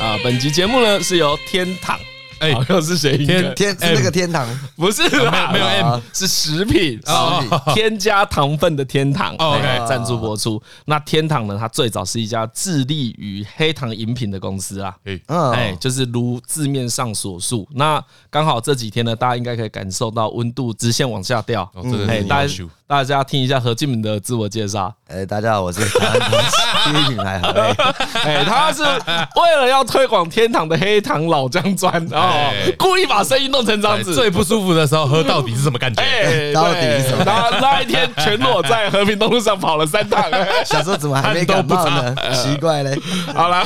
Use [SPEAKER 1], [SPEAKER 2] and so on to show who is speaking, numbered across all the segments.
[SPEAKER 1] 啊本集节目呢是由天堂，哎、
[SPEAKER 2] 哎
[SPEAKER 1] 又是谁赢的？
[SPEAKER 2] 天
[SPEAKER 3] 天是那个天堂，
[SPEAKER 1] 不是啦，
[SPEAKER 2] 没有
[SPEAKER 3] 啊
[SPEAKER 2] M
[SPEAKER 1] 是食品
[SPEAKER 2] 哦
[SPEAKER 1] 食品添加糖分的天堂。
[SPEAKER 2] 哦
[SPEAKER 1] 哎
[SPEAKER 3] OK
[SPEAKER 1] 赞助播出。那天堂呢，它最早是一家致力于黑糖饮品的公司啊。
[SPEAKER 2] 哎，
[SPEAKER 3] 嗯，
[SPEAKER 1] 哎，就是如字面上所述。那刚好这几天呢，大家应该可以感受到温度直线往下掉。
[SPEAKER 2] 哦，真的
[SPEAKER 1] 哎，
[SPEAKER 2] 是
[SPEAKER 1] 大
[SPEAKER 2] 优
[SPEAKER 1] 家
[SPEAKER 2] 秀，
[SPEAKER 1] 大家听一下何进明的自我介绍。
[SPEAKER 3] 哎，大家好，我是台湾同事第一品牌好 嘞，
[SPEAKER 1] 哎，他是为了要推广天堂的黑糖老姜砖哦
[SPEAKER 2] 哎，
[SPEAKER 1] 故意把声音弄成这样
[SPEAKER 2] 哎
[SPEAKER 1] 子。
[SPEAKER 2] 最不舒服的时候喝到底是什么感觉？
[SPEAKER 1] 哎，
[SPEAKER 3] 到底是什么
[SPEAKER 1] 对然后那一天，全裸在和平东路上跑了三趟。 哎
[SPEAKER 3] 小时候怎么还没感冒呢？奇怪嘞，
[SPEAKER 2] 哎
[SPEAKER 1] 好了，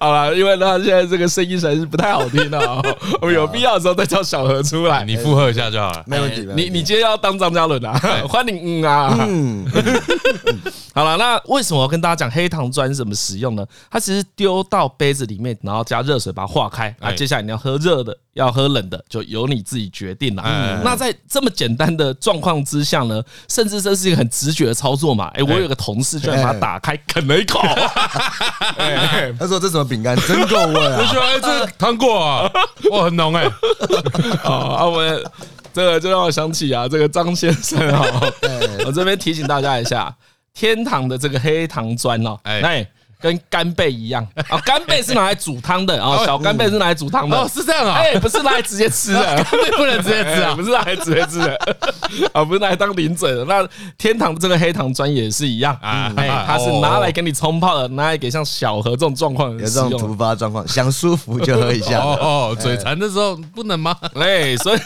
[SPEAKER 1] 好了，因为他现在这个声音实在是不太好听了哦，我们有必要的时候再叫小何出来。
[SPEAKER 2] 你附和一下就好了。
[SPEAKER 3] 没问题，没问
[SPEAKER 1] 你
[SPEAKER 3] 题
[SPEAKER 1] 你今天要当张嘉伦啊？欢迎嗯啊！
[SPEAKER 3] 嗯，
[SPEAKER 1] 好了，那为什么我要跟大家讲黑糖砖怎么使用呢？它其实丢到杯子里面，然后加热水把它化开啊。
[SPEAKER 2] 哎
[SPEAKER 1] 接下来你要喝热的，要喝冷的，就由你自己决定了。
[SPEAKER 2] 哎
[SPEAKER 1] 那在这么简单的状况之下呢，甚至这是一个很直觉的操作嘛。哎，我有个同事居然把它打开啃了一口，哎
[SPEAKER 3] 他说这什么饼干，真够味
[SPEAKER 2] 我
[SPEAKER 3] 啊！
[SPEAKER 2] 觉得哎，这糖果啊，哇，很浓哎，
[SPEAKER 1] 哦啊，我这个就让我想起啊，这个张先生哦，
[SPEAKER 3] 哎
[SPEAKER 1] 我这边提醒大家一下，天堂的这个黑糖砖哦，
[SPEAKER 2] 哎
[SPEAKER 1] 哎。跟干贝一样啊，干贝是拿来煮汤的啊，
[SPEAKER 2] 哦
[SPEAKER 1] 小干贝是拿来煮汤的
[SPEAKER 2] 哦，，是这样啊，哦
[SPEAKER 1] 哎，不是拿来直接吃的，
[SPEAKER 2] 不能直接吃
[SPEAKER 1] 哎
[SPEAKER 2] 啊
[SPEAKER 1] 不，是拿来直接吃的，啊，不是拿来当零嘴的。那天堂这个黑糖砖也是一样
[SPEAKER 2] 啊
[SPEAKER 1] 哎，
[SPEAKER 2] 啊
[SPEAKER 1] 它是
[SPEAKER 2] 哦
[SPEAKER 1] 拿来给你冲泡的，拿来给像小何这种状况的
[SPEAKER 3] 有
[SPEAKER 1] 人
[SPEAKER 3] 这
[SPEAKER 1] 使
[SPEAKER 3] 种
[SPEAKER 1] 用
[SPEAKER 3] 突。发状况，想舒服就喝一下。
[SPEAKER 2] 哦哦，嘴馋的时候不能吗？
[SPEAKER 1] 哎，所以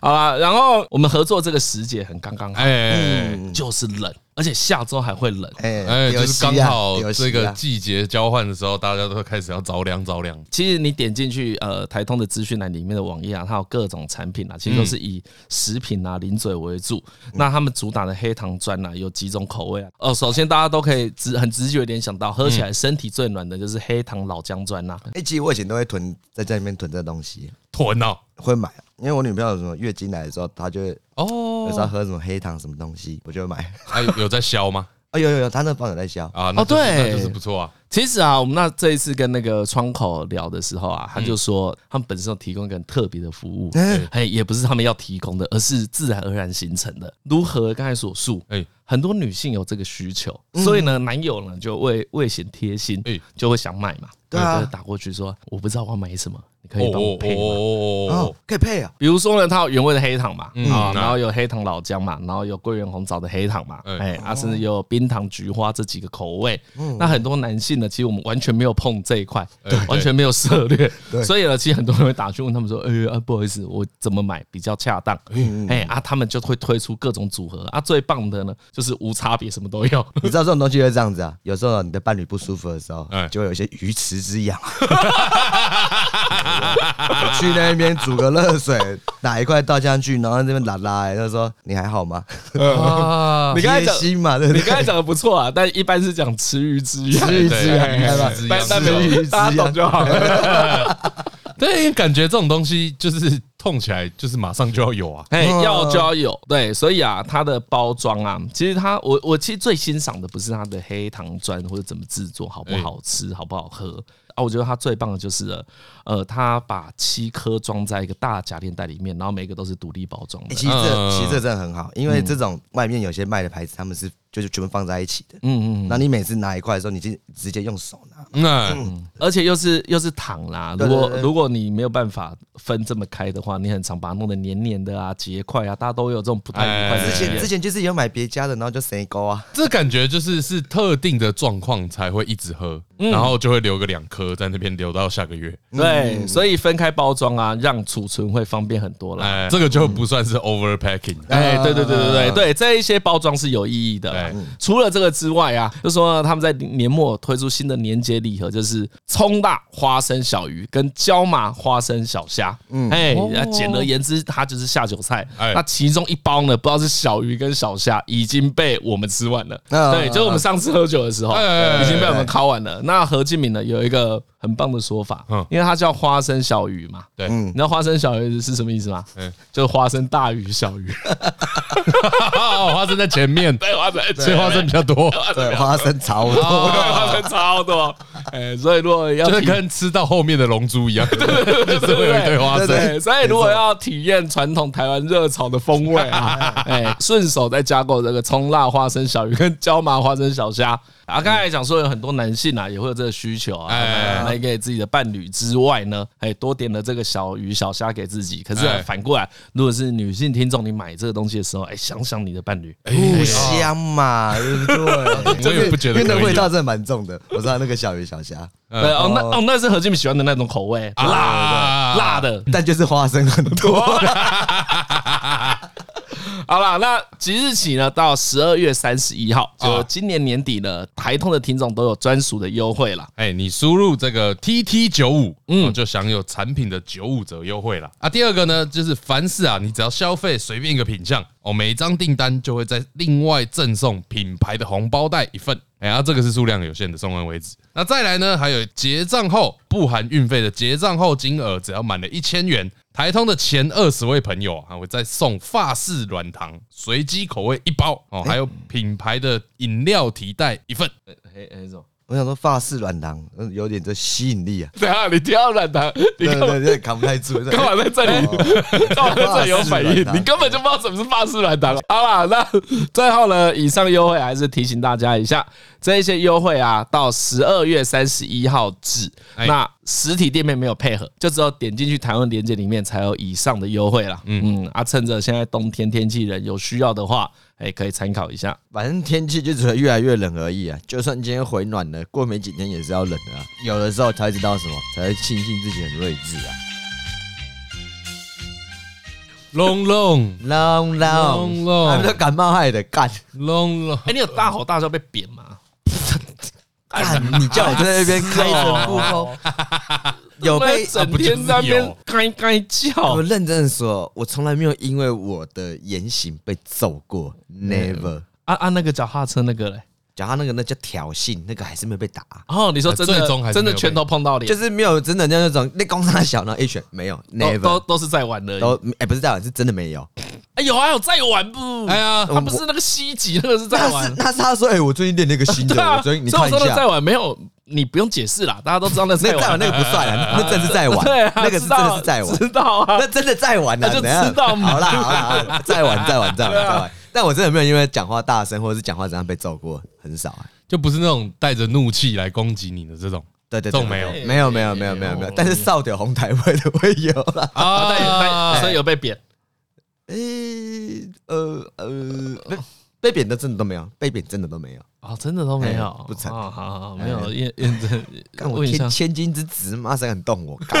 [SPEAKER 1] 好啦，然后我们合作这个时节很刚刚好，
[SPEAKER 2] 哎
[SPEAKER 1] 就是冷，而且下周还会冷。
[SPEAKER 3] 哎
[SPEAKER 2] 哎，
[SPEAKER 3] 有
[SPEAKER 2] 就是刚好这个
[SPEAKER 3] 戏
[SPEAKER 2] 季节交换的时候，大家都开始要着凉着凉。
[SPEAKER 1] 其实你点进去呃台通的资讯栏里面的网页啊，它有各种产品啊，其实都是以食品啊、零嘴为主。那他们主打的黑糖砖啊，有几种口味啊？哦，首先大家都可以直很直觉联想到，喝起来身体最暖的就是黑糖老姜砖呐。
[SPEAKER 3] 啊哎，其实我以前都会囤在家里面囤这东西，
[SPEAKER 2] 囤哦，
[SPEAKER 3] 会买，因为我女朋友有什么月经来的时候，她就会有时候
[SPEAKER 2] 哦，
[SPEAKER 3] 喝什么黑糖什么东西，我就会买。
[SPEAKER 2] 还有在削吗？
[SPEAKER 3] 哦，有有有，她那放着在削，
[SPEAKER 2] 啊，那就是
[SPEAKER 1] 哦对
[SPEAKER 2] 那就是不错啊。
[SPEAKER 1] 其实啊，我们那这一次跟那个窗口聊的时候啊，他
[SPEAKER 2] 嗯
[SPEAKER 1] 就说他们本身有提供一个很特别的服务，
[SPEAKER 3] 嗯
[SPEAKER 1] 哎，也不是他们要提供的，而是自然而然形成的。如何刚才所述，
[SPEAKER 2] 哎嗯
[SPEAKER 1] 很多女性有这个需求，所以呢，男友呢就为为显贴心
[SPEAKER 2] 哎，
[SPEAKER 1] 就会想买嘛，
[SPEAKER 3] 对啊
[SPEAKER 1] 就会打过去说我不知道我要买什么，你可
[SPEAKER 2] 哦
[SPEAKER 1] 以帮我
[SPEAKER 2] 哦哦
[SPEAKER 1] 配吗？
[SPEAKER 2] 哦哦
[SPEAKER 3] 哦，可以配啊，
[SPEAKER 1] 比如说呢，它有原味的黑糖嘛，
[SPEAKER 2] 嗯
[SPEAKER 1] 啊，
[SPEAKER 2] 嗯
[SPEAKER 1] 然后有黑糖老姜嘛，然后有桂圆红枣的黑糖嘛，
[SPEAKER 2] 哎
[SPEAKER 1] 哎，啊，甚至有冰糖菊花这几个口味。那很多男性呢，其实我们完全没有碰这一块
[SPEAKER 2] 哎对，
[SPEAKER 1] 完全没有涉猎，
[SPEAKER 3] 对
[SPEAKER 1] 所以呢，其实很多人会打去问他们说，哎，啊不好意思，我怎么买比较恰当？哎啊，他们就会推出各种组合啊，最棒的呢就是无差别，什么都有。
[SPEAKER 3] 你知道这种东西会这样子啊？有时候你的伴侣不舒服的时候
[SPEAKER 2] 哎，
[SPEAKER 3] 就会有一些鱼池之痒， 去那边煮个热水，打一块倒下去，然后那边拉拉，他说你还好吗？
[SPEAKER 2] 啊，
[SPEAKER 1] 你刚才
[SPEAKER 3] 贴
[SPEAKER 1] 讲，
[SPEAKER 3] 心嘛，对不
[SPEAKER 1] 你
[SPEAKER 3] 对？
[SPEAKER 1] 刚才讲的不错啊，但一般是讲池鱼之鱼，
[SPEAKER 3] 吃鱼
[SPEAKER 2] 对
[SPEAKER 3] 之痒，
[SPEAKER 2] 对
[SPEAKER 3] 明白吧
[SPEAKER 2] 吃鱼之痒
[SPEAKER 1] 但但没
[SPEAKER 3] 吃鱼
[SPEAKER 1] 有
[SPEAKER 3] 之
[SPEAKER 1] 大家懂
[SPEAKER 3] 痒
[SPEAKER 1] 就好了。
[SPEAKER 2] 对，因为感觉这种东西就是痛起来，就是马上就要有啊。
[SPEAKER 1] 哎，
[SPEAKER 3] 嗯
[SPEAKER 1] 要就要有，对，所以啊，它的包装啊，其实它，我我其实最欣赏的不是它的黑糖砖或者怎么制作，好不好吃，好不好喝啊，我觉得它最棒的就是呢，呃，它把七颗装在一个大夹链袋里面，然后每个都是独立包装
[SPEAKER 3] 欸
[SPEAKER 1] 的，
[SPEAKER 3] 其实这
[SPEAKER 2] 嗯
[SPEAKER 3] 其实这真的很好，因为这种外面有些卖的牌子，他们是就是全部放在一起的。
[SPEAKER 1] 嗯嗯嗯，
[SPEAKER 3] 那你每次拿一块的时候，你就直接用手拿。
[SPEAKER 2] 嗯，
[SPEAKER 1] 而且又是又是糖啦，如
[SPEAKER 3] 对
[SPEAKER 1] 果
[SPEAKER 3] 对对
[SPEAKER 1] 如果你没有办法分这么开的话，你很常把它弄得黏黏的啊、结块啊，大家都有这种不太愉快
[SPEAKER 2] 哎
[SPEAKER 1] 的
[SPEAKER 3] 之
[SPEAKER 1] 经
[SPEAKER 3] 前
[SPEAKER 1] 验
[SPEAKER 3] 之。前就是有买别家的，然后就谁勾啊，
[SPEAKER 2] 这感觉就是是特定的状况才会一直喝，
[SPEAKER 1] 嗯
[SPEAKER 2] 然后就会留个两颗在那边留到下个月。
[SPEAKER 3] 嗯
[SPEAKER 1] 对，所以分开包装啊，让储存会方便很多啦。
[SPEAKER 2] 哎，这个就不算是 overpacking。
[SPEAKER 1] 嗯哎，对对对对对对，这一些包装是有意义的啦
[SPEAKER 2] 对。
[SPEAKER 1] 除了这个之外啊，就说他们在年末推出新的年节礼盒，就是葱大花生小鱼跟椒麻花生小虾。嗯，哎，那简而言之，它就是下酒菜。
[SPEAKER 2] 哎
[SPEAKER 1] 那其中一包呢，不知道是小鱼跟小虾已经被我们吃完了。
[SPEAKER 3] 啊
[SPEAKER 1] 对，就是我们上次喝酒的时候，
[SPEAKER 2] 哎哎哎
[SPEAKER 1] 已经被我们烤完了。那何敬敏呢，有一个很棒的说法
[SPEAKER 2] 嗯，
[SPEAKER 1] 因为它叫花生小鱼嘛。
[SPEAKER 2] 对，
[SPEAKER 1] 你知道花生小鱼是什么意思吗？
[SPEAKER 2] 嗯
[SPEAKER 1] 就是花生大鱼小鱼。
[SPEAKER 2] 哦花生生在前面，
[SPEAKER 1] 对花生，
[SPEAKER 2] 所以花生比较多，
[SPEAKER 3] 对，花生超
[SPEAKER 1] 哦，
[SPEAKER 3] 多，
[SPEAKER 1] 对花生超多，哎，所以如果要
[SPEAKER 2] 就是
[SPEAKER 1] 体
[SPEAKER 2] 跟吃到后面的龙珠 一样， 就是会有一堆花
[SPEAKER 1] 对
[SPEAKER 2] 生。
[SPEAKER 1] 对，所以如果要体验传统台湾热炒的风味啊， 哎，顺手再加购这个葱辣花生小鱼跟椒麻花生小虾。啊，刚才讲说有很多男性啊也会有这个需求啊，
[SPEAKER 2] 哎
[SPEAKER 1] 来给自己的伴侣之外呢，哎，多点了这个小鱼小虾给自己。可是啊
[SPEAKER 2] 哎
[SPEAKER 1] 反过来，如果是女性听众，你买这个东西的时候，哎，想想你的伴侣，
[SPEAKER 2] 哎
[SPEAKER 3] 不香嘛，对不对？
[SPEAKER 2] 我也不觉得
[SPEAKER 3] 因为
[SPEAKER 2] 可
[SPEAKER 3] 那
[SPEAKER 2] 以
[SPEAKER 3] 味道真的蛮重的。我知道那个小鱼小虾，
[SPEAKER 1] 对哦，那哦那是何金喜欢的那种口味，辣
[SPEAKER 2] 呃啊
[SPEAKER 1] 的辣的，
[SPEAKER 3] 但就是花生很多。
[SPEAKER 1] 好啦，那即日起呢，到十二月三十一号，
[SPEAKER 3] 啊
[SPEAKER 1] 就今年年底呢，台通的听众都有专属的优惠啦。
[SPEAKER 2] 哎，你输入这个 T T 九五，
[SPEAKER 1] 嗯
[SPEAKER 2] 嗯，就享有产品的九五折优惠啦。啊，第二个呢，就是凡事啊，你只要消费随便一个品项，哦，每一张订单就会再另外赠送品牌的红包袋一份。哎，啊，这个是数量有限的，送完为止。那再来呢，还有结账后不含运费的结账后金额，只要满了一千元，台通的前二十位朋友啊，还会再送法式软糖随机口味一包哦，还有品牌的饮料提袋一份。
[SPEAKER 1] 哎哎，总，
[SPEAKER 3] 我想说法式软糖，嗯，有点这吸引力啊，
[SPEAKER 1] 等一下你跳软糖，你
[SPEAKER 3] 对
[SPEAKER 1] 干嘛
[SPEAKER 3] 对对，扛不太住。
[SPEAKER 1] 干嘛在这里？干嘛在这里有反应？你根本就不知道什么是法式软糖。好啦，那最后呢，以上优惠还是提醒大家一下，这一些优惠啊，到十二月三十一号止。
[SPEAKER 2] 哎
[SPEAKER 1] 那实体店面没有配合，就只有点进去台湾链接里面才有以上的优惠啦。嗯嗯，啊，趁着现在冬天天气冷，有需要的话，哎，可以参考一下。
[SPEAKER 3] 反正天气就只会越来越冷而已啊。就算今天回暖了，过没几天也是要冷的啊。有的时候才会知道什么，才会庆幸自己很睿智啊。
[SPEAKER 2] 隆隆
[SPEAKER 3] 隆
[SPEAKER 2] 隆
[SPEAKER 3] 隆
[SPEAKER 2] 隆
[SPEAKER 3] 他们都感冒害的，干
[SPEAKER 2] 隆隆。
[SPEAKER 1] 哎，你有大吼大叫被扁吗？
[SPEAKER 3] 干，你叫我在那边 开诚布公，有被
[SPEAKER 1] 不然整天在那边
[SPEAKER 2] 啊
[SPEAKER 1] 该该
[SPEAKER 3] 我
[SPEAKER 1] 叫。
[SPEAKER 3] 认真的说，我从来没有因为我的言行被揍过，never。
[SPEAKER 1] 啊啊，那个脚踏车那个嘞？
[SPEAKER 3] 讲他那个那叫挑衅，那个还是没有被打啊、
[SPEAKER 1] 哦，你说真的，
[SPEAKER 2] 最终还是
[SPEAKER 1] 真的
[SPEAKER 2] 没有被
[SPEAKER 1] 拳头碰到脸，
[SPEAKER 3] 就是没有真的那种那攻他小，然后一拳没有
[SPEAKER 1] 都都
[SPEAKER 3] ，never
[SPEAKER 1] 都是在玩而已。
[SPEAKER 3] 都哎、不是在玩，是真的没有。
[SPEAKER 1] 哎有啊，有在玩不？
[SPEAKER 2] 哎呀
[SPEAKER 1] 他不是那个西级，那个是在
[SPEAKER 3] 那是
[SPEAKER 1] 玩。
[SPEAKER 3] 那是他说，哎、我最近练那个新的，
[SPEAKER 1] 对啊，
[SPEAKER 3] 我
[SPEAKER 1] 所
[SPEAKER 3] 最
[SPEAKER 1] 以
[SPEAKER 3] 近你
[SPEAKER 1] 我
[SPEAKER 3] 看一
[SPEAKER 1] 说那个在
[SPEAKER 3] 下。
[SPEAKER 1] 玩没有，你不用解释啦，大家都知道那是
[SPEAKER 3] 那
[SPEAKER 1] 在
[SPEAKER 3] 个在玩
[SPEAKER 1] 玩。
[SPEAKER 3] 那个不算啊，那真的是在 玩，
[SPEAKER 1] 对啊，
[SPEAKER 3] 那个是
[SPEAKER 1] 知
[SPEAKER 3] 真
[SPEAKER 1] 道
[SPEAKER 3] 的是在玩，
[SPEAKER 1] 知道啊
[SPEAKER 3] 那。真的在玩啊，
[SPEAKER 1] 那就
[SPEAKER 3] 怎样
[SPEAKER 1] 知道嘛啊
[SPEAKER 3] 好啦好啦好 啦，在玩在玩在玩在玩。但我真的没有因为讲话大声或者是讲话怎样被揍过，很少啊。
[SPEAKER 2] 就不是那种带着怒气来攻击你的这种
[SPEAKER 3] 对对，
[SPEAKER 2] 这
[SPEAKER 3] 对
[SPEAKER 2] 种没有
[SPEAKER 3] 对没有没有没有没有没有，但
[SPEAKER 1] 哦
[SPEAKER 3] 是少屌红台位的会有啦。
[SPEAKER 1] 啊，对对，所以有被扁。
[SPEAKER 3] 诶呃呃，被被贬的真的都没有，被贬真的都没有。
[SPEAKER 1] 哦，真的都没有
[SPEAKER 3] 哎，不成
[SPEAKER 1] 哦好好好，没有验验
[SPEAKER 3] 干
[SPEAKER 1] 证。
[SPEAKER 3] 我
[SPEAKER 1] 问一下
[SPEAKER 3] 千，千金之子，妈谁敢动我？ 干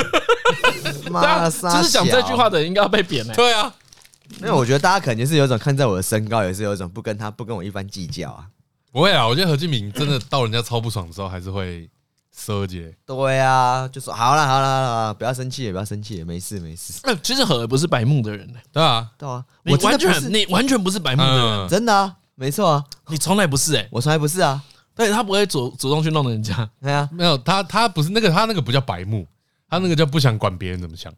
[SPEAKER 3] 妈
[SPEAKER 1] 大家
[SPEAKER 3] 傻
[SPEAKER 1] 就是讲这
[SPEAKER 3] 小
[SPEAKER 1] 句话，的人应该要被扁呢。
[SPEAKER 2] 对啊，
[SPEAKER 3] 因为我觉得大家肯定是有一种看在我的身高，也是有一种不跟他不跟我一番计较啊。
[SPEAKER 2] 不会啊，我觉得何敬明真的到人家超不爽的时候，还是会奢姐。
[SPEAKER 3] 对啊，就说好了好了好了，不要生气，也不要生气，没事没事。
[SPEAKER 1] 那其实何不是白目的人呢，
[SPEAKER 2] 对啊，
[SPEAKER 3] 对啊，
[SPEAKER 1] 你
[SPEAKER 3] 我真
[SPEAKER 1] 完
[SPEAKER 3] 的不
[SPEAKER 1] 全
[SPEAKER 3] 是，
[SPEAKER 1] 你完全不是白目的人，
[SPEAKER 2] 嗯，
[SPEAKER 3] 真的啊，没错啊，
[SPEAKER 1] 你从来不是哎，
[SPEAKER 3] 我从来不是啊。
[SPEAKER 1] 对他不会主主动去弄人家。
[SPEAKER 3] 对啊，
[SPEAKER 2] 没有他，他不是那个，他那个不叫白目，他那个叫不想管别人怎么想。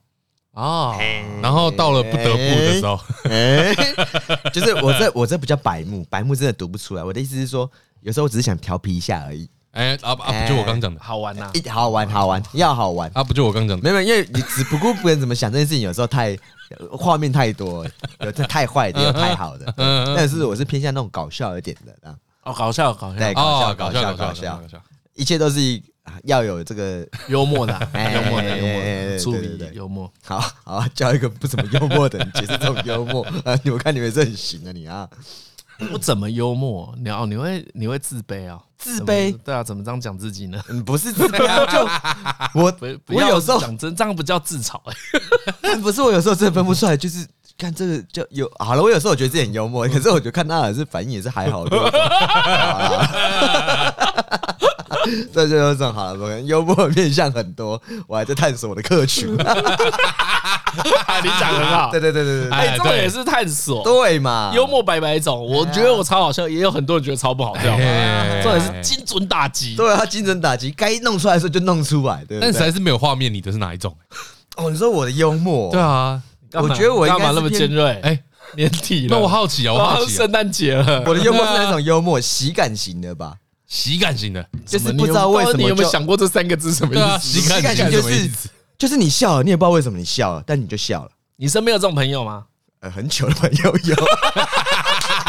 [SPEAKER 1] 哦，
[SPEAKER 2] 然后到了不得不的时候，
[SPEAKER 3] 哎， 就是我这我这不叫白目，白目真的读不出来。我的意思是说，有时候我只是想调皮一下而已，
[SPEAKER 2] 哎啊啊，不就我刚讲的
[SPEAKER 1] 好玩呐！
[SPEAKER 3] 一好玩好玩，要好玩。
[SPEAKER 2] 啊，不就我刚讲的，
[SPEAKER 3] 没有，因为你只不过不能怎么想这件事情，有时候太画面太多，有太太坏的，有太好的。
[SPEAKER 2] 嗯
[SPEAKER 3] 但是我是偏向那种搞笑一点的，啊，
[SPEAKER 1] 哦，搞笑搞笑
[SPEAKER 3] 对，，搞笑搞笑搞
[SPEAKER 2] 哦搞
[SPEAKER 3] 笑，
[SPEAKER 2] 笑，
[SPEAKER 3] 一切都是一啊要有这个
[SPEAKER 1] 幽默的啊，
[SPEAKER 3] 哎
[SPEAKER 1] 幽默的，
[SPEAKER 3] 哎
[SPEAKER 1] 幽默
[SPEAKER 3] 哎哎
[SPEAKER 1] 的，
[SPEAKER 3] 哎
[SPEAKER 1] 处
[SPEAKER 3] 对对
[SPEAKER 1] 理
[SPEAKER 3] 对
[SPEAKER 1] 幽默。
[SPEAKER 3] 好好啊叫一个不怎么幽默的人解释这种幽默 啊！你们看你们是很行啊，你啊，
[SPEAKER 1] 不怎么幽默，你哦，你会你会自卑哦，
[SPEAKER 3] 自卑
[SPEAKER 1] 怎么对啊，怎么这样讲自己呢？
[SPEAKER 3] 嗯，不是自卑啊，就我
[SPEAKER 1] 不，不
[SPEAKER 3] 我
[SPEAKER 1] 要
[SPEAKER 3] 有时候
[SPEAKER 1] 讲真，这样不叫自嘲，哎
[SPEAKER 3] 但不是我有时候真的分不出来，就是看这个就有好了。我有时候我觉得自己很幽默，可是我觉得看他也是反应也是还好多。 这就是这种好了，我们幽默的面向很多，我还在探索我的客 群。
[SPEAKER 1] 你讲得很好
[SPEAKER 3] 对，对啊对对对，
[SPEAKER 1] 哎，
[SPEAKER 2] 哎
[SPEAKER 1] 这个
[SPEAKER 2] 对
[SPEAKER 1] 也是探索，
[SPEAKER 3] 对嘛，
[SPEAKER 1] 幽默百百种。
[SPEAKER 3] 哎
[SPEAKER 1] 我觉得我超好笑，也有很多人觉得超不好笑，
[SPEAKER 2] 哎
[SPEAKER 1] 重点是精准打击。
[SPEAKER 3] 对啊，精准打击，该弄出来的时候就弄出来，对不
[SPEAKER 2] 但是还
[SPEAKER 3] 对？
[SPEAKER 2] 是没有画面，你的是哪一种？
[SPEAKER 3] 哦，你说我的幽默，
[SPEAKER 2] 对啊，
[SPEAKER 1] 干嘛
[SPEAKER 3] 我觉得我应
[SPEAKER 1] 干
[SPEAKER 3] 该
[SPEAKER 1] 嘛
[SPEAKER 3] 是
[SPEAKER 1] 那么
[SPEAKER 3] 偏
[SPEAKER 1] 尖锐？
[SPEAKER 2] 哎，
[SPEAKER 1] 年底了，
[SPEAKER 2] 那我好奇啊，我
[SPEAKER 1] 然
[SPEAKER 2] 好
[SPEAKER 1] 后
[SPEAKER 2] 奇啊
[SPEAKER 1] 圣诞节了，
[SPEAKER 3] 我的幽默是那种幽默喜感型的
[SPEAKER 2] 啊
[SPEAKER 3] 吧？
[SPEAKER 2] 喜感型的，啊
[SPEAKER 3] 就是不知道为什
[SPEAKER 1] 你
[SPEAKER 3] 么
[SPEAKER 1] 有没有
[SPEAKER 3] 就
[SPEAKER 1] 想过这三个字什么
[SPEAKER 2] 对啊，
[SPEAKER 1] 意思？
[SPEAKER 2] 喜感
[SPEAKER 3] 型
[SPEAKER 2] 型的
[SPEAKER 3] 就
[SPEAKER 2] 什么意
[SPEAKER 3] 是
[SPEAKER 2] 思？
[SPEAKER 3] 就是你笑了，你也不知道为什么你笑了，但你就笑了。
[SPEAKER 1] 你身边有这种朋友吗？
[SPEAKER 3] 呃，很久的朋友有，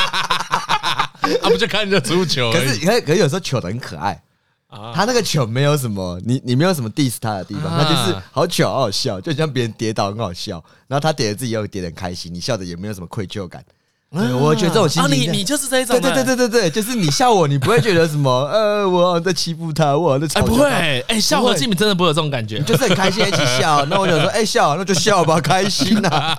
[SPEAKER 2] 啊，不就看着足球
[SPEAKER 3] 可
[SPEAKER 2] 而
[SPEAKER 3] 是
[SPEAKER 2] 已。
[SPEAKER 3] 可可是有时候糗的很可爱。
[SPEAKER 1] 啊
[SPEAKER 3] 他那个糗没有什么，你你没有什么 diss 他的地方，
[SPEAKER 2] 啊
[SPEAKER 3] 他就是好糗，好好笑，就像别人跌倒很好笑，然后他跌了自己又跌得很开心，你笑的也没有什么愧疚感。对我觉得这种心
[SPEAKER 1] 啊，
[SPEAKER 3] 情
[SPEAKER 1] 你
[SPEAKER 3] 在，
[SPEAKER 1] 你就是这种
[SPEAKER 3] 对
[SPEAKER 1] 人，
[SPEAKER 3] 对对
[SPEAKER 1] 对，
[SPEAKER 3] 对对对，就是你笑我，你不会觉得什么，呃，我好像在欺负他，我好像
[SPEAKER 1] 哎，
[SPEAKER 3] 在嘲笑他
[SPEAKER 1] 不会，哎，笑何敬敏真的不会有这种感觉
[SPEAKER 3] 你，就是很开心一起笑。那我想说，哎、笑，那就笑吧，开心啊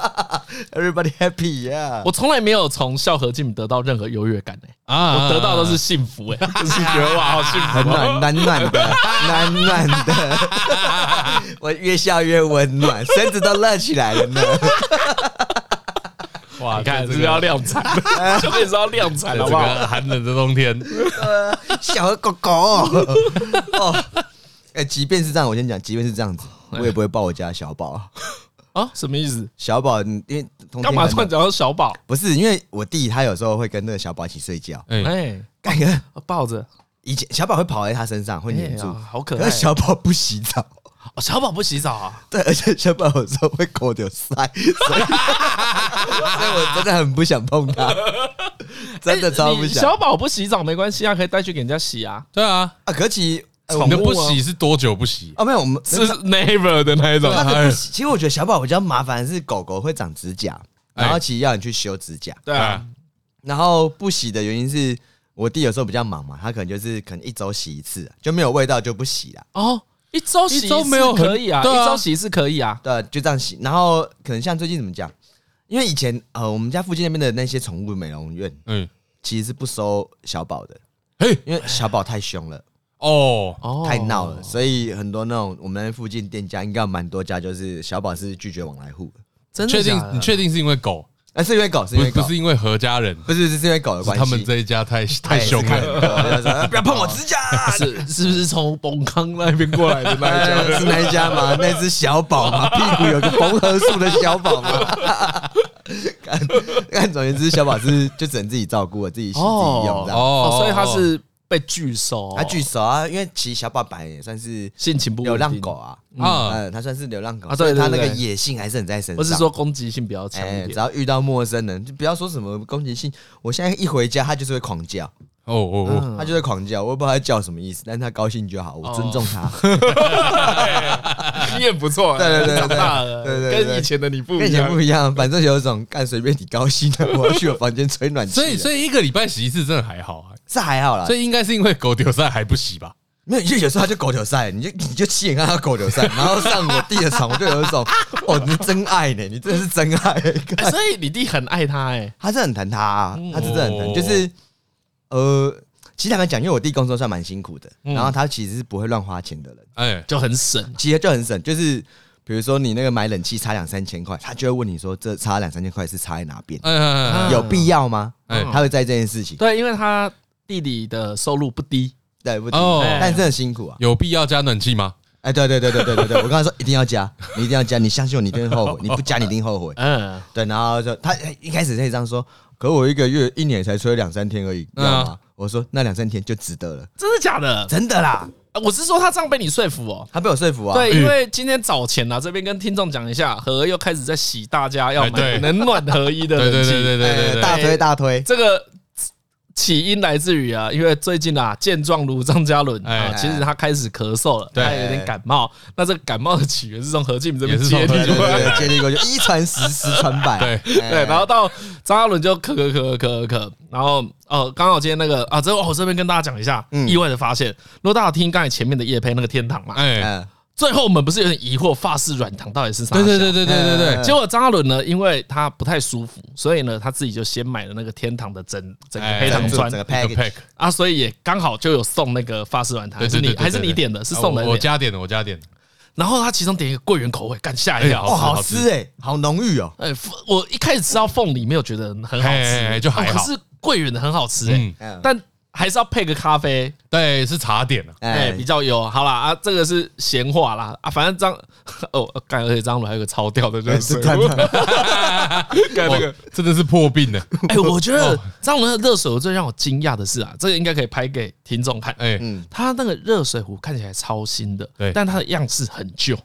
[SPEAKER 3] ，everybody happy 呀、
[SPEAKER 1] 我从来没有从笑何敬敏得到任何优越感哎。
[SPEAKER 2] 啊
[SPEAKER 1] 我得到的都是幸 福哎、就是觉得哇，好幸
[SPEAKER 3] 很
[SPEAKER 1] 福、
[SPEAKER 3] 暖
[SPEAKER 1] 啊。
[SPEAKER 3] 暖暖的，暖暖的， 我越笑越温暖，身子都热起来了呢。
[SPEAKER 1] 哇，哎你看是不
[SPEAKER 2] 这个
[SPEAKER 1] 是要量 产了？小妹是要量产
[SPEAKER 2] 哎这
[SPEAKER 1] 好不好？
[SPEAKER 2] 个寒冷的 冬天，
[SPEAKER 3] 小狗狗，哦，哎、即便是这样，我先讲，即便是这样子，
[SPEAKER 1] 哎
[SPEAKER 3] 我也不会抱我家小宝。
[SPEAKER 1] 啊，什么意思？
[SPEAKER 3] 小宝，因为通天
[SPEAKER 1] 干嘛
[SPEAKER 3] 很
[SPEAKER 1] 突然讲到小宝？
[SPEAKER 3] 不是因为我弟，他有时候会跟那个小宝一起睡觉。
[SPEAKER 2] 哎、
[SPEAKER 1] 哎、
[SPEAKER 3] 感觉
[SPEAKER 1] 抱着，
[SPEAKER 3] 以前小宝会跑在他身上，会
[SPEAKER 1] 哎
[SPEAKER 3] 黏
[SPEAKER 1] 呀
[SPEAKER 3] 住，，
[SPEAKER 1] 好可
[SPEAKER 3] 可
[SPEAKER 1] 爱。
[SPEAKER 3] 是小宝不洗澡。
[SPEAKER 1] 哦小宝不洗澡啊？
[SPEAKER 3] 对，而且小宝有时候会口流塞，所 以所以我真的很不想碰 它，真的超
[SPEAKER 1] 哎
[SPEAKER 3] 不
[SPEAKER 1] 你
[SPEAKER 3] 想
[SPEAKER 1] 小宝不洗澡没关系啊，可以带去给人家洗啊。
[SPEAKER 2] 对啊，
[SPEAKER 3] 啊！可其呃我
[SPEAKER 2] 你的
[SPEAKER 1] 宠物
[SPEAKER 2] 不
[SPEAKER 1] 啊
[SPEAKER 2] 洗是多久不洗？哎
[SPEAKER 3] 啊，没有我们
[SPEAKER 1] 是 哎 never 的那一种。
[SPEAKER 3] 那个不行。其实我觉得小宝比较麻烦的是狗狗会长指甲，
[SPEAKER 2] 哎
[SPEAKER 3] 然后其实要你去修指甲，
[SPEAKER 1] 对啊，
[SPEAKER 3] 然后不洗的原因是我弟有时候比较忙嘛，他可能就是可能一周洗一次，就没有味道就不洗了。
[SPEAKER 1] 哦，一周洗
[SPEAKER 2] 一
[SPEAKER 1] 一
[SPEAKER 2] 周
[SPEAKER 1] 次
[SPEAKER 2] 没有很
[SPEAKER 1] 可以啊，
[SPEAKER 2] 对啊
[SPEAKER 1] 一周洗一次可以啊。
[SPEAKER 3] 对，就这样洗。然后可能像最近怎么讲，因为以前呃我们家附近那边的那些宠物美容院
[SPEAKER 2] 嗯，
[SPEAKER 3] 其实是不收小宝的，
[SPEAKER 2] 嘿，
[SPEAKER 3] 因为小宝太凶了。
[SPEAKER 2] 哦，
[SPEAKER 1] 哦
[SPEAKER 3] 太闹了，所以很多那种我们附近店家应该有蛮多家，就是小宝是拒绝往来户的，
[SPEAKER 1] 真的
[SPEAKER 2] 确
[SPEAKER 1] 假
[SPEAKER 2] 定
[SPEAKER 1] 的
[SPEAKER 2] 你确定是因为狗，
[SPEAKER 3] 哎，是因为狗，是因
[SPEAKER 2] 不
[SPEAKER 3] 为
[SPEAKER 2] 是
[SPEAKER 3] 狗，
[SPEAKER 2] 不是因为何家人，
[SPEAKER 3] 不是是因为狗的
[SPEAKER 2] 是
[SPEAKER 3] 关系，
[SPEAKER 2] 他们这一家太太
[SPEAKER 3] 也是
[SPEAKER 2] 凶
[SPEAKER 3] 看
[SPEAKER 2] 了。
[SPEAKER 3] 很多就说啊不要碰我指甲，
[SPEAKER 1] 是是不是从崩康那边过来的那一
[SPEAKER 3] 哎
[SPEAKER 1] 家？
[SPEAKER 3] 是那一家吗？那只小宝吗？ 屁股有个缝合术的小宝 吗？看，看，总而言之，小宝是就只能自己照顾了，自己洗自己用这样。
[SPEAKER 1] 哦，所以他是被拒收，
[SPEAKER 3] 他拒手啊，因为其实小宝本来也算是
[SPEAKER 1] 性情不稳定
[SPEAKER 3] 流浪狗啊，
[SPEAKER 2] 啊
[SPEAKER 3] 嗯，他算是流浪狗，
[SPEAKER 1] 啊
[SPEAKER 3] 所
[SPEAKER 1] 对
[SPEAKER 3] 以他那
[SPEAKER 1] 对
[SPEAKER 3] 个
[SPEAKER 1] 对
[SPEAKER 3] 野性还是很在身上。
[SPEAKER 1] 我是说攻击性比较强
[SPEAKER 3] 哎、
[SPEAKER 1] 一
[SPEAKER 3] 只
[SPEAKER 1] 点。
[SPEAKER 3] 要遇到陌生人，就不要说什么攻击性。我现在一回家，他就是会狂叫，
[SPEAKER 2] 哦哦
[SPEAKER 1] 嗯
[SPEAKER 3] 他就会狂叫，我也不知道他叫什么意思，但是他高兴就
[SPEAKER 1] 哦
[SPEAKER 3] 好，我尊重 他。
[SPEAKER 1] 你也不错，
[SPEAKER 3] 对对对对
[SPEAKER 1] 长大了，
[SPEAKER 3] 对对对
[SPEAKER 1] 跟以前的你不
[SPEAKER 3] 跟以
[SPEAKER 1] 一
[SPEAKER 3] 前
[SPEAKER 1] 样。
[SPEAKER 3] 不一样，反正有一种干随便你高兴的，我要去我房间吹暖
[SPEAKER 2] 哦，
[SPEAKER 3] 气。
[SPEAKER 2] 所以所
[SPEAKER 3] 以
[SPEAKER 2] 以一个礼拜洗一次真的还好啊，
[SPEAKER 3] 是还好啦
[SPEAKER 2] 所，以应该是因为狗丢在还不洗吧？
[SPEAKER 3] 没有，因为有时候他就狗流赛，你就你就亲眼看他狗流赛，然后上我弟的床，我就有一种哦，你真爱呢，你真的是真爱。
[SPEAKER 1] 哎所以你弟很爱他哎，
[SPEAKER 3] 他是很疼他、啊，他是真的很
[SPEAKER 2] 哦
[SPEAKER 3] 疼，就是呃，其实坦白讲，因为我弟工作算蛮辛苦的，
[SPEAKER 2] 嗯
[SPEAKER 3] 然后他其实是不会乱花钱的人。
[SPEAKER 2] 哎，
[SPEAKER 1] 就很省。
[SPEAKER 3] 其实就很省，就是比如说你那个买冷气差两三千块，他就会问你说这差两三千块是差在哪边，
[SPEAKER 2] 哎哎哎
[SPEAKER 3] 有必要吗？
[SPEAKER 2] 哎
[SPEAKER 3] 他会在意这件事情，
[SPEAKER 1] 对，因为他弟弟的收入不低，
[SPEAKER 3] 对不
[SPEAKER 2] 哦
[SPEAKER 3] 对？但真的辛苦啊！
[SPEAKER 2] 有必要加暖气吗？
[SPEAKER 3] 哎，对对对对对对对，我跟他说一定要加，你一定要加，你相信我，你一定会后
[SPEAKER 2] 哦
[SPEAKER 3] 悔，你不加你一定后悔。
[SPEAKER 1] 嗯，
[SPEAKER 3] 对，然后就他一开始可以这样说，可我一个月一年才吹两三天而已，知
[SPEAKER 2] 嗯啊
[SPEAKER 3] 道吗？我说那两三天就值得了，
[SPEAKER 1] 真的假的？
[SPEAKER 3] 真的啦，
[SPEAKER 1] 啊我是说他这样被你说服哦。
[SPEAKER 3] 他被我说服啊。
[SPEAKER 1] 对，因为今天早前啊，这边跟听众讲一下，何又开始在洗大家要
[SPEAKER 2] 哎对
[SPEAKER 1] 买能暖合 一的
[SPEAKER 2] 对
[SPEAKER 1] 冷
[SPEAKER 2] 对对
[SPEAKER 1] 气。
[SPEAKER 2] 对对对
[SPEAKER 3] 哎
[SPEAKER 2] 对，
[SPEAKER 3] 大推大推，
[SPEAKER 1] 这个起因来自于啊，因为最近啊，健壮如张嘉伦
[SPEAKER 2] 哎
[SPEAKER 1] 啊，其实他开始咳嗽了，
[SPEAKER 2] 对
[SPEAKER 1] 他有点感冒。那这个感冒的起源是从何进这边
[SPEAKER 2] 也是从
[SPEAKER 1] 接
[SPEAKER 2] 何
[SPEAKER 1] 力
[SPEAKER 3] 对对
[SPEAKER 2] 敬
[SPEAKER 1] 过来
[SPEAKER 3] 对
[SPEAKER 1] 的。
[SPEAKER 3] 对，接力过去，一传十，十传百。
[SPEAKER 2] 对
[SPEAKER 3] 哎
[SPEAKER 1] 对，然后到张嘉伦就咳咳咳咳咳咳，然后哦，刚好今天那个啊，这我这边跟大家讲一下，意外的发现，如果大家听刚才前面的叶佩那个天堂嘛，
[SPEAKER 2] 哎，
[SPEAKER 3] 嗯
[SPEAKER 1] 最后我们不是有点疑惑发式软糖到底是啥？
[SPEAKER 2] 对对对对对对对
[SPEAKER 3] 哎
[SPEAKER 2] 对，
[SPEAKER 1] 结果张嘉伦呢，因为他不太舒服，所以呢，他自己就先买了那个天堂的整整个
[SPEAKER 2] 哎
[SPEAKER 1] 黑糖
[SPEAKER 3] 整
[SPEAKER 1] 酸
[SPEAKER 3] 个整个
[SPEAKER 2] 一个
[SPEAKER 3] package。
[SPEAKER 2] pack，
[SPEAKER 1] 啊，所以也刚好就有送那个法式软糖，
[SPEAKER 2] 对
[SPEAKER 1] 还是
[SPEAKER 2] 对对
[SPEAKER 1] 你
[SPEAKER 2] 对，对
[SPEAKER 1] 还是你
[SPEAKER 2] 对
[SPEAKER 1] 点的，是送的
[SPEAKER 2] 啊我我加点的，我加点的，
[SPEAKER 1] 然后他其中点一个桂圆口味，干吓一跳。
[SPEAKER 2] 哎
[SPEAKER 3] 哦，
[SPEAKER 1] 哇
[SPEAKER 3] 好
[SPEAKER 2] 好
[SPEAKER 3] 吃哎、好浓郁哦。
[SPEAKER 1] 哎，我一开始吃到凤梨没有觉得很好
[SPEAKER 2] 哎哎哎
[SPEAKER 1] 吃，
[SPEAKER 2] 就还好
[SPEAKER 1] 哦可是桂圆的很好吃哎
[SPEAKER 2] 嗯，
[SPEAKER 3] 嗯，
[SPEAKER 1] 但还是要配个咖啡，
[SPEAKER 2] 对，是茶点啊，
[SPEAKER 1] 哎，
[SPEAKER 3] 哎
[SPEAKER 1] 比，较有好啦啊，这个是闲话啦啊，反正张 哦，干，而且张鲁还有个超屌的，就是
[SPEAKER 3] 哎是
[SPEAKER 1] 水
[SPEAKER 3] 看
[SPEAKER 1] 我
[SPEAKER 3] 到
[SPEAKER 1] 干那个
[SPEAKER 2] 哇，哦真的是破病呢。
[SPEAKER 1] 哎，我觉得张鲁的热水壶最让我惊讶的是啊，这个应该可以拍给听众看，
[SPEAKER 2] 哎，
[SPEAKER 3] 嗯
[SPEAKER 1] 它那个热水壶看起来超新的，
[SPEAKER 2] 对
[SPEAKER 1] 但它的样式很旧，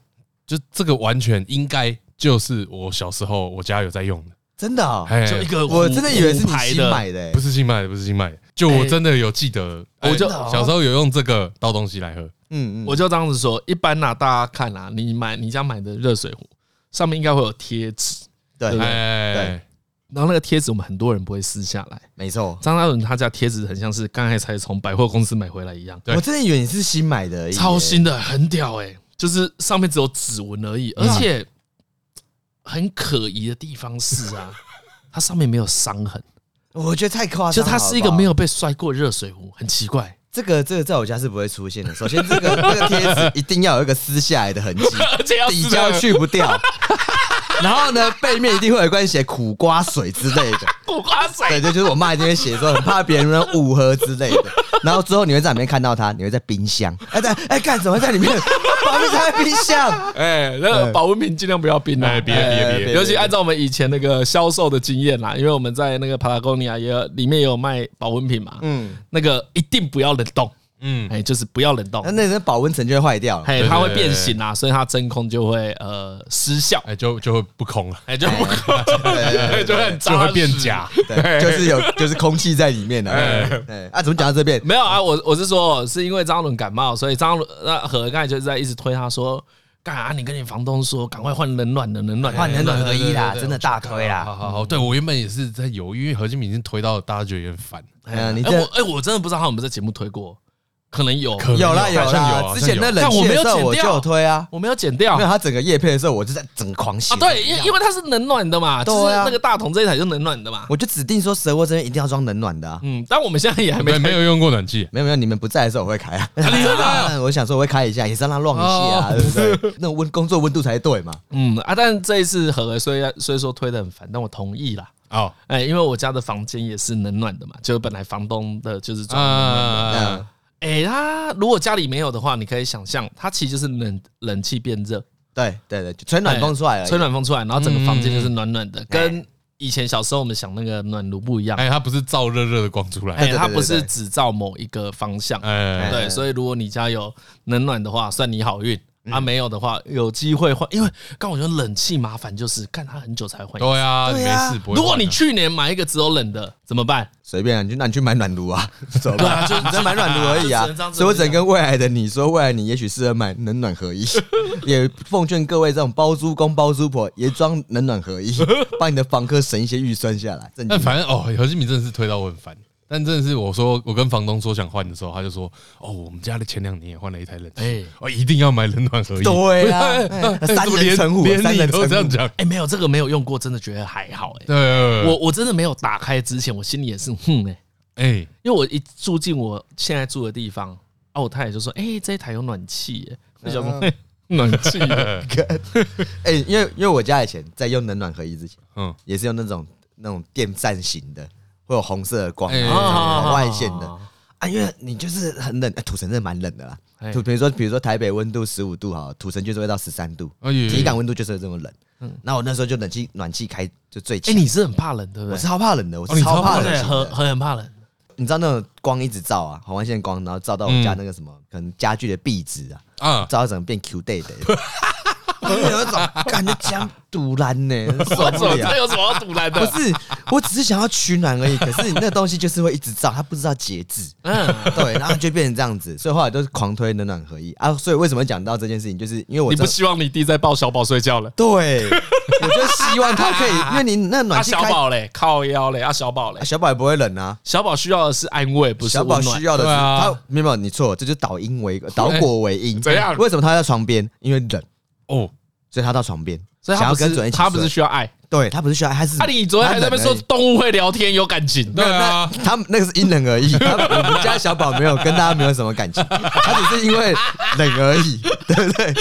[SPEAKER 2] 就这个完全应该就是我小时候我家有在用的，
[SPEAKER 3] 真的哦，
[SPEAKER 2] 哎
[SPEAKER 1] 就一个
[SPEAKER 3] 我
[SPEAKER 1] 壶
[SPEAKER 3] 真的以为是
[SPEAKER 1] 壶
[SPEAKER 3] 你
[SPEAKER 1] 牌
[SPEAKER 3] 新
[SPEAKER 1] 的，
[SPEAKER 3] 买的欸，
[SPEAKER 2] 不是新买的，不是新买的，就我
[SPEAKER 1] 哎
[SPEAKER 2] 真的有记得，哎
[SPEAKER 1] 我就
[SPEAKER 2] 小时候有用这个倒东西来喝，
[SPEAKER 3] 嗯嗯，
[SPEAKER 1] 我就这样子说，一般呐、大家看啊，你买你家买的热水壶上面应该会有贴纸，
[SPEAKER 3] 对
[SPEAKER 1] 对，
[SPEAKER 2] 哎，
[SPEAKER 1] 然后那个贴纸我们很多人不会撕下来。
[SPEAKER 3] 没错，
[SPEAKER 1] 张大伦他家贴纸很像是刚才才从百货公司买回来一样，
[SPEAKER 2] 对
[SPEAKER 3] 我真的以为你是新买的而已，
[SPEAKER 1] 超，新的，很屌哎、就是上面只有指纹而已，
[SPEAKER 3] 嗯
[SPEAKER 1] 而且很可疑的地方是啊， 它上面没有伤痕，
[SPEAKER 3] 我觉得太夸
[SPEAKER 1] 就
[SPEAKER 3] 张了，
[SPEAKER 1] 它是一个
[SPEAKER 3] 好不好
[SPEAKER 1] 没有被摔过的热水壶，很奇 怪。
[SPEAKER 3] 这个这个在我家是不会出现的。首先，这个这个贴纸一定要有一个撕下来的痕迹，
[SPEAKER 1] 而且要
[SPEAKER 3] 底胶 去不掉。然后呢，背面一定会有一罐写苦瓜水之类的。
[SPEAKER 1] 苦瓜水，
[SPEAKER 3] 对，这就是我妈在这边写说，很怕别人误喝之类的。然后之后你会在里面看到它，你会在冰箱。哎，对，哎，干怎么会在里面？旁边在冰箱。
[SPEAKER 1] 哎，那个保温瓶尽量不要冰啊，
[SPEAKER 2] 哎，别别别
[SPEAKER 3] 对，
[SPEAKER 1] 尤其按照我们以前那个销售的经验啦，因为我们在那个 Patagonia 也有里面也有卖保温瓶嘛，
[SPEAKER 3] 嗯，
[SPEAKER 1] 那个一定不要冷冻，
[SPEAKER 2] 嗯，
[SPEAKER 1] 哎，就是不要冷冻
[SPEAKER 3] 那，那那保温层就会坏掉了。
[SPEAKER 1] 哎，
[SPEAKER 2] 对
[SPEAKER 1] 它会
[SPEAKER 2] 对对
[SPEAKER 1] 变形啦，所以它真空就会呃失效，
[SPEAKER 2] 哎，就就会不空了，
[SPEAKER 1] 哎，就不可，就很
[SPEAKER 2] 就会变
[SPEAKER 1] 假。
[SPEAKER 2] 假，
[SPEAKER 3] 对，就是有就是空气在里面的。哎，啊，怎么讲到这边？
[SPEAKER 1] 没有啊，我我是说，是因为张伦感冒，所以张伦那何刚才就是在一直推他说，干啊，你跟你房东说，赶快换冷暖的冷暖的，
[SPEAKER 3] 换冷暖合一啦，
[SPEAKER 2] 对对对对
[SPEAKER 3] 真的大推啦。
[SPEAKER 2] 好好好，对我原本也是在犹豫，因为何金敏已经推到大家觉得有点烦，
[SPEAKER 3] 嗯，你
[SPEAKER 1] 哎，我
[SPEAKER 3] 这
[SPEAKER 1] 哎，我真的不知道他有没有在节目推过，可能有，
[SPEAKER 2] 可能
[SPEAKER 3] 有啦有
[SPEAKER 2] 好像有
[SPEAKER 3] 啦，
[SPEAKER 2] 好像有
[SPEAKER 3] 之前那冷
[SPEAKER 1] 但我
[SPEAKER 3] 气
[SPEAKER 1] 没
[SPEAKER 3] 的
[SPEAKER 1] 有
[SPEAKER 3] 时候
[SPEAKER 1] 剪
[SPEAKER 3] 我就
[SPEAKER 1] 掉
[SPEAKER 3] 有推啊，
[SPEAKER 1] 我没有剪掉
[SPEAKER 3] 没有，他整个夜配的时候，我就在整狂写
[SPEAKER 1] 啊，对，因为因为它是冷暖的嘛，就是
[SPEAKER 3] 对啊
[SPEAKER 1] 那个大桶这一台就冷暖的嘛。
[SPEAKER 3] 我就指定说蛇窝这边一定要装冷暖的啊。
[SPEAKER 1] 嗯，但我们现在也还没
[SPEAKER 2] 没没有用过暖气，
[SPEAKER 3] 没有没有，你们不在的时候我会开啊。啊 我想说我会开一下，也是让它乱一下啊，
[SPEAKER 1] 哦
[SPEAKER 3] 对不对？那种温工作温度才对嘛。
[SPEAKER 1] 嗯啊，但这一次和虽然虽说推的很烦，但我同意啦。
[SPEAKER 2] 哦，
[SPEAKER 1] 哎、因为我家的房间也是冷暖的嘛，就是本来房东的就是装冷暖的
[SPEAKER 2] 啊
[SPEAKER 3] 嗯，，
[SPEAKER 1] 哎、它如果家里没有的话，你可以想象，它其实就是冷冷气变热，
[SPEAKER 3] 对对对，就吹暖风出来了。
[SPEAKER 1] 吹暖风出来，然后整
[SPEAKER 3] 嗯
[SPEAKER 1] 个房间就是暖暖的，
[SPEAKER 3] 哎
[SPEAKER 1] 跟以前小时候我们想那个暖炉不一样。
[SPEAKER 2] 哎，它不是照热热的光出来，
[SPEAKER 1] 哎、
[SPEAKER 3] 对对
[SPEAKER 1] 它
[SPEAKER 3] 对
[SPEAKER 1] 不
[SPEAKER 3] 对
[SPEAKER 1] 是
[SPEAKER 3] 对
[SPEAKER 1] 只照某一个方向，
[SPEAKER 2] 哎，
[SPEAKER 1] 对，所以如果你家有冷暖的话，算你好运。
[SPEAKER 3] 嗯
[SPEAKER 1] 啊，没有的话，有机会换，因为刚我觉得冷气麻烦就是，看它很久才换。
[SPEAKER 2] 对啊，你
[SPEAKER 3] 对
[SPEAKER 2] 没
[SPEAKER 3] 啊
[SPEAKER 2] 事不会换的。
[SPEAKER 1] 如果你去年买一个只有冷的，怎么办？
[SPEAKER 3] 随便啊，你就那你去买暖炉啊，走
[SPEAKER 1] 对啊
[SPEAKER 3] 吧，
[SPEAKER 1] 就
[SPEAKER 3] 你在买 暖炉而已啊
[SPEAKER 1] 就只能这样。子
[SPEAKER 3] 所以我只能跟未来的你说，未来你也许适合买冷暖合一， 也奉劝各位这种包租公包租婆也装冷 暖合一，帮你的房客省一些预算下来。正经
[SPEAKER 2] 但反正哦，何金敏真的是推到我很烦。但真的是我说，我跟房东说想换的时候，他就说：“哦，我们家里前两年也换了一台冷
[SPEAKER 1] 哎
[SPEAKER 2] 气，哦，一定要买冷暖合一。”
[SPEAKER 3] 对啊
[SPEAKER 2] 哎哎
[SPEAKER 3] 哎三
[SPEAKER 2] 怎么
[SPEAKER 3] 人
[SPEAKER 2] 连
[SPEAKER 3] 成虎
[SPEAKER 2] 连
[SPEAKER 3] 三
[SPEAKER 2] 你
[SPEAKER 3] 人
[SPEAKER 2] 都这
[SPEAKER 3] 成
[SPEAKER 2] 样
[SPEAKER 3] 虎
[SPEAKER 2] 讲。
[SPEAKER 1] 哎、没有这个没有用过，真的觉得还好、哎，
[SPEAKER 2] 对，
[SPEAKER 1] 我我真的没有打开之前，我心里也是哼哎、
[SPEAKER 2] 哎，
[SPEAKER 1] 因为我一住进我现在住的地方，啊，我太太就说：“哎、这一台有暖气、
[SPEAKER 3] 嗯
[SPEAKER 1] 欸。”我想说，嘿暖 气欸
[SPEAKER 3] 哎，因为因为我家以前在用冷暖合一之前，
[SPEAKER 2] 嗯，
[SPEAKER 3] 也是用那种那种电扇型的，会有红色的光，
[SPEAKER 2] 哎
[SPEAKER 3] 然
[SPEAKER 1] 啊
[SPEAKER 2] 哦
[SPEAKER 3] 后往外线的。啊，因为你就是很冷，哎土城真的蛮冷的啦
[SPEAKER 1] 哎。
[SPEAKER 3] 土比如说比如说台北温度十五度哈，土城就是会到十三度，
[SPEAKER 2] 哎呦
[SPEAKER 3] 体感温度就是会这么冷。
[SPEAKER 2] 嗯
[SPEAKER 3] 那我那时候就冷气暖气开就最
[SPEAKER 1] 哎、
[SPEAKER 3] 强。
[SPEAKER 1] 你是很怕冷对不
[SPEAKER 3] 我
[SPEAKER 1] 对？
[SPEAKER 3] 超怕冷的，我
[SPEAKER 2] 哦你超
[SPEAKER 3] 超
[SPEAKER 2] 怕
[SPEAKER 3] 怕
[SPEAKER 1] 我
[SPEAKER 3] 冷
[SPEAKER 1] 对，
[SPEAKER 3] 型
[SPEAKER 1] 很
[SPEAKER 3] 的。
[SPEAKER 1] 很怕冷。
[SPEAKER 3] 你知道那种光一直照啊，红外线光，然后照到我
[SPEAKER 2] 嗯
[SPEAKER 3] 家那个什么，可能家具的壁纸啊，
[SPEAKER 2] 啊，
[SPEAKER 3] 照到整个变 Q day 的。 我就有一种感觉讲堵烂 呢，受不
[SPEAKER 1] 这
[SPEAKER 3] 了。
[SPEAKER 1] 有什么好堵来
[SPEAKER 3] 不
[SPEAKER 1] 的？
[SPEAKER 3] 是，我只是想要取暖而已。可是你那东西就是会一直照，它不知道节制。
[SPEAKER 1] 嗯，
[SPEAKER 3] 对，然后就变成这样子，所以后来都是狂推冷暖合一啊。所以为什么讲到这件事情，就是因为我
[SPEAKER 1] 你不
[SPEAKER 3] 真的
[SPEAKER 1] 希望你弟在抱小宝睡觉了？
[SPEAKER 3] 对，我就希望它可以，因为你那
[SPEAKER 1] 啊，
[SPEAKER 3] 暖气
[SPEAKER 1] 小
[SPEAKER 3] 开，
[SPEAKER 1] 宝嘞，靠腰嘞，啊，小宝嘞
[SPEAKER 3] 啊，小宝也不会冷啊。
[SPEAKER 1] 小宝需要的是安慰，不是
[SPEAKER 3] 小宝
[SPEAKER 1] 温暖
[SPEAKER 3] 需。要的是，
[SPEAKER 2] 对啊
[SPEAKER 3] 他没有你错，这就是倒因为倒果为 因。
[SPEAKER 1] 怎样
[SPEAKER 3] 为什么他在床边？因为冷，
[SPEAKER 2] 哦，
[SPEAKER 3] 所以他到床边。
[SPEAKER 1] 所以他不
[SPEAKER 3] 想要跟主人
[SPEAKER 1] 是
[SPEAKER 3] 一起
[SPEAKER 1] 他不是
[SPEAKER 3] 睡
[SPEAKER 1] 需要爱。
[SPEAKER 3] 对他不是需要爱，他是
[SPEAKER 1] 啊，你昨天还在那边说
[SPEAKER 3] 他人而已
[SPEAKER 1] 动物会聊天有感情，
[SPEAKER 2] 对啊，
[SPEAKER 3] 那他们那个是因人 而异，他我们家小宝没有跟大家没有什么感情，他只是因为冷而已， 对不对？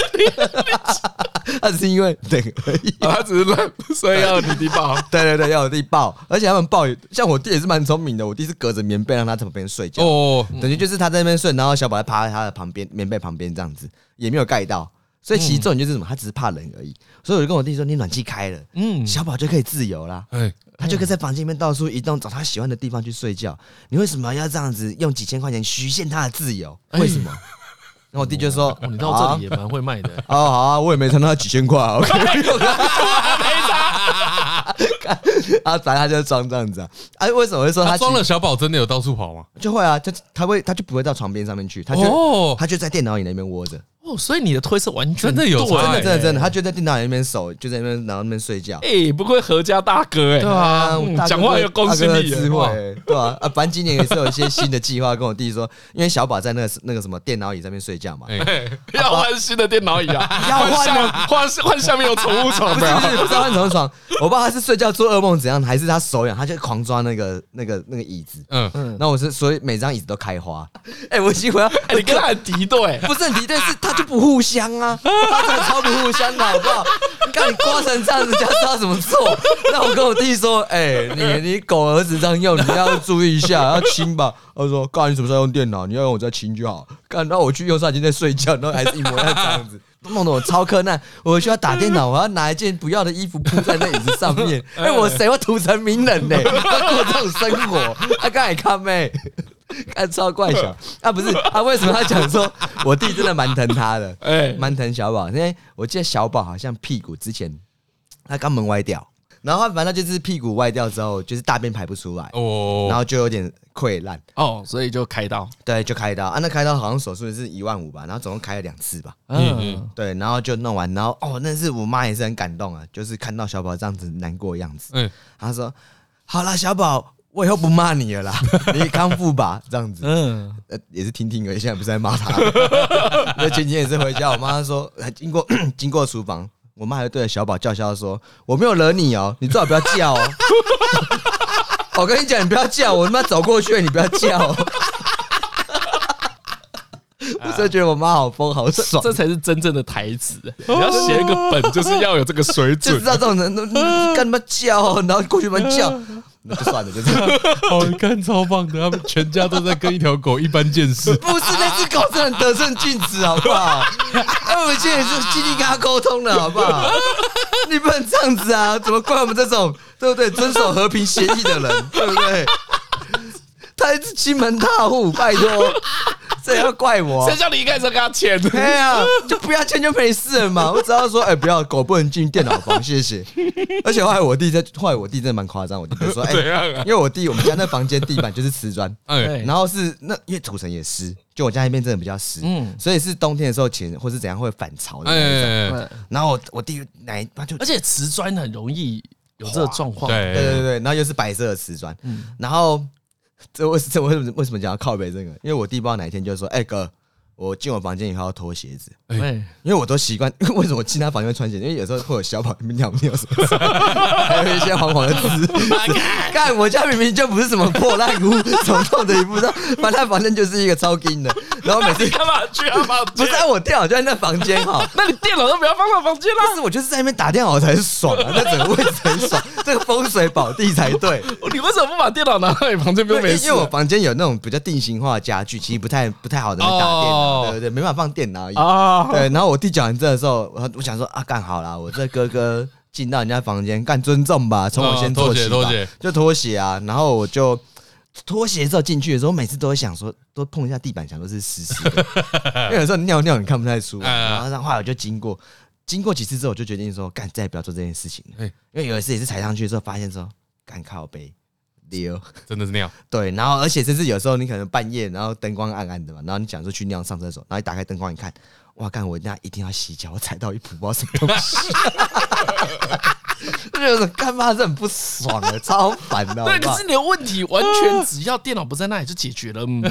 [SPEAKER 3] 他只是因为冷而已。
[SPEAKER 1] 啊他只是烂，所以要你弟抱。
[SPEAKER 3] 对对对，要我弟抱，而且他们抱也，像我弟也是蛮聪明的，我弟是隔着棉被让他在旁边睡觉，
[SPEAKER 2] 哦，
[SPEAKER 3] 等于就是他在那边睡，然后小宝在趴在他的旁边棉被旁边这样子，也没有盖到。所以
[SPEAKER 2] 嗯
[SPEAKER 3] 其实重点就是什么，他只是怕冷而已。所以我就跟我弟说，你暖气开了，嗯，小宝就可以自由啦。
[SPEAKER 2] 哎，
[SPEAKER 3] 他就可以在房间里面到处移动，找他喜欢的地方去睡觉。你为什么要这样子用几千块钱局限他的自由？为什么？然后我弟就说：“
[SPEAKER 1] 哦你到这里
[SPEAKER 3] 里
[SPEAKER 1] 也蛮会卖的，
[SPEAKER 3] 哦，好啊，我也没存到他几千块啊，OK。”啊， 反正他就装这样子啊。哎，为什么会说
[SPEAKER 2] 他
[SPEAKER 3] 他
[SPEAKER 2] 装了小宝真的有到处跑吗？
[SPEAKER 3] 就会啊？他他会他就不会到床边上面去，他就、
[SPEAKER 2] 哦，
[SPEAKER 3] 他就在电脑椅那边窝着，
[SPEAKER 1] 哦，所以你的推测完全
[SPEAKER 2] 真的有
[SPEAKER 1] 对啊
[SPEAKER 3] 真
[SPEAKER 2] 差哎
[SPEAKER 3] 的真的真的，他就在电脑椅那边手就在那边然后那边睡觉。
[SPEAKER 1] 哎，不愧何家大哥哎，对
[SPEAKER 3] 啊，我大哥
[SPEAKER 1] 讲话有公信
[SPEAKER 3] 大哥的
[SPEAKER 1] 力耶
[SPEAKER 3] 智
[SPEAKER 1] 哇
[SPEAKER 3] 慧，对啊，啊，反正今年也是有一些新的计划，跟我弟说，因为小宝在那个那个什么电脑椅上面睡觉嘛，
[SPEAKER 2] 哎
[SPEAKER 1] 要换新的电脑椅啊，
[SPEAKER 3] 要换
[SPEAKER 1] 下
[SPEAKER 3] 了
[SPEAKER 1] 换换下面有宠物床
[SPEAKER 3] 不是
[SPEAKER 1] 的
[SPEAKER 3] 不
[SPEAKER 1] 啊，
[SPEAKER 3] 是不是换床床，我不知道他是睡觉做噩梦怎样，还是他手痒，他就狂抓那个那个那个椅子，
[SPEAKER 2] 嗯，
[SPEAKER 3] 那我是所以每张椅子都开花，哎，我几乎要，
[SPEAKER 1] 哎你跟他很敌对，
[SPEAKER 3] 不是很敌对，是他就不互相啊，他真的超不互相的，好不好？看你刮成这样子，人家知道怎么做。那我跟我弟说，哎、你你狗儿子这样用，你要注意一下，要亲吧。他说，告诉你什么时候用电脑，你要用我再亲就好。干，那我去用，他已经在睡觉，然后还是一模一样这样子。弄得我超困难，我需要打电脑，我要拿一件不要的衣服铺在那椅子上面。哎、我谁会涂成名人呢、 他过这种生活，他刚才看妹。看超怪小啊，不是啊？为什么他讲说我弟真的蛮疼他的，
[SPEAKER 1] 哎
[SPEAKER 3] 蛮疼小宝，因为我记得小宝好像屁股之前他肛门歪掉，然后他反正就是屁股歪掉之后，就是大便排不出来，然
[SPEAKER 2] 哦，
[SPEAKER 3] 后就有点溃烂，
[SPEAKER 1] 哦，所以就开刀，
[SPEAKER 3] 对，就开刀啊。那开刀好像手术是一万五吧，然后总共开了两次吧，
[SPEAKER 2] 嗯
[SPEAKER 1] 嗯
[SPEAKER 2] 嗯，
[SPEAKER 3] 对，然后就弄完，然后哦，那是我妈也是很感动啊，就是看到小宝这样子难过的样子，
[SPEAKER 2] 嗯，
[SPEAKER 3] 她说：“好啦，小宝，我以后不骂你了啦，你康复吧。”这样子，
[SPEAKER 1] 嗯，
[SPEAKER 3] 呃，也是听听而已，现在不是在骂他。 那前几天也是回家，我妈说，呃经过经过厨房，我妈还对着小宝叫嚣说：“我没有惹你哦，你最好不要叫哦。” 我跟你讲，你不要叫，我他妈走过去，你不要叫、哦。 我真的觉得我妈好疯，好爽，
[SPEAKER 1] 这才是真正的台词，你要写一个本，就是要有这个水
[SPEAKER 3] 就
[SPEAKER 1] 准
[SPEAKER 3] 知，道这种人都干嘛叫哦，然后过去乱叫，那就算了，就是。
[SPEAKER 2] 哦，你看超棒的，他们全家都在跟一条狗一般见 识。
[SPEAKER 3] 不是那只狗是很得寸进尺，好不 好？哎，我们现在也是尽力跟他沟通了，好不好？你不能这样子啊！怎么怪我们这种对不对遵守和平协议的 人，对不对？他一直欺门踏户，拜托，这也要怪 我
[SPEAKER 1] 谁？叫你一开始就跟他签？
[SPEAKER 3] 哎呀，就不要签就没事了嘛！我只要说，哎、不要狗不能进电脑房，谢谢。而且后来我弟在，后来我弟真的蛮夸张，我弟就说，哎、
[SPEAKER 2] 怎样啊
[SPEAKER 3] 因为我弟我们家那房间地板就是瓷砖，
[SPEAKER 2] 哎，
[SPEAKER 1] 对
[SPEAKER 3] 然后是那因为土城也湿，就我家那边真的比较湿，
[SPEAKER 1] 嗯
[SPEAKER 3] 所以是冬天的时候前或是怎样会反潮的那一种。
[SPEAKER 2] 哎，
[SPEAKER 3] 然后我我弟奶他就
[SPEAKER 1] 而且瓷砖很容易有这个状况，
[SPEAKER 3] 对对
[SPEAKER 2] 对
[SPEAKER 3] 对，对然后又是白色的瓷砖，
[SPEAKER 1] 嗯
[SPEAKER 3] 然后这为这为什么为什么讲要靠北这个？因为我弟不知道哪一天就说，哎、哥，我进我房间以后要脱鞋子。
[SPEAKER 1] 对，哎
[SPEAKER 3] 因为我都习惯， 为什么我进他房间会穿鞋？因为有时候会有小宝里面尿尿什么的， 还有一些黄黄的汁。看我家明明就不是什么破烂屋，怎么弄的也不知道，反正他房间就是一个超金的。然后每次
[SPEAKER 1] 干嘛去他房
[SPEAKER 3] 不
[SPEAKER 1] 间
[SPEAKER 3] 是？啊我电脑就在那房间哈，
[SPEAKER 1] 那你电脑都不要放到房间啦
[SPEAKER 3] 但，是我就是在那边打电脑才爽啊，那整个位置很爽，这个风水宝地才 对。
[SPEAKER 1] 你为什么不把电脑拿到你房间？不
[SPEAKER 3] 因
[SPEAKER 1] 用没
[SPEAKER 3] 为
[SPEAKER 1] 事
[SPEAKER 3] 因为我房间有那种比较定型化的家具，其实不太不太好的打电脑，
[SPEAKER 2] 哦
[SPEAKER 3] 对对对，没办法放电脑椅。
[SPEAKER 1] 啊？
[SPEAKER 3] 对，然后我弟讲完这的时候，我我想说啊，干好啦，我这哥哥进到人家房间，干尊重吧，从我先做起吧，
[SPEAKER 2] 嗯脱鞋脱鞋
[SPEAKER 3] 就脱鞋啊，然后我就脱鞋之后进去的时候，我每次都会想说，都碰一下地板，想说是湿湿的，因为有时候尿尿你看不太 出来，
[SPEAKER 2] 嗯
[SPEAKER 3] 然后让后来我就经过。经过几次之后，我就决定说，干再也不要做这件事情了。
[SPEAKER 2] 哎
[SPEAKER 3] 因为有一次也是踩上去之后，发现说，干靠背溜，
[SPEAKER 2] 真的是那样。
[SPEAKER 3] 对，然后而且甚至有时候你可能半夜，然后灯光暗暗的嘛，然后你想说去尿上厕所，然后一打开灯光一看，哇，干我那一定要洗脚，我踩到一不知道什么东西， 就是干嘛这很不爽的，超烦的，好
[SPEAKER 1] 对，
[SPEAKER 3] 不
[SPEAKER 1] 可
[SPEAKER 3] 好
[SPEAKER 1] 是？你的问 题完全只要电脑不在那里就解决了，嗯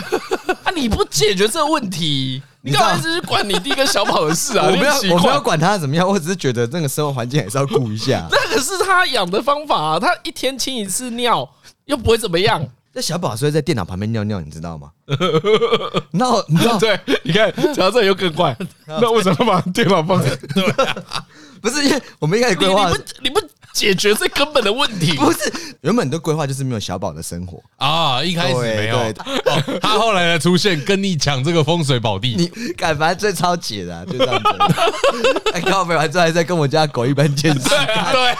[SPEAKER 1] 啊，你不解决这个问题，你
[SPEAKER 3] 知
[SPEAKER 1] 干嘛
[SPEAKER 3] 道
[SPEAKER 1] 一。直去管你弟跟小宝的 事啊？
[SPEAKER 3] 我
[SPEAKER 1] 你
[SPEAKER 3] 没
[SPEAKER 1] 很
[SPEAKER 3] 有
[SPEAKER 1] 奇，
[SPEAKER 3] 我没
[SPEAKER 1] 怪
[SPEAKER 3] 有管他怎么样，我只是觉得那个生活环境还是要顾一下。
[SPEAKER 1] 那个是他养的方法、啊，他一天清一次尿，又不会怎么样。
[SPEAKER 3] 那小宝是会在电脑旁边尿尿，你知道吗？那我你知道
[SPEAKER 1] 对，你看，讲到这里又更 怪。那为什么把电脑放在？你
[SPEAKER 3] 不是因为我们一开始
[SPEAKER 1] 你
[SPEAKER 3] 规划
[SPEAKER 1] 不你不解决最根本的问题，
[SPEAKER 3] 不是原本的规划就是没有小宝的生活，
[SPEAKER 2] 啊，一开始
[SPEAKER 3] 对
[SPEAKER 2] 没有，
[SPEAKER 3] 对
[SPEAKER 2] 哦他后来的出现跟你抢这个风水宝地，
[SPEAKER 3] 你 干反正最超解的啊、就这样子。 哎，靠北完之后还在跟我家狗一般 见 识，
[SPEAKER 1] 对啊，对啊，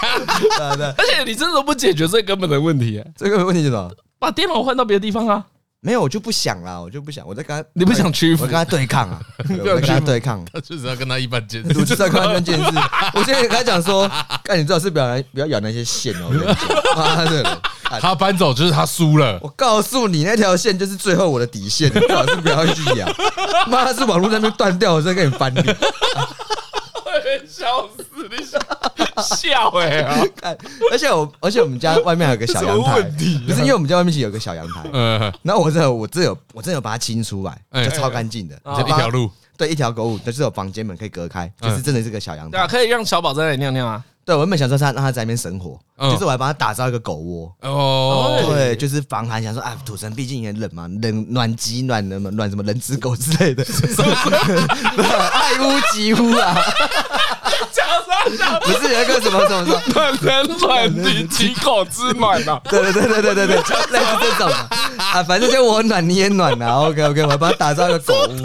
[SPEAKER 3] 对啊对啊，
[SPEAKER 1] 而且你真的不解决最根本的问题、
[SPEAKER 3] 这个问题是什么？
[SPEAKER 1] 把电脑换到别的地方啊！
[SPEAKER 3] 没有，我就不想啦，我就不想，我在跟他，
[SPEAKER 1] 你不想屈服
[SPEAKER 3] 我跟他对 抗啊，对我在跟他对抗。
[SPEAKER 2] 他就是要跟他一般见识
[SPEAKER 3] 我就在跟他 关键是，我现在跟他讲说，干，你最好是不要来不要咬那些线哦，我跟你讲妈的嘞！干
[SPEAKER 2] 他搬走就是他输了。
[SPEAKER 3] 我告诉你，那条线就是最后我的底线，你最好是不要去咬。妈是网络那边断掉，我再跟你翻脸。
[SPEAKER 1] 笑死你，笑哎、啊！
[SPEAKER 3] 干而且我，而且我们家外面还有个小阳
[SPEAKER 1] 这什么
[SPEAKER 3] 台，
[SPEAKER 1] 问题啊
[SPEAKER 3] 不是因为我们家外面其实有个小阳台，
[SPEAKER 2] 呃，
[SPEAKER 3] 然后我这有我这有我这有把它清出来，
[SPEAKER 2] 哎
[SPEAKER 3] 就超干净的，
[SPEAKER 2] 这一条路
[SPEAKER 3] 对，一条狗舞，就是有房间门可以隔开，就是真的是个小阳
[SPEAKER 1] 对啊，
[SPEAKER 3] 台。
[SPEAKER 1] 可以让小宝在那里尿尿啊。
[SPEAKER 3] 对，我原本想说他让他在那边生活，
[SPEAKER 2] 嗯
[SPEAKER 3] 就是我还帮他打造一个狗窝。
[SPEAKER 2] 哦，
[SPEAKER 3] 对，就是防寒，想说啊，土城毕竟也冷嘛，冷暖极暖的嘛，暖什么人之狗之类的， 爱屋及乌啊，
[SPEAKER 1] 讲啥讲？
[SPEAKER 3] 不是有一个什么什么什么，
[SPEAKER 1] 暖人暖你几口之暖啊！
[SPEAKER 3] 对对对对对对对，类似这种嘛啊，反正就我暖你也暖啊，OK OK，我还帮他打造一个狗屋。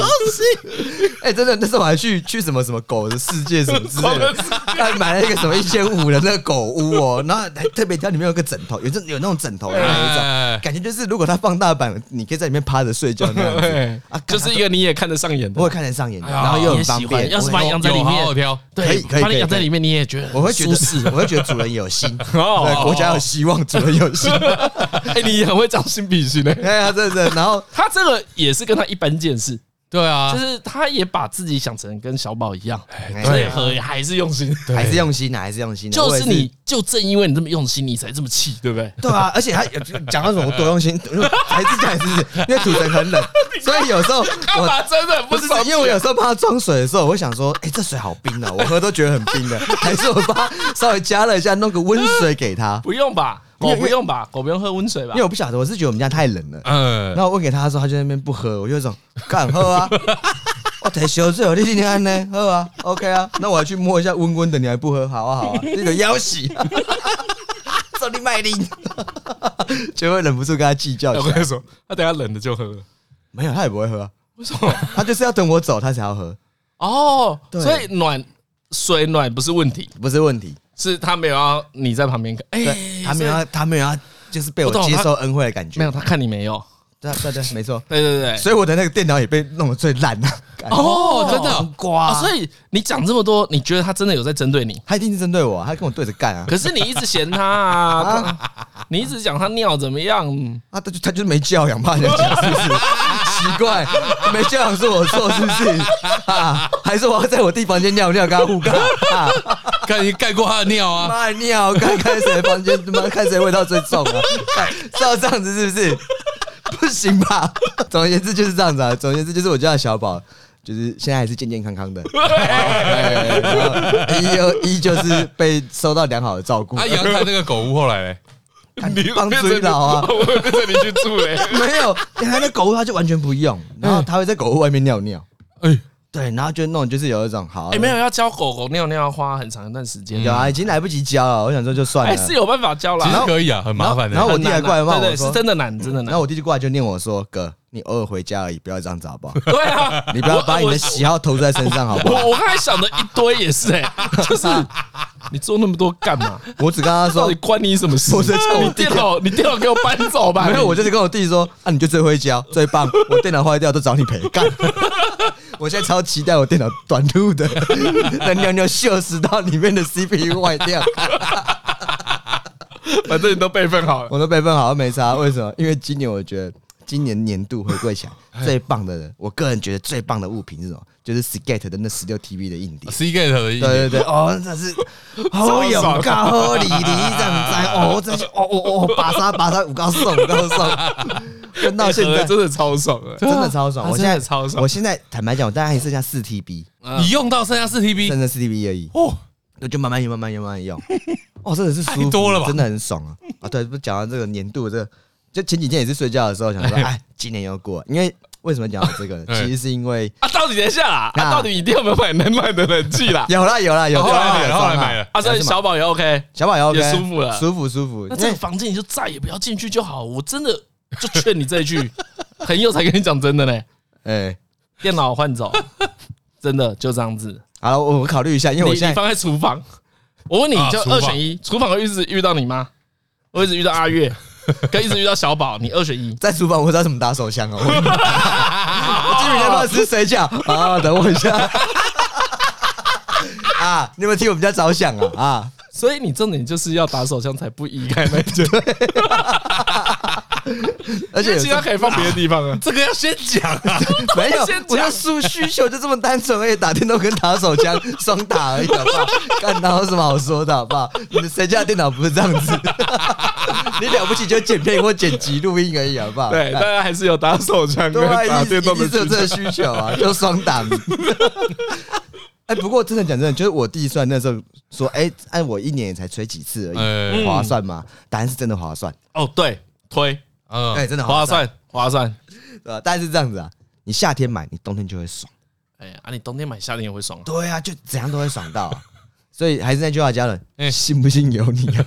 [SPEAKER 3] 哎、真的，那时候我还去去什么什么狗的世界什么之类
[SPEAKER 1] 狗
[SPEAKER 3] 的
[SPEAKER 1] 的世，
[SPEAKER 3] 还买了一个什么一千五的那个狗屋哦，然后还特别挑里面有个枕头，有这有那种枕头的那一种，
[SPEAKER 2] 哎
[SPEAKER 3] 感觉就是如果它放大版，你可以在里面趴着睡觉那样子啊，
[SPEAKER 1] 就
[SPEAKER 3] 就是是
[SPEAKER 1] 一个你也看得上眼
[SPEAKER 3] 我
[SPEAKER 1] 的，
[SPEAKER 3] 会看得上眼的，
[SPEAKER 2] 呀
[SPEAKER 3] 然后又很方
[SPEAKER 1] 也喜欢
[SPEAKER 3] 便。
[SPEAKER 1] 要是
[SPEAKER 3] 我
[SPEAKER 1] 把
[SPEAKER 3] 会
[SPEAKER 1] 养在里
[SPEAKER 2] 有好好
[SPEAKER 1] 面，
[SPEAKER 2] 挑，
[SPEAKER 3] 可
[SPEAKER 1] 对，
[SPEAKER 3] 以可以
[SPEAKER 1] 把
[SPEAKER 3] 可
[SPEAKER 1] 你
[SPEAKER 3] 以
[SPEAKER 1] 养在
[SPEAKER 3] 可以
[SPEAKER 1] 里面，你也觉得
[SPEAKER 3] 我会觉得
[SPEAKER 1] 舒适，啊
[SPEAKER 3] 我会觉得主人有心，
[SPEAKER 1] 哦
[SPEAKER 3] 对，国家有希望，主人有心。
[SPEAKER 1] 哎，你很会将心比心的。
[SPEAKER 3] 哎呀，真的，然后
[SPEAKER 1] 他这个也是跟他一般见识，
[SPEAKER 2] 对啊
[SPEAKER 1] 就，是他也把自己想成跟小宝一样，
[SPEAKER 3] 哎
[SPEAKER 1] 所以和还是用心。
[SPEAKER 3] 还是用心啊，还是用心啊。
[SPEAKER 1] 就
[SPEAKER 3] 我也
[SPEAKER 1] 是你，就正因为你这么用心，你才这么气，对不对？
[SPEAKER 3] 对啊，而且他讲到什么多用心，还是讲是，因为土城 很冷，所以有时候
[SPEAKER 1] 干
[SPEAKER 3] 我
[SPEAKER 1] 嘛真的
[SPEAKER 3] 不
[SPEAKER 1] 不
[SPEAKER 3] 是
[SPEAKER 1] 爽
[SPEAKER 3] 因为我有时候帮他装水的时候，我会想说，哎、这水好冰哦，我喝都觉得很冰的， 还是我帮他稍微加了一下，弄个温水给他，
[SPEAKER 1] 不用吧？
[SPEAKER 3] 因
[SPEAKER 1] 狗
[SPEAKER 3] 为
[SPEAKER 1] 不用吧？狗不用喝温水吧
[SPEAKER 3] 因为？我不晓得，我是觉得我们家太冷了。
[SPEAKER 2] 嗯
[SPEAKER 3] 然，后我问给他的时候，他就在那边不喝，我就有一种 敢喝啊，我得小醉，你今天安呢喝啊，OK 啊，那我还去摸一下温温的，你还不喝，好啊 好啊，这个要死， 走你麦林， 就会忍不住跟他计较一
[SPEAKER 1] 我
[SPEAKER 3] 下。
[SPEAKER 1] 跟你说，他等下冷了就喝了。
[SPEAKER 3] 没有，他也不会喝、啊，
[SPEAKER 1] 为什么？
[SPEAKER 3] 他就是要等我走他才要喝，
[SPEAKER 1] 哦，
[SPEAKER 3] 对
[SPEAKER 1] 所以暖水暖不是问题，
[SPEAKER 3] 不是问题。
[SPEAKER 1] 是他没有要你在旁边看。哎
[SPEAKER 3] 对，他没有要，他没有要，就是被我
[SPEAKER 1] 我懂
[SPEAKER 3] 接受恩惠的感觉。
[SPEAKER 1] 没有，他看你没有。
[SPEAKER 3] 对啊，对啊对啊，没错。
[SPEAKER 1] 对对对，
[SPEAKER 3] 所以我的那个电脑也被弄得最烂啊了、
[SPEAKER 1] 哦真的
[SPEAKER 3] 黄瓜、
[SPEAKER 1] 啊，所以你讲这么多，你觉得他真的有在针对你？
[SPEAKER 3] 他一定是针对我啊，他跟我对着干啊。
[SPEAKER 1] 可是你一直嫌他啊，他你一直讲他尿怎么样？
[SPEAKER 3] 啊，他就他就是没教养，怕人家讲是不是？奇怪，没教养是我错是不是？啊，还是我要在我弟房间尿尿跟他互干？啊，
[SPEAKER 2] 看你盖过他的尿啊，
[SPEAKER 3] 妈的尿，看看谁房间他妈看谁味道最重啊？看照这样子是不是？不行吧？总而言之就是这样子啊。总而言之就是我家的小宝。就是现在还是健健康康的，哎然后依旧依旧是被受到良好的照顾，
[SPEAKER 2] 啊，阳台那个狗屋后来嘞，
[SPEAKER 3] 帮追到 啊，
[SPEAKER 1] 我会跟着你去住嘞。
[SPEAKER 3] 没有，他那狗屋他就完全不用，然后他会在狗屋外面尿尿，
[SPEAKER 2] 哎，
[SPEAKER 3] 对，然后就弄就是有一种好，
[SPEAKER 1] 哎，没有要教狗狗尿尿要花很长一段时间，
[SPEAKER 3] 有啊，已啊经来不及教了，我想说就算
[SPEAKER 1] 还
[SPEAKER 3] 了
[SPEAKER 1] 哎是。有办法教
[SPEAKER 2] 其
[SPEAKER 1] 啦
[SPEAKER 2] 实。可以啊，很麻烦的。
[SPEAKER 3] 然后我
[SPEAKER 1] 很难啊
[SPEAKER 3] 弟还过来骂我
[SPEAKER 1] 对对
[SPEAKER 3] 说
[SPEAKER 1] 是真的难，真的
[SPEAKER 3] 然
[SPEAKER 1] 难
[SPEAKER 3] 后。我弟就过来就念我说：“哥，你偶尔回家而已，不要这样子好不 好？
[SPEAKER 1] 对啊，
[SPEAKER 3] 你不要把你
[SPEAKER 1] 我
[SPEAKER 3] 的喜好投注在身上好不好
[SPEAKER 1] 我我刚才想的一堆也是哎， 就是你做那么多干 嘛？？”
[SPEAKER 3] 我只跟他
[SPEAKER 1] 到
[SPEAKER 3] 说
[SPEAKER 1] 底关你什么事？
[SPEAKER 3] 我在叫我
[SPEAKER 1] 你电脑，你电脑给我搬走：“吧。
[SPEAKER 3] 没有，我
[SPEAKER 1] 就
[SPEAKER 3] 就是跟我弟说，啊，你就最会教，最棒，我电脑坏掉都找你赔。” 干，我现在超期待我电脑短路的，那尿尿锈蚀到里面的 CPU 坏掉。
[SPEAKER 1] 反正你都备份好了。
[SPEAKER 3] 我的备份好像没差，为什么？因为今年我觉得今年年度回归起来最棒的人，我个人觉得最棒的物品是什么？就是 Skate 的那十六 TB 的硬
[SPEAKER 1] 哦
[SPEAKER 3] 碟。
[SPEAKER 2] C Gate 的一
[SPEAKER 3] 对对对，哦，那是好勇敢，好理理这样子，哦，这就哦哦哦，把杀把杀，五高送五高 送，跟到现在
[SPEAKER 1] 哎真的超爽的，
[SPEAKER 3] 真的超爽。
[SPEAKER 1] 啊
[SPEAKER 3] 我
[SPEAKER 1] 真
[SPEAKER 3] 现
[SPEAKER 1] 的
[SPEAKER 3] 在
[SPEAKER 1] 超爽嗯
[SPEAKER 3] 我现在坦白讲，我大概还剩下四 TB，
[SPEAKER 2] 你用到剩下四 TB
[SPEAKER 3] 剩下四 TB 而已。
[SPEAKER 2] 哦，
[SPEAKER 3] 那就慢慢用，慢慢用，慢慢 用。哦，真的是舒服
[SPEAKER 2] 太多了吧
[SPEAKER 3] 真的很爽啊！啊，对，不是讲到这个年度的这个，就前几天也是睡觉的时候想说，哎，今年又过了，因为为什么讲到这 个？
[SPEAKER 2] 哎
[SPEAKER 3] 其实是因为
[SPEAKER 1] 啊，到底等一下啦，啊，
[SPEAKER 3] 啊？
[SPEAKER 1] 到底一定要不要买能买的冷气啦
[SPEAKER 3] 有啦有啦有，
[SPEAKER 2] 后来买
[SPEAKER 3] 有
[SPEAKER 2] 了，
[SPEAKER 3] 装
[SPEAKER 2] 后
[SPEAKER 3] 啊
[SPEAKER 2] 来买了，
[SPEAKER 1] 啊，所以小宝也 OK，
[SPEAKER 3] 小宝也 OK，
[SPEAKER 1] 也舒服了
[SPEAKER 3] 舒服舒服。
[SPEAKER 1] 那
[SPEAKER 3] 因
[SPEAKER 1] 这
[SPEAKER 3] 为
[SPEAKER 1] 个房间你就再也不要进去就好。我真的就劝你这一句，朋友才跟你讲真的呢，
[SPEAKER 3] 哎，
[SPEAKER 1] 电脑换走，真的就这样子。
[SPEAKER 3] 好了，我我考虑一下，因为
[SPEAKER 1] 你
[SPEAKER 3] 我
[SPEAKER 1] 你
[SPEAKER 3] 现在
[SPEAKER 1] 放在厨房，我问你
[SPEAKER 2] 啊
[SPEAKER 1] 就
[SPEAKER 2] 厨房
[SPEAKER 1] 二选一，厨房会一直遇到你妈，我一直遇到阿月，跟一直遇到小宝，你二选一。
[SPEAKER 3] 在厨房，我不知道怎么打手枪哦。我我今天要不要吃水饺啊？等我一下 啊！你有没有替我们家着想啊？啊！
[SPEAKER 1] 所以你重点就是要打手枪才不移开那一件，
[SPEAKER 3] 而
[SPEAKER 1] 因
[SPEAKER 3] 且
[SPEAKER 1] 为
[SPEAKER 3] 有
[SPEAKER 1] 其
[SPEAKER 3] 时候
[SPEAKER 1] 他可以放别的地方啊。
[SPEAKER 2] 这个要先讲啊，
[SPEAKER 3] 没有
[SPEAKER 1] 先，
[SPEAKER 3] 我
[SPEAKER 1] 讲
[SPEAKER 3] 就需需求就这么单纯而已，打电动跟打手枪 双打而已，好不好？看哪有什么好说的，好不好？你们谁家的电脑不是这样子？ 你了不起就剪片或剪辑录音而已，好不好？
[SPEAKER 1] 对，大家还是有打手枪跟
[SPEAKER 3] 对啊，
[SPEAKER 1] 打
[SPEAKER 3] 一
[SPEAKER 1] 电
[SPEAKER 3] 定一
[SPEAKER 1] 动的
[SPEAKER 3] 定是有
[SPEAKER 1] 需
[SPEAKER 3] 这
[SPEAKER 1] 求
[SPEAKER 3] 个需求啊， 就双打。哎，不过真的讲真的，就是我弟算那时候说，哎，按我一年也才吹几次而
[SPEAKER 2] 哎
[SPEAKER 3] 已，划算吗？答案是真的划算，
[SPEAKER 1] 哦，对，推
[SPEAKER 3] 哎，
[SPEAKER 2] 嗯，
[SPEAKER 3] 真的
[SPEAKER 1] 划
[SPEAKER 3] 划算，
[SPEAKER 1] 算划算。
[SPEAKER 3] 对吧？但是这样子啊，你夏天买，你冬天就会爽。
[SPEAKER 1] 哎呀，啊，你冬天买，夏天也会爽啊。
[SPEAKER 3] 对啊，就怎样都会爽到、啊。 所以还是那句话，家人，
[SPEAKER 2] 哎
[SPEAKER 3] 信不信由你、啊。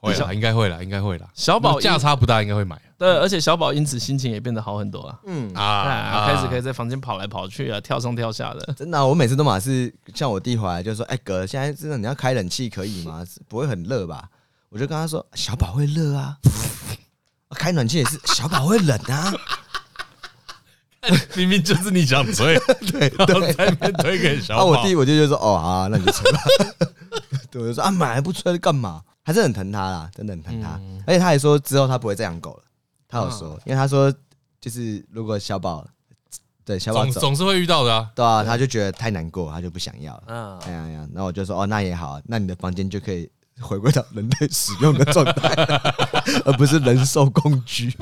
[SPEAKER 2] 会啦，应该会啦，应该会啦。
[SPEAKER 1] 小宝
[SPEAKER 2] 价差不大，应该会买
[SPEAKER 1] 对，而且小宝因此心情也变得好很多了。
[SPEAKER 3] 嗯，
[SPEAKER 1] 啊，
[SPEAKER 2] 啊。
[SPEAKER 1] 开始可以在房间跑来跑去啊，跳上跳下的。
[SPEAKER 3] 真的啊、我每次都嘛是像我弟回来就说：“哎、哥，现在真的你要开冷气可以吗？不会很热吧？”我就跟他说：“小宝会热啊，开暖气也是小宝会冷啊。
[SPEAKER 2] 明明就是你想推， 对，然后在那边推给”小
[SPEAKER 3] 啊，
[SPEAKER 2] 宝。
[SPEAKER 3] 我弟我弟就说：“哦，好、啊，那你就吹吧。” 对，我就说：“啊，买了不吹干嘛？”还是很疼他啦，真的很疼他。而且他还说之后他不会再养狗了，他有说，因为他说就是如果小宝对小宝
[SPEAKER 2] 总
[SPEAKER 3] 走
[SPEAKER 2] 总是会遇到的啊。
[SPEAKER 3] 对啊，他就觉得太难过，他就不想要了。
[SPEAKER 1] 嗯，
[SPEAKER 3] 哎呀哎呀，那我就说哦，那也好，那你的房间就可以回归到人类使用的状 态，而不是人兽共居。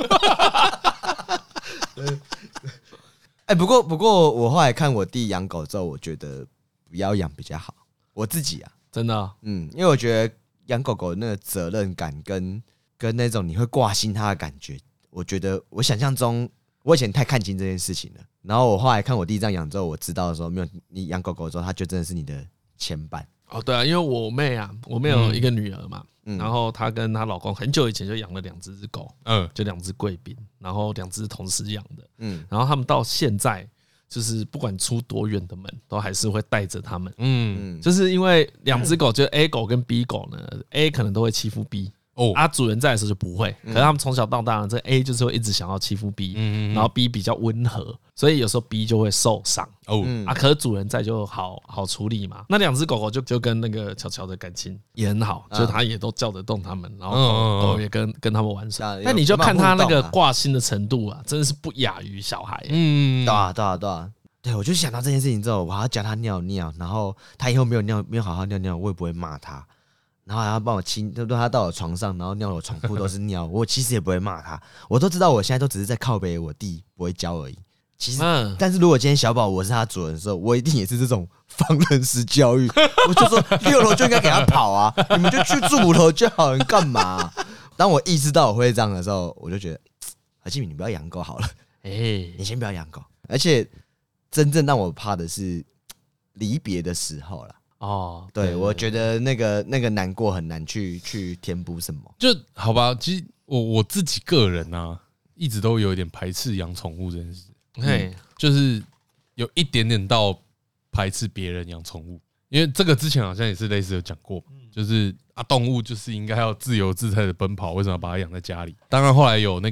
[SPEAKER 3] 哎，不过不过，我后来看我弟养狗之后，我觉得不要养比较好。我自己啊，
[SPEAKER 1] 真的啊
[SPEAKER 3] 嗯，因为我觉得养狗狗的那个责任感跟跟那种你会挂心它的感觉，我觉得我想象中我以前太看清这件事情了。然后我后来看我弟这样养之后，我知道说没有，你养狗狗之后，它就真的是你的牵绊。
[SPEAKER 1] 哦，对啊，因为我妹啊，我妹有一个女儿嘛，
[SPEAKER 3] 嗯
[SPEAKER 1] 然后她跟她老公很久以前就养了两只狗，
[SPEAKER 2] 嗯，
[SPEAKER 1] 就两只贵宾，然后两只同时养的，
[SPEAKER 3] 嗯，
[SPEAKER 1] 然后他们到现在就是不管出多远的门，都还是会带着他们，
[SPEAKER 2] 嗯，
[SPEAKER 1] 就是因为两只狗，就是 A 狗跟 B 狗呢，A 可能都会欺负 B，
[SPEAKER 2] 哦，
[SPEAKER 1] 啊，主人在的时候就不会。可是他们从小到大呢，这 A 就是会一直想要欺负 B，
[SPEAKER 2] 嗯
[SPEAKER 1] 然后 B 比较温和，所以有时候 B 就会受伤
[SPEAKER 2] 哦，
[SPEAKER 3] 嗯
[SPEAKER 1] 啊。可是主人在就好好处理嘛。那两只狗狗就就跟那个巧巧的感情也很好，就是它也都叫得动它们，然后
[SPEAKER 2] 嗯嗯嗯嗯
[SPEAKER 1] 狗狗也跟跟它们玩耍
[SPEAKER 3] 啊。
[SPEAKER 1] 那你就看它那
[SPEAKER 3] 有
[SPEAKER 1] 个
[SPEAKER 3] 互动啊
[SPEAKER 1] 挂心的程度啊，真的是不亚于小孩欸。
[SPEAKER 2] 嗯
[SPEAKER 3] 对，啊，对啊，对啊。对，我就想到这件事情之后，我还要教它尿尿，然后它以后没有尿，没有好好尿尿，我也不会骂它。然后还要帮我清，都都它到我床上，然后尿我床铺都是尿，我其实也不会骂它。我都知道，我现在都只是在靠北我弟不会教而已。其实
[SPEAKER 1] 嗯，
[SPEAKER 3] 但是如果今天小宝我是他主人的时候，我一定也是这种放任式教育， 我就说六楼就应该给他跑啊， 你们就去住五楼就好了，你干嘛 啊、当我意识到我会这样的时候，我就觉得，何庆敏，你不要养狗好了，
[SPEAKER 1] 哎，
[SPEAKER 3] 你先不要养狗。而且真正让我怕的是离别的时候了。
[SPEAKER 1] 哦，
[SPEAKER 3] 对，我觉得那个那个难过很难去去填补什么。
[SPEAKER 2] 就好吧。其实我我自己个人啊，一直都有一点排斥养宠物这件事，
[SPEAKER 1] 嘿，
[SPEAKER 2] 就是有一点点到排斥别人养宠物，因为这个之前好像也是类似有讲过
[SPEAKER 1] 嗯
[SPEAKER 2] 嘛，就是啊，动物就是应该要自由自在的奔跑，为什么要把它养在家里？当然后来有那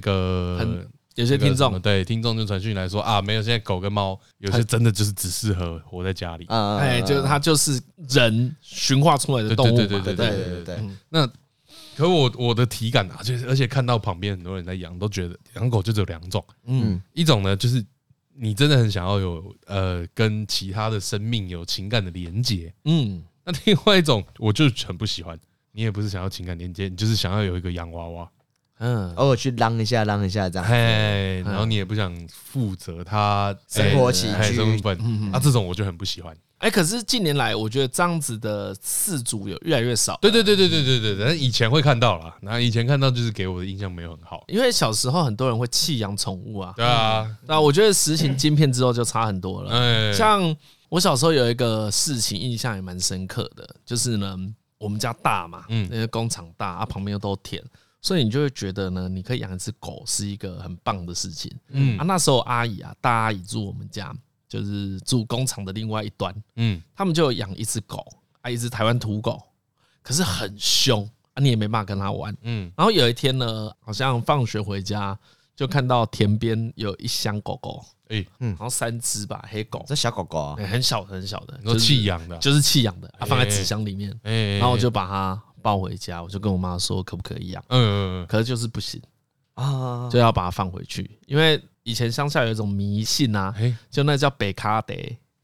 [SPEAKER 1] 嗯
[SPEAKER 2] 个
[SPEAKER 1] 很有些
[SPEAKER 2] 这
[SPEAKER 1] 听众
[SPEAKER 2] 对听众就传讯来说啊，没有，现在狗跟猫有些真的就是只适合活在家里。
[SPEAKER 1] 啊
[SPEAKER 3] 嗯，
[SPEAKER 1] 哎哎，就是它就是人驯化出来的
[SPEAKER 2] 对
[SPEAKER 1] 动
[SPEAKER 2] 呃对
[SPEAKER 1] 物嘛，
[SPEAKER 2] 对
[SPEAKER 1] 对不
[SPEAKER 2] 对对对
[SPEAKER 1] 对
[SPEAKER 3] 对
[SPEAKER 2] 对
[SPEAKER 3] 对
[SPEAKER 2] 对。
[SPEAKER 3] 对，
[SPEAKER 2] 那可我我的体感啊，就是而且看到旁边很多人在养，都觉得养狗就只有两种，嗯，一种呢就是你真的很想要有呃跟其他的生命有情感的连接，
[SPEAKER 1] 嗯，
[SPEAKER 2] 那另外一种我就很不喜欢，你也不是想要情感连接，你就是想要有一个洋娃娃，
[SPEAKER 1] 嗯，
[SPEAKER 3] 偶尔去浪一下，浪一下这样。
[SPEAKER 2] 哎，然后你也不想负责它
[SPEAKER 3] 生活起居
[SPEAKER 2] 哎生活本，啊，这种我就很不喜欢。
[SPEAKER 1] 哎、可是近年来，我觉得这样子的四组有越来越少。
[SPEAKER 2] 对对对对对对对，但以前会看到啦，那以前看到就是给我的印象没有很好。
[SPEAKER 1] 因为小时候很多人会弃养宠物啊，
[SPEAKER 2] 对啊，
[SPEAKER 1] 那我觉得实行晶片之后就差很多了。
[SPEAKER 2] 哎，
[SPEAKER 1] 像我小时候有一个事情印象也蛮深刻的，就是呢，我们家大嘛，
[SPEAKER 2] 嗯
[SPEAKER 1] 那个工厂大啊，旁边又都田，所以你就会觉得呢，你可以养一只狗是一个很棒的事情。
[SPEAKER 2] 嗯
[SPEAKER 1] 啊，那时候阿姨啊，大阿姨住我们家，就是住工厂的另外一端，
[SPEAKER 2] 嗯，
[SPEAKER 1] 他们就有养一只狗，啊，一只台湾土狗，可是很凶啊，你也没办法跟它玩。
[SPEAKER 2] 嗯
[SPEAKER 1] 然后有一天呢，好像放学回家就看到田边有一箱狗狗，
[SPEAKER 2] 哎，
[SPEAKER 1] 然后三只吧，黑狗，
[SPEAKER 3] 这小狗狗啊，
[SPEAKER 1] 欸很小的很小的，
[SPEAKER 2] 你
[SPEAKER 1] 就
[SPEAKER 2] 说
[SPEAKER 1] 是
[SPEAKER 2] 弃养的啊，
[SPEAKER 1] 就是弃养的，啊、放在纸
[SPEAKER 2] 哎
[SPEAKER 1] 箱里面，
[SPEAKER 2] 哎，
[SPEAKER 1] 然后我就把它抱回家，我就跟我妈说可不可以养，
[SPEAKER 2] 嗯嗯
[SPEAKER 1] 可是就是不行，
[SPEAKER 3] 啊，
[SPEAKER 1] 就要把它放回去，因为以前乡下有一种迷信啊
[SPEAKER 2] 嗯，，哎
[SPEAKER 1] 就那叫北卡德，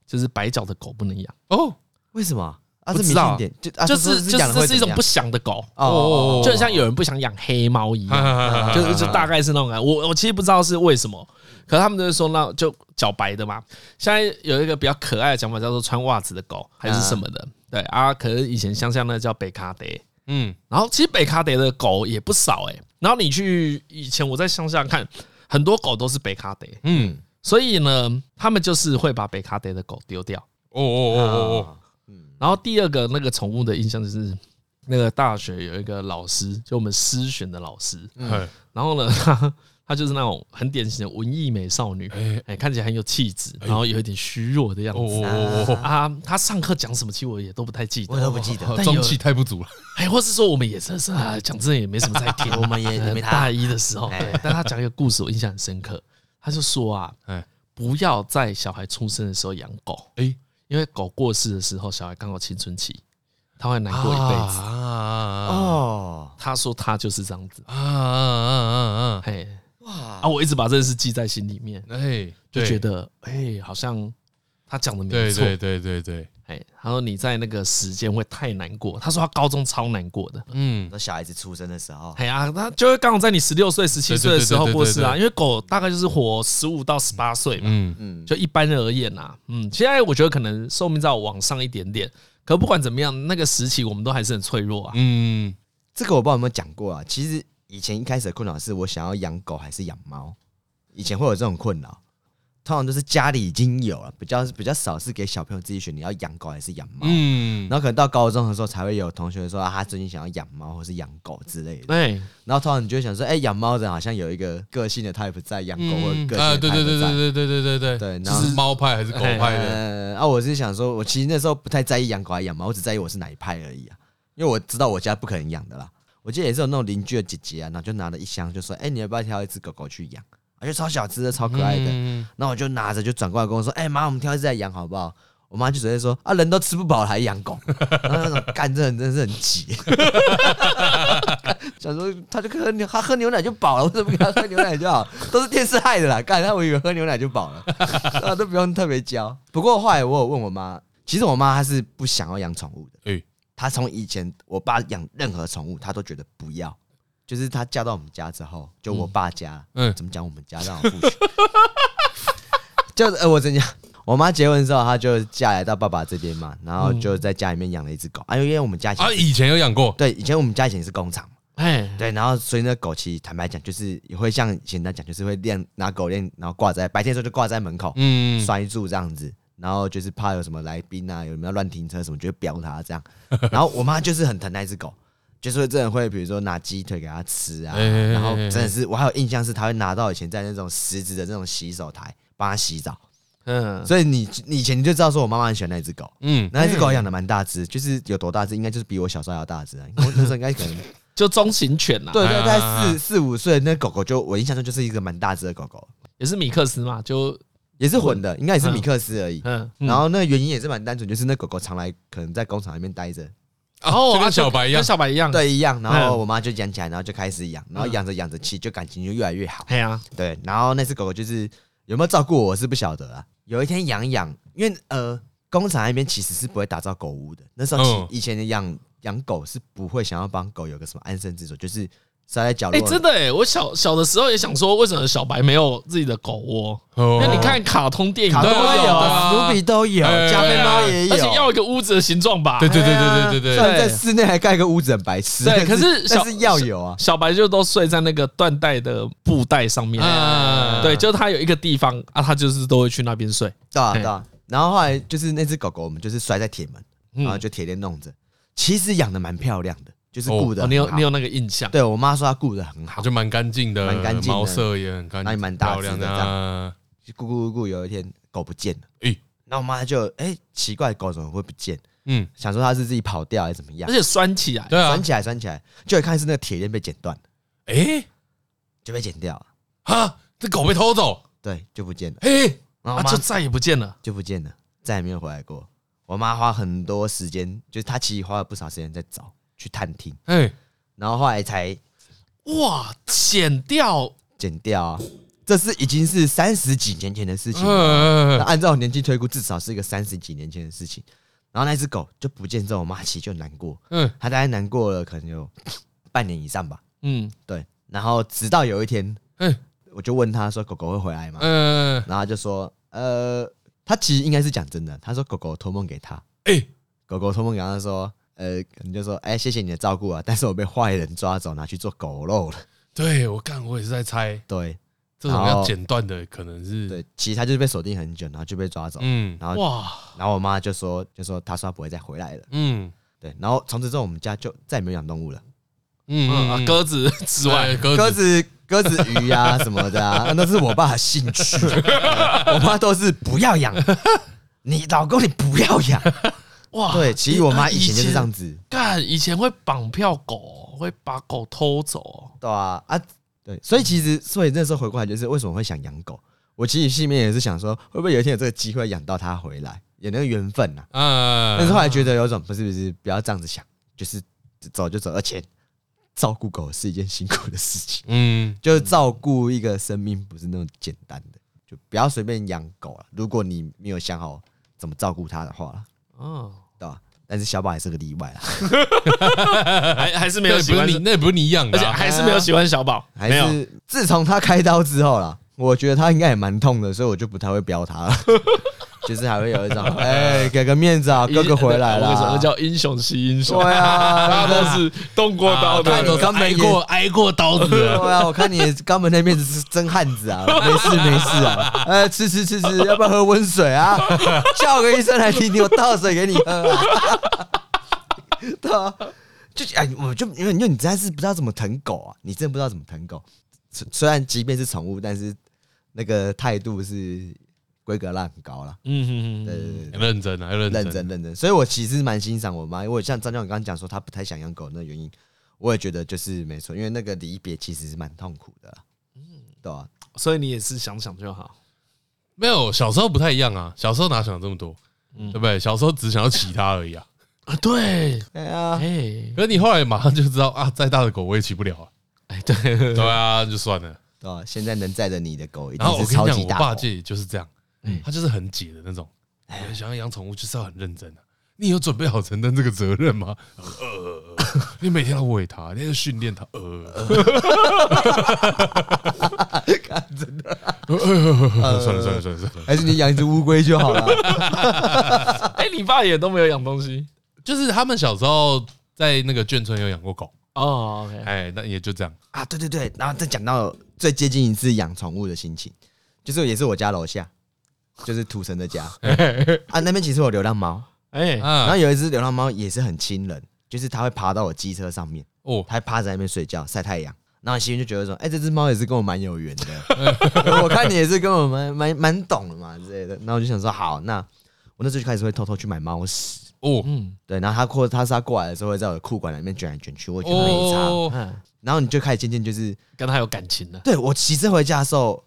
[SPEAKER 1] 就是白脚的狗不能养，
[SPEAKER 2] 哦，
[SPEAKER 3] 为什么？啊，
[SPEAKER 1] 不
[SPEAKER 3] 这
[SPEAKER 1] 知
[SPEAKER 3] 明
[SPEAKER 1] 道
[SPEAKER 3] 显点，就啊，
[SPEAKER 1] 就是就是
[SPEAKER 3] 讲
[SPEAKER 1] 这是一种不祥的狗，
[SPEAKER 3] 哦哦，哦
[SPEAKER 1] 就很像有人不想养黑猫一
[SPEAKER 2] 哈
[SPEAKER 1] 样，
[SPEAKER 2] 哈哈哈
[SPEAKER 1] 就就大概是那种感觉。我我其实不知道是为什么，可是他们都是说那就脚白的嘛。现在有一个比较可爱的讲法叫做穿袜子的狗还是什么
[SPEAKER 3] 嗯
[SPEAKER 1] 的，对啊。可是以前乡下那叫北卡德，
[SPEAKER 2] 嗯
[SPEAKER 1] 然后其实北卡德的狗也不少哎、然后你去以前我在乡下看，很多狗都是北卡德，
[SPEAKER 2] 嗯，
[SPEAKER 1] 所以呢，他们就是会把北卡德的狗丢掉。
[SPEAKER 2] 哦哦哦哦
[SPEAKER 3] 哦，
[SPEAKER 1] 然后第二个那个宠物的印象就是，那个大学有一个老师，就我们师选的老师，
[SPEAKER 2] 哦，哎
[SPEAKER 1] 然后呢，她她就是那种很典型的文艺美少女，哎、
[SPEAKER 2] 哎
[SPEAKER 1] 看起来很有气质，
[SPEAKER 3] 哎
[SPEAKER 1] 然后有一点虚弱的样
[SPEAKER 2] 哦哦
[SPEAKER 1] 子。
[SPEAKER 2] 哦哦
[SPEAKER 1] 啊，她上课讲什么，其实我也都不太记
[SPEAKER 3] 我
[SPEAKER 1] 得。
[SPEAKER 3] 都不记得。
[SPEAKER 2] 哦，中气太不足了，
[SPEAKER 1] 哎，或是说我们也真是啊，讲真的也没什么在听。
[SPEAKER 3] 我们也
[SPEAKER 1] 呃
[SPEAKER 3] 没他
[SPEAKER 1] 大一的时候，
[SPEAKER 3] 哎
[SPEAKER 1] 对，但她讲一个故事，我印象很深刻。她就说啊，
[SPEAKER 2] 哎
[SPEAKER 1] 不要在小孩出生的时候养狗，
[SPEAKER 2] 哎，
[SPEAKER 1] 因为狗过世的时候，小孩刚好青春期，他会难
[SPEAKER 2] 啊
[SPEAKER 1] 过一辈子。
[SPEAKER 2] 啊
[SPEAKER 3] 哦，
[SPEAKER 1] 他说他就是这样子，
[SPEAKER 2] 啊啊啊啊，
[SPEAKER 1] 嘿
[SPEAKER 3] 哇，
[SPEAKER 1] 啊，我一直把这件事记在心里面，
[SPEAKER 2] 哎，
[SPEAKER 1] 就
[SPEAKER 2] 对
[SPEAKER 1] 觉得哎、好像他讲的没
[SPEAKER 2] 对
[SPEAKER 1] 错，
[SPEAKER 2] 对对对对，
[SPEAKER 1] 哎，他说你在那个时间会太难过，他说他高中超难过的，
[SPEAKER 2] 嗯，
[SPEAKER 3] 那小孩子出生的时候，
[SPEAKER 1] 哎呀，他就会刚好在你十六岁、十七岁的时候
[SPEAKER 2] 对对对对对
[SPEAKER 1] 过世啊，
[SPEAKER 2] 对
[SPEAKER 1] 因为狗大概就是活十五到十八岁嘛，
[SPEAKER 2] 嗯
[SPEAKER 3] 嗯，
[SPEAKER 1] 就一般而言呐、啊，嗯，现在我觉得可能寿命再往上一点点，可不管怎么样，那个时期我们都还是很脆弱啊，
[SPEAKER 2] 嗯，
[SPEAKER 3] 这个我不知道有没有讲过啊。其实以前一开始的困扰是我想要养狗还是养猫，以前会有这种困扰。通常都是家里已经有了，比较比较少是给小朋友自己选你要养狗还是养猫。
[SPEAKER 2] 嗯，
[SPEAKER 3] 然后可能到高中的时候才会有同学说啊，他最近想要养猫或是养狗之类的。
[SPEAKER 1] 哎，
[SPEAKER 3] 然后通常你就会想说，哎、养猫的人好像有一个个性的 type 在，养狗或者个性的 type 在。
[SPEAKER 2] 啊，对对对对对对对对
[SPEAKER 3] 对
[SPEAKER 2] 就
[SPEAKER 3] 然后
[SPEAKER 2] 是猫派还是狗派的？
[SPEAKER 3] 呃，啊，我是想说，我其实那时候不太在意养狗还养猫，我只在意我是哪一派而已啊，因为我知道我家不可能养的啦。我记得也是有那种邻居的姐姐啊，然后就拿了一箱，就说：“哎、你要不要挑一只狗狗去养？”而且超小只的，超可爱的。
[SPEAKER 2] 嗯
[SPEAKER 3] 然后我就拿着就转过来跟我说：“哎、妈，我们挑一只来养好不好？”我妈就直接说：“啊，人都吃不饱了还养狗， 然后那种干这人真是很啊急。”想说他就喝牛，他喝牛奶就饱了，为什么给他喝牛奶就好？ 都是电视害的啦，干他我以为喝牛奶就 饱了，啊都不用特别教。不过后来我有问我妈，其实我妈她是不想要养宠物的，
[SPEAKER 2] 哎
[SPEAKER 3] 她从以前我爸养任何宠物，她都觉得不要。就是她嫁到我们家之后，就我爸家，
[SPEAKER 2] 嗯
[SPEAKER 3] 嗯，怎么讲我们家让我父亲， 就是呃，我真讲，我妈结婚之后，她就嫁来到爸爸这边嘛，然后就在家里面养了一只狗。啊，因为我们家以前、
[SPEAKER 2] 啊，以前有养过，
[SPEAKER 3] 对以前我们家以前是工厂嘛，
[SPEAKER 1] 哎，
[SPEAKER 3] 对，然后所以那狗其实坦白讲，就是也会像简单讲，就是会练拿狗链，然后挂在白天的时候就挂在门口、
[SPEAKER 2] 嗯，
[SPEAKER 3] 摔住这样子，然后就是怕有什么来宾啊，有人要乱停车什么，就会飙它这样。然后我妈就是很疼那只狗。就是会真的会，比如说拿鸡腿给它吃啊，
[SPEAKER 2] 哎哎哎
[SPEAKER 3] 然后真的是我还有印象是，她会拿到以前在那种石子的那种洗手台帮它洗澡，
[SPEAKER 1] 嗯，
[SPEAKER 3] 所以你你以前你就知道说我妈妈很喜欢那只狗，
[SPEAKER 2] 嗯，
[SPEAKER 3] 那只狗养的蛮大只，就是有多大只，应该就是比我小时候还要大只啊。我那时候应该可能
[SPEAKER 1] 就中型犬呐、啊，
[SPEAKER 3] 对对，在
[SPEAKER 2] 啊
[SPEAKER 3] 四四五岁那狗狗就我印象中就是一个蛮大只的狗狗，
[SPEAKER 1] 也是米克斯嘛，就
[SPEAKER 3] 也是混的，应该也是米克斯而已。
[SPEAKER 1] 嗯，嗯
[SPEAKER 3] 然后那个原因也是蛮单纯，就是那狗狗常来可能在工厂里面待着，
[SPEAKER 1] 哦，
[SPEAKER 2] 就跟
[SPEAKER 1] 啊
[SPEAKER 2] 小白一样
[SPEAKER 1] 跟小白一样，，
[SPEAKER 3] 对，一样。然后
[SPEAKER 1] 嗯
[SPEAKER 3] 我妈就养起来，然后就开始养，然后养着养着，其实就感情就越来越好。
[SPEAKER 1] 哎呀，
[SPEAKER 3] 对，然后那只狗狗就是有没有照顾我，我是不晓得啦。有一天养一养，因为呃，工厂那边其实是不会打造狗屋的。那时候
[SPEAKER 2] 嗯
[SPEAKER 3] 其以前的养养狗是不会想要帮狗有个什么安身之所，就是塞在角落。
[SPEAKER 1] 哎，真的哎，我小小的时候也想说，为什么小白没有自己的狗窝？因
[SPEAKER 2] 哦
[SPEAKER 1] 为你看卡通电影
[SPEAKER 3] 卡
[SPEAKER 1] 都
[SPEAKER 3] 都
[SPEAKER 2] 对
[SPEAKER 3] 有，
[SPEAKER 2] 啊对啊
[SPEAKER 3] 卢比都有，
[SPEAKER 2] 哎
[SPEAKER 3] 加菲猫啊也有，
[SPEAKER 1] 而且要一个屋子的形状吧
[SPEAKER 2] 对。对对对对
[SPEAKER 3] 虽
[SPEAKER 2] 对对，
[SPEAKER 3] 然在室内还盖个屋子很白痴，
[SPEAKER 1] 对
[SPEAKER 3] 但
[SPEAKER 1] 可是小
[SPEAKER 3] 但是要有啊。
[SPEAKER 1] 小白就都睡在那个缎带的布带上面，
[SPEAKER 2] 啊
[SPEAKER 1] 哎对，就他有一个地方啊，他就是都会去那边睡。
[SPEAKER 3] 对啊
[SPEAKER 1] 嘿
[SPEAKER 3] 对啊。然后后来就是那只狗狗，我们就是摔在铁门，
[SPEAKER 1] 嗯
[SPEAKER 3] 然后就铁链弄着。其实养的蛮漂亮的，就是顾的、
[SPEAKER 1] 哦，你有你有那个印象？
[SPEAKER 3] 啊对我啊妈说她顾的很好，
[SPEAKER 2] 就蛮干净的，
[SPEAKER 3] 蛮干净的
[SPEAKER 2] 毛色也很干
[SPEAKER 3] 那也
[SPEAKER 2] 净，
[SPEAKER 3] 蛮大
[SPEAKER 2] 漂
[SPEAKER 3] 只的
[SPEAKER 2] 亮
[SPEAKER 3] 这样
[SPEAKER 2] 啊。
[SPEAKER 3] 顾顾顾顾。有一天狗不见了，
[SPEAKER 1] 嗯
[SPEAKER 2] 诶
[SPEAKER 3] 那我妈就哎、奇怪，狗怎么会不见？
[SPEAKER 2] 嗯，
[SPEAKER 3] 想说它是自己跑掉还是怎么样
[SPEAKER 1] 而？且拴起来，
[SPEAKER 2] 对啊
[SPEAKER 3] 拴，起来拴起来，就一看是那个铁链被剪断了，
[SPEAKER 2] 哎，
[SPEAKER 3] 就被剪掉了，
[SPEAKER 2] 哈，这狗被偷走，
[SPEAKER 3] 对，就不见了。
[SPEAKER 2] 嘿，
[SPEAKER 3] 然后
[SPEAKER 1] 啊
[SPEAKER 3] 我，妈
[SPEAKER 1] 就再也不见了。
[SPEAKER 3] 就不见了，再也没有回来过。我妈花很多时间，就是她其实花了不少时间在找去探听，
[SPEAKER 2] 哎，
[SPEAKER 3] 然后后来才
[SPEAKER 1] 哇，剪掉
[SPEAKER 3] 剪掉啊。这是已经是三十几年前的事情了，那
[SPEAKER 2] 嗯，
[SPEAKER 3] 按照我年纪推估，至少是一个三十几年前的事情。然后那只狗就不见之后，我妈其实就难过，
[SPEAKER 2] 嗯，
[SPEAKER 3] 她大概难过了可能有半年以上吧。
[SPEAKER 1] 嗯，
[SPEAKER 3] 对，然后直到有一天，
[SPEAKER 2] 嗯
[SPEAKER 3] 我就问她说：“狗狗会回来吗？”
[SPEAKER 2] 嗯，
[SPEAKER 3] 然后她就说：“呃，她其实应该是讲真的，她说狗狗托梦给她，
[SPEAKER 2] 哎，
[SPEAKER 3] 狗狗托梦给他说，呃，你就说，哎、谢谢你的照顾啊，但是我被坏人抓走，拿去做狗肉了。
[SPEAKER 2] 对我干，我也是在猜，
[SPEAKER 3] 对
[SPEAKER 2] 这种
[SPEAKER 3] 然
[SPEAKER 2] 要
[SPEAKER 3] 后
[SPEAKER 2] 剪断的可能是，
[SPEAKER 3] 对，其实他就是被锁定很久，然后就被抓走，
[SPEAKER 2] 嗯
[SPEAKER 3] 然后
[SPEAKER 1] 哇，
[SPEAKER 3] 然后我妈就说，就说她说她不会再回来了。
[SPEAKER 2] 嗯
[SPEAKER 3] 对，然后从此之后我们家就再也没有养动物了，
[SPEAKER 2] 嗯
[SPEAKER 1] 嗯啊
[SPEAKER 2] 嗯，
[SPEAKER 1] 鸽子之外
[SPEAKER 2] 对，鸽
[SPEAKER 3] 鸽
[SPEAKER 2] 子
[SPEAKER 3] 子、鸽子、鱼啊什么的啊，那是我爸的兴趣。对我妈都是不要养，你老公你不要养。
[SPEAKER 1] 哇，
[SPEAKER 3] 对，其实我妈
[SPEAKER 1] 以
[SPEAKER 3] 以前就是这样子，
[SPEAKER 1] 干，以前会绑票狗，会把狗偷走。
[SPEAKER 3] 对啊，啊，对，所以其实，所以那时候回过来，就是为什么会想养狗？我其实心里面也是想说，会不会有一天有这个机会养到它回来，有那个缘分呐、
[SPEAKER 2] 啊
[SPEAKER 3] 但是后来觉得有一种不是不是，不要这样子想，就是走就走，而且照顾狗是一件辛苦的事情，
[SPEAKER 2] 嗯，
[SPEAKER 3] 就是照顾一个生命不是那么简单的，就不要随便养狗了。如果你没有想好怎么照顾它的话啦，
[SPEAKER 1] 嗯，
[SPEAKER 3] 对吧、但是小宝还是个例外啦，
[SPEAKER 1] 还还是没
[SPEAKER 2] 那
[SPEAKER 1] 有
[SPEAKER 2] 也不
[SPEAKER 1] 喜
[SPEAKER 2] 是
[SPEAKER 1] 欢，
[SPEAKER 2] 你，那也不是你养
[SPEAKER 1] 而
[SPEAKER 2] 的
[SPEAKER 1] 且
[SPEAKER 2] 啊，
[SPEAKER 1] 还是没有喜欢小宝，
[SPEAKER 3] 还
[SPEAKER 1] 没有。
[SPEAKER 3] 是自从他开刀之后啦，我觉得他应该也蛮痛的，所以我就不太会飙 他了，就是还会有一种哎、给个面子啊，哥哥回来
[SPEAKER 1] 我跟你说，那
[SPEAKER 3] 了，
[SPEAKER 1] 叫英雄惜英雄，
[SPEAKER 3] 对啊，
[SPEAKER 1] 大家都是动过刀的
[SPEAKER 3] 啊看
[SPEAKER 1] 人
[SPEAKER 3] 我。刚没
[SPEAKER 2] 挨过挨过 刀子
[SPEAKER 3] 对
[SPEAKER 2] 的，
[SPEAKER 3] 啊，我看你肛门那边是真汉子啊，没事没事啊，呃，吃吃吃吃，要不要喝温水啊？叫个医生来听听，我倒水给你喝、啊。 对啊，就哎，我就因为因为你真的是不知道怎么疼狗啊，你真的不知道怎么疼狗。虽虽然即便是宠物，但是那个态度是规格拉很高啦。
[SPEAKER 1] 嗯嗯
[SPEAKER 3] 对对
[SPEAKER 1] 嗯，
[SPEAKER 3] 对对。
[SPEAKER 2] 认真啊，认
[SPEAKER 3] 认真认真，所以我其实蛮欣赏我妈，因为我像张教授刚刚讲说她不太想养狗那原因，我也觉得就是没错，因为那个离别其实是蛮痛苦的啦，
[SPEAKER 2] 嗯
[SPEAKER 3] 对啊，
[SPEAKER 1] 所以你也是想想就好。
[SPEAKER 2] 没有，小时候不太一样啊，小时候哪想这么多，对不对？小时候只想要骑它而已啊。
[SPEAKER 1] 啊，对，
[SPEAKER 3] 哎呀，
[SPEAKER 1] 哎
[SPEAKER 2] 可是你后来马上就知道啊，再大的狗我也骑不了啊。
[SPEAKER 1] 哎，对，
[SPEAKER 2] 对啊，就算了。
[SPEAKER 3] 对啊，现在能载着你的狗一
[SPEAKER 2] 然后
[SPEAKER 3] 定
[SPEAKER 2] 我
[SPEAKER 3] 是超
[SPEAKER 2] 跟你讲，
[SPEAKER 3] 级
[SPEAKER 2] 我
[SPEAKER 3] 大
[SPEAKER 2] 爸
[SPEAKER 3] 狗，嗯
[SPEAKER 2] 姐也就是这样，他就是很解的那种。哎想要养宠物就是要很认真啊。你有准备好承担这个责任吗？呃，你每天要喂它，你要训练它。 呃，
[SPEAKER 3] 呃
[SPEAKER 2] 真的，算了算了算了算了，
[SPEAKER 3] 还是你养一只乌龟就好了，
[SPEAKER 1] 哎，你爸也都没有养东西
[SPEAKER 2] 就是他们小时候在那个眷村有养过狗，
[SPEAKER 1] 哦。OK，
[SPEAKER 2] 哎，那也就这样。
[SPEAKER 3] 啊，对对对，然后再讲到最接近一次养宠物的心情，就是也是我家楼下，就是土城的 家啊，那边其实有流浪猫，
[SPEAKER 1] 哎，
[SPEAKER 3] 然后
[SPEAKER 2] 啊，
[SPEAKER 3] 有一只流浪猫也是很亲人，就是它会爬到我机车上面。
[SPEAKER 2] 哦，
[SPEAKER 3] 它趴在那边睡觉晒太阳。然后心里就觉得说，哎、这只猫也是跟我蛮有缘的， 我看你也是跟我蛮蛮蛮懂的嘛之类的。然后我就想说，好，那我那时候就开始会偷偷去买猫屎，
[SPEAKER 2] 哦，
[SPEAKER 1] 嗯
[SPEAKER 3] 对。然后它或它是它过来的时候，会在我的裤管里面卷来卷去，我觉得没差。
[SPEAKER 2] 哦，
[SPEAKER 1] 嗯，
[SPEAKER 3] 然后你就开始渐渐就是，
[SPEAKER 1] 跟他有感情了。
[SPEAKER 3] 对我骑车回家的时候，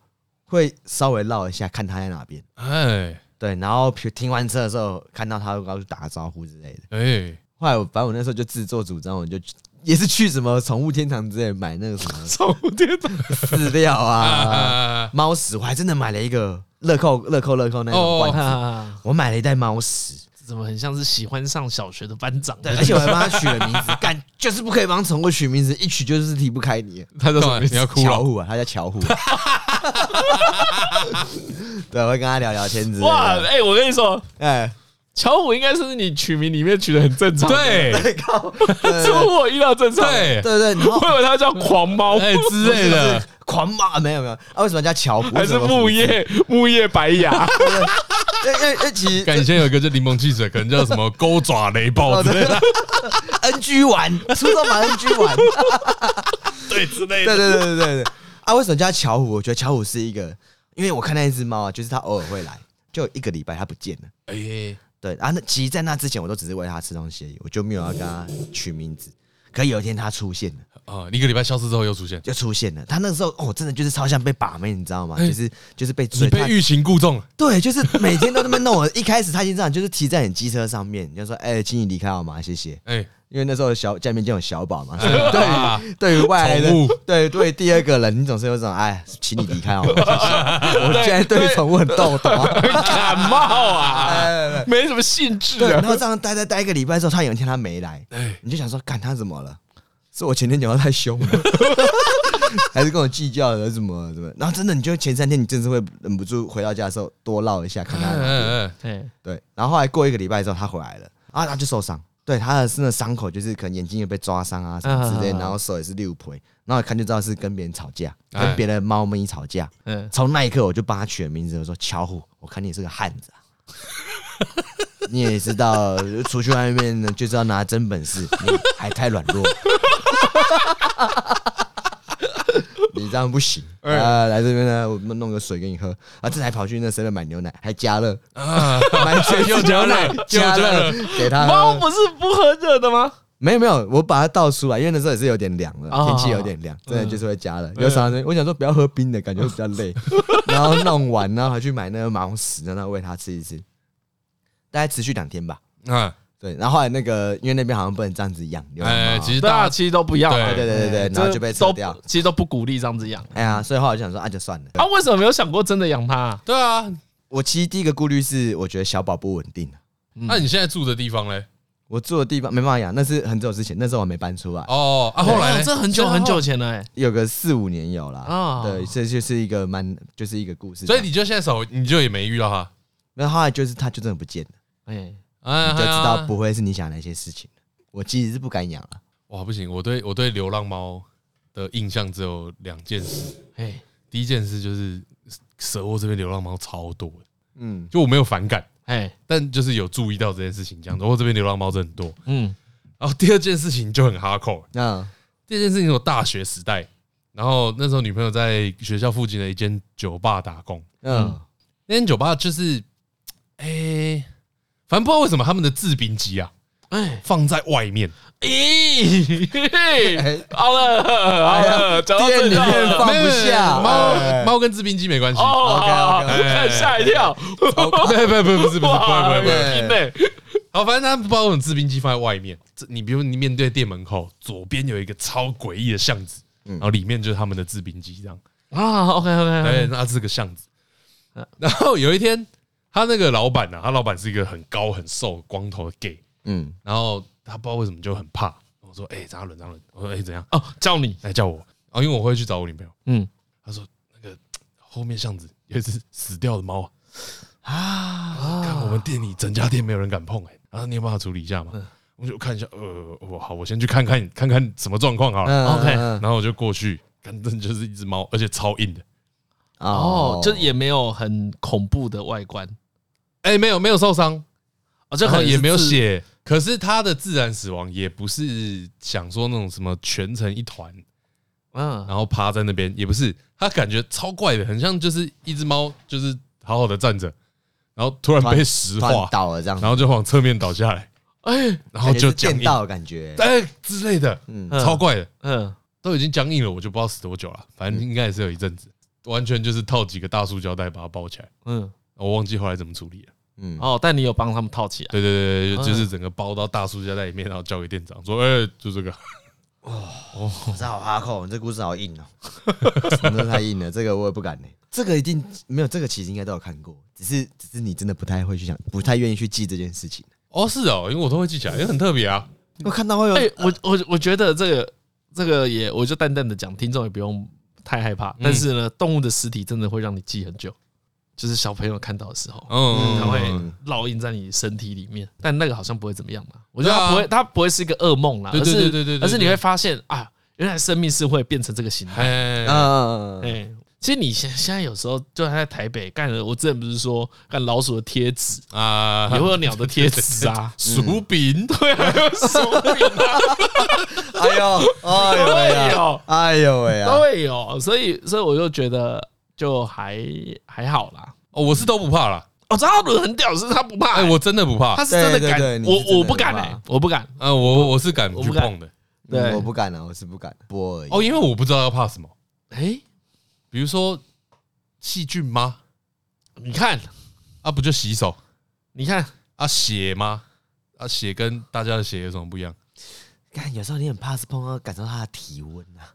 [SPEAKER 3] 会稍微绕一下看它在哪边，
[SPEAKER 2] 哎
[SPEAKER 3] 对。然后比如停完车的时候，看到它，我就打个招呼之类的。
[SPEAKER 2] 哎，
[SPEAKER 3] 后来我反正我那时候就自作主张，我就去也是去什么宠物天堂之类买那个什么
[SPEAKER 1] 宠物天堂，
[SPEAKER 3] 饲料啊、
[SPEAKER 2] 啊，
[SPEAKER 3] 猫屎，我还真的买了一个乐扣乐扣乐扣那种
[SPEAKER 1] 哦
[SPEAKER 3] 罐子，
[SPEAKER 1] 啊
[SPEAKER 3] 我买了一袋猫屎，
[SPEAKER 1] 怎么很像是喜欢上小学的班长？
[SPEAKER 3] 对，而且我还帮它取了名字， 干就是不可以帮宠物取名字，一取就是离不开你。
[SPEAKER 2] 他叫什么名字？你要哭
[SPEAKER 3] 巧
[SPEAKER 2] 了？
[SPEAKER 3] 虎啊，他叫巧虎。 对，我会跟他聊聊天之类
[SPEAKER 1] 哇，
[SPEAKER 3] 的。
[SPEAKER 1] 哎、我跟你说，
[SPEAKER 3] 哎，
[SPEAKER 1] 巧虎应该是你取名里面取的很正常，，
[SPEAKER 2] 对
[SPEAKER 3] 靠，对对
[SPEAKER 1] 出乎我意料正常。，
[SPEAKER 2] 对，
[SPEAKER 3] 对对，然后
[SPEAKER 1] 我以为它叫狂 猫，
[SPEAKER 2] 哎之类的，
[SPEAKER 3] 狂骂没有没有，啊，为什么叫巧虎？
[SPEAKER 1] 还是
[SPEAKER 3] 为什么
[SPEAKER 1] 木叶木叶白牙，
[SPEAKER 3] 对？因为因为其实
[SPEAKER 2] 感觉以前有一个叫柠檬汽水，可能叫什么钩爪雷暴
[SPEAKER 3] 哦
[SPEAKER 2] 之类
[SPEAKER 3] 对
[SPEAKER 2] 的，
[SPEAKER 3] NG 玩，出到把 NG 玩。
[SPEAKER 2] 对之类
[SPEAKER 3] 对
[SPEAKER 2] 的。
[SPEAKER 3] 对对对对对。啊，为什么叫巧虎？我觉得巧虎是一个，因为我看那一只猫啊，就是它偶尔会来，就一个礼拜它不见了。
[SPEAKER 2] 哎，
[SPEAKER 3] 对啊，那其实，在那之前，我都只是喂它吃东西而已，我就没有要跟它取名字。可有一天它出现了，
[SPEAKER 2] 啊，你一个礼拜消失之后又出现，
[SPEAKER 3] 就出现了。它那个时候，哦，真的就是超像被把妹，你知道吗？就是就是被
[SPEAKER 2] 哎你
[SPEAKER 3] 追，
[SPEAKER 2] 被
[SPEAKER 3] 它
[SPEAKER 2] 欲擒故纵了。
[SPEAKER 3] 对，就是每天都那么弄我。一开始它已经这样，就是骑在你机车上面，你就说：“哎、请你离开好吗？谢谢。”
[SPEAKER 2] 哎，
[SPEAKER 3] 因为那时候小家里面就有小宝 嘛，所以
[SPEAKER 2] 对
[SPEAKER 3] 对于外来的
[SPEAKER 2] 啊宠物，
[SPEAKER 3] 对对第二个人，你总是有种哎，请你离开 好吗？谢谢我现在对于宠物很逗懂啊。
[SPEAKER 1] 感冒啊，
[SPEAKER 3] 哎哎哎
[SPEAKER 1] 没什么兴致
[SPEAKER 3] 对，然
[SPEAKER 1] 啊。
[SPEAKER 3] 后这样待待待一个礼拜之后，他有一天他没来，你就想说，干他怎么了？是我前天讲话太凶 了，还是跟我计较了？怎么怎么？然后真的，你就前三天你真是会忍不住回到家的时候多唠一下，看他有没有
[SPEAKER 2] 哎
[SPEAKER 1] 哎，
[SPEAKER 3] 对，然后后来过一个礼拜之后，他回来了，啊，他就受伤，对，他的是那伤口就是可能眼睛也被抓伤啊什么之类，
[SPEAKER 1] 啊
[SPEAKER 3] 然后手也是六陪，然后一看就知道是跟别人吵架，
[SPEAKER 2] 哎
[SPEAKER 3] 跟别的猫咪吵架。
[SPEAKER 1] 嗯，
[SPEAKER 3] 从那一刻我就帮他取了名字，我说巧虎，我看你是个汉子、啊。 你也知道，出去外面呢，就是要拿真本事，你还太软弱， 你这样不行啊、
[SPEAKER 2] 哎
[SPEAKER 3] 来这边呢，我们弄个水给你喝啊！这才跑去那谁买牛奶，还加热，
[SPEAKER 2] 哎啊，
[SPEAKER 3] 买全
[SPEAKER 2] 又
[SPEAKER 3] 脂
[SPEAKER 2] 加
[SPEAKER 3] 牛奶
[SPEAKER 2] 热
[SPEAKER 3] 加
[SPEAKER 2] 又加热
[SPEAKER 3] 热给他
[SPEAKER 1] 猫
[SPEAKER 3] 喝。
[SPEAKER 1] 不是不喝热的吗？
[SPEAKER 3] 没有没有，我把它倒出来，因为那时候也是有点凉了，
[SPEAKER 2] 啊
[SPEAKER 1] 哦
[SPEAKER 3] 天气有点凉，真的就是会加
[SPEAKER 2] 嗯
[SPEAKER 3] 热。有啥呢？我想说不要喝冰的，感觉会比较累。然后弄完，然后还去买那个马红石，让它喂它吃一吃。大概持续两天吧。
[SPEAKER 2] 啊，
[SPEAKER 3] 对，然后后来那个，因为那边好像不能这样子养流浪猫
[SPEAKER 2] 哎，
[SPEAKER 3] 啊，
[SPEAKER 2] 其实
[SPEAKER 1] 对啊，
[SPEAKER 2] 大
[SPEAKER 1] 其实都不要啊，
[SPEAKER 3] 对
[SPEAKER 2] 对
[SPEAKER 3] 对对对，然后就被
[SPEAKER 1] 这
[SPEAKER 3] 撤
[SPEAKER 1] 都
[SPEAKER 3] 掉。
[SPEAKER 1] 其实都不鼓励这样子养。
[SPEAKER 3] 哎呀，所以后来我就想说，啊，就算了。
[SPEAKER 2] 哎
[SPEAKER 1] 啊，为什么没有想过真的养它啊？
[SPEAKER 2] 对啊，
[SPEAKER 3] 我其实第一个顾虑是，我觉得小宝不稳定。啊
[SPEAKER 2] 那你现在住的地方嘞？
[SPEAKER 3] 我住的地方没办法养，那是很久之前，那时候我还没搬出来。
[SPEAKER 2] 哦，啊，后来
[SPEAKER 1] 哦
[SPEAKER 2] 嘞
[SPEAKER 1] 这很久很久，前了，哎，
[SPEAKER 3] 有个四五年有啦，
[SPEAKER 1] 哦
[SPEAKER 3] 对，这就是一个蛮，就是一个故事。
[SPEAKER 2] 啊所以你就现在手，你就也没遇到他，
[SPEAKER 3] 那后来就是他就真的不见了，
[SPEAKER 1] 哎，
[SPEAKER 2] 哎
[SPEAKER 3] 你就知
[SPEAKER 2] 哎
[SPEAKER 3] 道
[SPEAKER 2] 呀
[SPEAKER 3] 不会是你想的那些事情了。我其实是不敢养啊了，
[SPEAKER 2] 哇，不行，我对我对流浪猫的印象只有两件事。
[SPEAKER 1] 哎，
[SPEAKER 2] 第一件事就是蛇窝这边流浪猫超多的，
[SPEAKER 3] 嗯，
[SPEAKER 2] 就我没有反感，
[SPEAKER 1] 哎，
[SPEAKER 2] 但就是有注意到这件事情，这样子。我这边流浪猫真的很多。
[SPEAKER 1] 嗯，
[SPEAKER 2] 然后第二件事情就很哈口，
[SPEAKER 3] 那
[SPEAKER 2] 第二件事情是我大学时代，然后那时候女朋友在学校附近的一间酒吧打工，
[SPEAKER 3] 嗯
[SPEAKER 2] 那间酒吧就是，哎、反正不知道为什么他们的制冰机啊
[SPEAKER 1] 哎，
[SPEAKER 2] 放在外面，
[SPEAKER 1] 咦，嘿
[SPEAKER 3] 哎
[SPEAKER 1] 好了，好了，讲到
[SPEAKER 3] 店
[SPEAKER 1] 这
[SPEAKER 3] 里
[SPEAKER 1] 里
[SPEAKER 3] 面放不下
[SPEAKER 2] 猫猫跟制冰机没关系。
[SPEAKER 1] 哦，好
[SPEAKER 3] OK，OK，OK
[SPEAKER 1] 吓吓一跳，
[SPEAKER 2] 不不不不不是不是不会不会不会，
[SPEAKER 1] 拼嘞，
[SPEAKER 2] 好，反正他们把我们制冰机放在外面。这你比如你面对店门口，左边有一个超诡异的巷子，然后里面就是他们的制冰机这样。
[SPEAKER 1] 啊，OK
[SPEAKER 3] 嗯
[SPEAKER 1] OK，
[SPEAKER 2] 对，哎那是个巷子。然后有一天，他那个老板呢、啊，他老板是一个很高很瘦光头的 gay，
[SPEAKER 3] 嗯，
[SPEAKER 2] 然后他不知道为什么就很怕。我说：“哎、张嘉伦，张嘉伦。”我说：“哎、怎样
[SPEAKER 1] 哦，叫你？”，
[SPEAKER 2] 来叫我。哦，因为我会去找我女朋友。
[SPEAKER 1] 嗯，
[SPEAKER 2] 他说：“那个后面巷子有一只死掉的猫啊。”
[SPEAKER 3] 啊
[SPEAKER 1] 啊哦
[SPEAKER 2] 看我们店里整家店没有人敢碰哎、然后你有办法处理一下
[SPEAKER 3] 嗯
[SPEAKER 2] 吗？我就看一下，呃，我好，我先去看看看看什么状况好了。
[SPEAKER 3] 嗯
[SPEAKER 1] OK
[SPEAKER 3] 嗯
[SPEAKER 2] 然后我就过去，看真的就是一只猫，而且超硬的。
[SPEAKER 1] 哦，就也没有很恐怖的外观，
[SPEAKER 2] 哎、没有没有受伤，
[SPEAKER 1] 哦，这
[SPEAKER 2] 这
[SPEAKER 1] 可
[SPEAKER 2] 可
[SPEAKER 1] 能
[SPEAKER 2] 能也没有
[SPEAKER 1] 是自，
[SPEAKER 2] 写。可是它的自然死亡也不是想说那种什么全成一团，
[SPEAKER 1] 嗯，
[SPEAKER 2] 然后趴在那边，也不是。它感觉超怪的，很像就是一只猫，就是好好的站着，然后突然被石
[SPEAKER 3] 突然
[SPEAKER 2] 化，
[SPEAKER 3] 倒了这样，
[SPEAKER 2] 然后就往侧面倒下来，
[SPEAKER 1] 哎，
[SPEAKER 2] 然后就僵
[SPEAKER 3] 见
[SPEAKER 2] 硬，
[SPEAKER 3] 到的感觉，
[SPEAKER 2] 哎之类的，
[SPEAKER 3] 嗯
[SPEAKER 1] 嗯
[SPEAKER 2] 超怪的。
[SPEAKER 1] 嗯，
[SPEAKER 2] 都已经僵硬了，我就不知道死多久了，反正应该也是有一阵子，完全就是套几个大塑胶袋把它包起来，
[SPEAKER 1] 嗯，
[SPEAKER 2] 我忘记后来怎么处理了。
[SPEAKER 3] 嗯，
[SPEAKER 1] 哦，但你有帮他们套起来，
[SPEAKER 2] 对对对
[SPEAKER 1] 嗯
[SPEAKER 2] 对，就是整个包到大塑胶袋里面，然后交给店长说：“哎，就这个。
[SPEAKER 3] 这好哦哈扣，你这故事好硬哦、真的太硬了，这个我也不敢呢、这个一定没有，这个其实应该都有看过，只是只是你真的不太会去想，不太愿意去记这件事情。”
[SPEAKER 2] 哦，是哦，因为我都会记起来，因为很特别啊。
[SPEAKER 3] 我看到会有，
[SPEAKER 1] 哎、我我我觉得这个这个也，我就淡淡的讲，听众也不用太害
[SPEAKER 2] 嗯
[SPEAKER 1] 怕。但是呢，动物的尸体真的会让你记很久，就是小朋友看到的时候，
[SPEAKER 2] 嗯，
[SPEAKER 1] 它
[SPEAKER 2] 嗯
[SPEAKER 1] 会
[SPEAKER 2] 嗯
[SPEAKER 1] 烙印在你身体里面。但那个好像不会怎么样嘛，我觉得
[SPEAKER 2] 对啊
[SPEAKER 1] 它不会，它不会是一个噩梦啦，
[SPEAKER 2] 对
[SPEAKER 1] 而
[SPEAKER 2] 对
[SPEAKER 1] 是
[SPEAKER 2] 对对对对
[SPEAKER 1] 而是你会发现啊，原来生命是会变成这个形态。
[SPEAKER 2] 哎，
[SPEAKER 3] 嗯，
[SPEAKER 1] 哎，其实你现现在有时候就还在台北干了，我之前不是说干老鼠的贴纸，
[SPEAKER 2] 啊，。
[SPEAKER 1] 也会有鸟的贴纸啊
[SPEAKER 2] 薯
[SPEAKER 1] 嗯
[SPEAKER 2] 饼， 对啊， 薯饼啊，
[SPEAKER 3] 哎呦，哎呦喂
[SPEAKER 1] 对
[SPEAKER 3] 啊，
[SPEAKER 1] 哦，
[SPEAKER 3] 哎呦喂
[SPEAKER 1] 都
[SPEAKER 3] 啊，
[SPEAKER 1] 会有，所以所以我就觉得就还还好啦。
[SPEAKER 2] 哦，我是都不怕啦，
[SPEAKER 1] 哦，张浩伦很屌，是他不怕、
[SPEAKER 2] 哎，
[SPEAKER 1] 我
[SPEAKER 2] 我真的不怕
[SPEAKER 1] 他，是真的
[SPEAKER 3] 对对
[SPEAKER 1] 敢，
[SPEAKER 3] 对你是真的
[SPEAKER 1] 我我不敢
[SPEAKER 3] 不
[SPEAKER 1] 哎、
[SPEAKER 3] 怕
[SPEAKER 1] 我不敢。
[SPEAKER 2] 啊，我我是敢
[SPEAKER 1] 我
[SPEAKER 2] 去
[SPEAKER 1] 不敢
[SPEAKER 2] 碰的。
[SPEAKER 1] 对，
[SPEAKER 3] 我不敢啊，我是不敢播而已。
[SPEAKER 2] 哦，因为我不知道要怕什么，
[SPEAKER 1] 哎、
[SPEAKER 2] 比如说细菌吗？
[SPEAKER 1] 你看，
[SPEAKER 2] 啊，不就洗手
[SPEAKER 1] 你看，
[SPEAKER 2] 啊？血吗？啊，血跟大家的血有什么不一样？
[SPEAKER 3] 看，有时候你很怕是碰到感受到他的体温啊。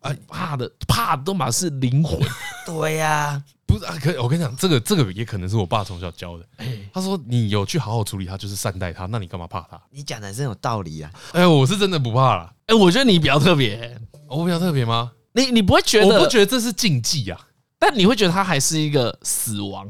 [SPEAKER 1] 哎，怕的怕的都嘛是灵魂。
[SPEAKER 3] 对呀，
[SPEAKER 2] 不是啊，可我跟你讲，这个这个也可能是我爸从小教的。
[SPEAKER 1] 哎
[SPEAKER 2] 他说你有去好好处理它，就是善待它，那你干嘛怕它？
[SPEAKER 3] 你讲的真有道理啊。
[SPEAKER 2] 哎，我是真的不怕啦。
[SPEAKER 1] 哎、我觉得你比较特别、哎
[SPEAKER 2] 哦我比较特别吗？
[SPEAKER 1] 你你不会觉得，
[SPEAKER 2] 我不觉得这是禁忌啊。
[SPEAKER 1] 但你会觉得他还是一个死亡。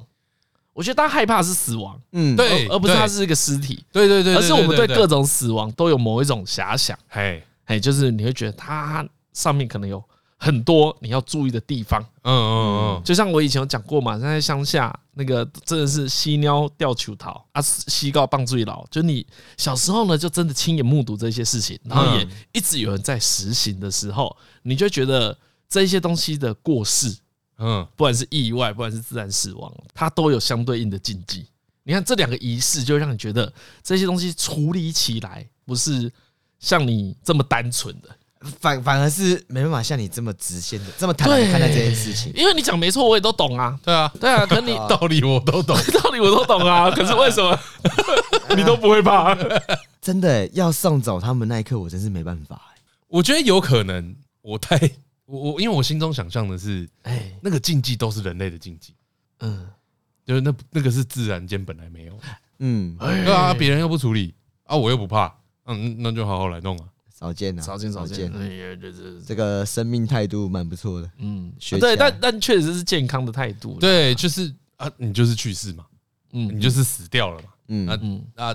[SPEAKER 1] 我觉得他害怕的是死亡，
[SPEAKER 3] 嗯，
[SPEAKER 2] 对，
[SPEAKER 1] 而而不是
[SPEAKER 2] 对
[SPEAKER 1] 他是一个尸体，
[SPEAKER 2] 对对对，
[SPEAKER 1] 而是我们对各
[SPEAKER 2] 种
[SPEAKER 1] 种死亡都有某一种遐想。
[SPEAKER 2] 嘿，
[SPEAKER 1] 哎，就是你会觉得它上面可能有很多你要注意的地方。
[SPEAKER 2] 嗯嗯嗯，
[SPEAKER 1] 就像我以前有讲过嘛，在乡下那个真的是犀鸟吊球桃啊，西高棒最老。就你小时候呢，就真的亲眼目睹这些事情，然后也
[SPEAKER 2] 嗯
[SPEAKER 1] 一直有人在实行的时候，你就觉得这些东西的过世，
[SPEAKER 2] 嗯，
[SPEAKER 1] 不管是意外，不管是自然死亡，它都有相对应的禁忌。你看这两个仪式，就会让你觉得这些东西处理起来不是像你这么单纯的。
[SPEAKER 3] 反反而是没办法像你这么直线的、这么坦然的看待这件事情。
[SPEAKER 1] 因为你讲没错，我也都懂啊。
[SPEAKER 2] 对啊，
[SPEAKER 1] 对啊，可 你
[SPEAKER 2] 道理我都懂。
[SPEAKER 1] 道理我都懂啊，可是为什 么你都不会怕？
[SPEAKER 3] 真的欸要送走他们那一刻，我真是没办法欸。
[SPEAKER 2] 我觉得有可能，我太我我，因为我心中想象的是
[SPEAKER 1] 哎，
[SPEAKER 2] 那个禁忌都是人类的禁忌，
[SPEAKER 1] 嗯，
[SPEAKER 2] 就是那那个是自然间本来没有，
[SPEAKER 1] 哎
[SPEAKER 3] 嗯，
[SPEAKER 2] 对啊，别人又不处理啊，我又不怕，嗯，那就好好来弄啊。
[SPEAKER 3] 少见啊，
[SPEAKER 1] 少见少见，哎呀，这这
[SPEAKER 3] 这个生命态度蛮不错的，
[SPEAKER 1] 嗯，
[SPEAKER 3] 学
[SPEAKER 1] 对，
[SPEAKER 3] 起来
[SPEAKER 1] 但但确实是健康的态度。，
[SPEAKER 2] 对，就是啊，你就是去世嘛，
[SPEAKER 1] 嗯
[SPEAKER 2] 你就是死掉了嘛。
[SPEAKER 3] 嗯
[SPEAKER 2] 啊
[SPEAKER 1] 嗯，
[SPEAKER 2] 那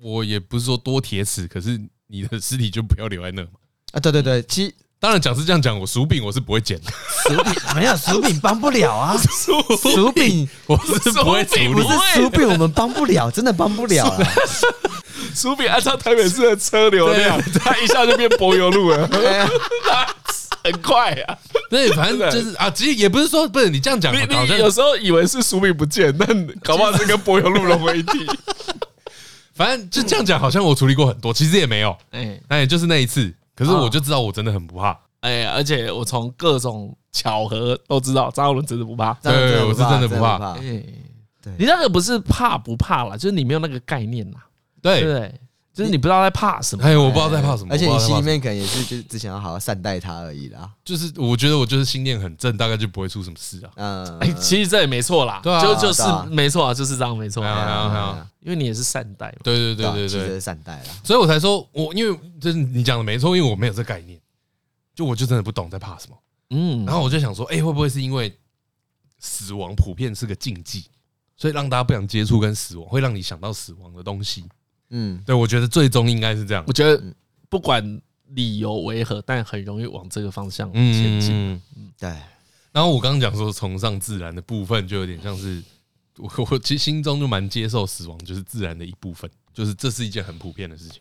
[SPEAKER 2] 我也不是说多铁齿，可是你的尸体就不要留在那嘛。
[SPEAKER 3] 啊，对对对，其实
[SPEAKER 2] 当然讲是这样讲，我薯饼我是不会捡的，
[SPEAKER 3] 薯饼没有薯饼帮不了啊，薯饼
[SPEAKER 2] 我是不会处
[SPEAKER 1] 薯饼
[SPEAKER 3] 不
[SPEAKER 2] 理
[SPEAKER 3] 是。薯饼，我们帮不了，真的帮不了啊。
[SPEAKER 1] 苏比按照台北市的车流 量，它一下就变柏油路了，
[SPEAKER 3] 啊
[SPEAKER 1] 很快啊！
[SPEAKER 2] 对，反正就是啊，其实也不是说不是你这样讲，
[SPEAKER 1] 你
[SPEAKER 2] 好像
[SPEAKER 1] 你有时候以为是苏比不见，但搞不好是跟柏油路融为一体。
[SPEAKER 2] 反正就这样讲，好像我处理过很多，其实也没有，
[SPEAKER 1] 哎
[SPEAKER 2] 那也就是那一次。可是我就知道我真的很不怕，
[SPEAKER 1] 哎，而且我从各种巧合都知道，张浩伦真的不怕。
[SPEAKER 3] 真的
[SPEAKER 2] 对我是真的不
[SPEAKER 3] 不
[SPEAKER 2] 怕
[SPEAKER 3] 怕。
[SPEAKER 1] 哎，
[SPEAKER 3] 对
[SPEAKER 1] 你那个不是怕不怕啦，就是你没有那个概念啦，对不
[SPEAKER 2] 对，
[SPEAKER 1] 对？就是你不知道在怕什么。
[SPEAKER 2] 哎，我不知道在怕什么，
[SPEAKER 3] 而且
[SPEAKER 2] 我
[SPEAKER 3] 你
[SPEAKER 2] 不知
[SPEAKER 3] 心里
[SPEAKER 2] 道在怕什么
[SPEAKER 3] 面可能也是就是只想要好好善待他而已啦。
[SPEAKER 2] 就是我觉得我就是心念很正，大概就不会出什么事啊。
[SPEAKER 3] 嗯
[SPEAKER 1] 哎，，其实这也没错啦，
[SPEAKER 2] 对啊
[SPEAKER 1] 就就是
[SPEAKER 3] 对啊
[SPEAKER 1] 没错啊，就是这样没错
[SPEAKER 2] 哎
[SPEAKER 1] 啊，
[SPEAKER 2] 呀哎呀哎呀
[SPEAKER 1] 因为你也是善待嘛。
[SPEAKER 2] 对对
[SPEAKER 3] 嗯
[SPEAKER 2] 对对
[SPEAKER 3] 啊其实
[SPEAKER 2] 对
[SPEAKER 3] 是，善待啦。
[SPEAKER 2] 所以我才说我因为就是你讲的没错，因为我没有这概念，就我就真的不懂在怕什么。
[SPEAKER 1] 嗯，
[SPEAKER 2] 然后我就想说，哎，会不会是因为死亡普遍是个禁忌，所以让大家不想接触跟死亡，会让你想到死亡的东西？
[SPEAKER 3] 嗯，
[SPEAKER 2] 对，我觉得最终应该是这样
[SPEAKER 1] 我。觉得不管理由为何，但很容易往这个方向前进。
[SPEAKER 2] 嗯，
[SPEAKER 3] 对，
[SPEAKER 2] 然后我刚刚讲说崇尚自然的部分，就有点像是我我其实心中就蛮接受死亡就是自然的一部分，就是这是一件很普遍的事情，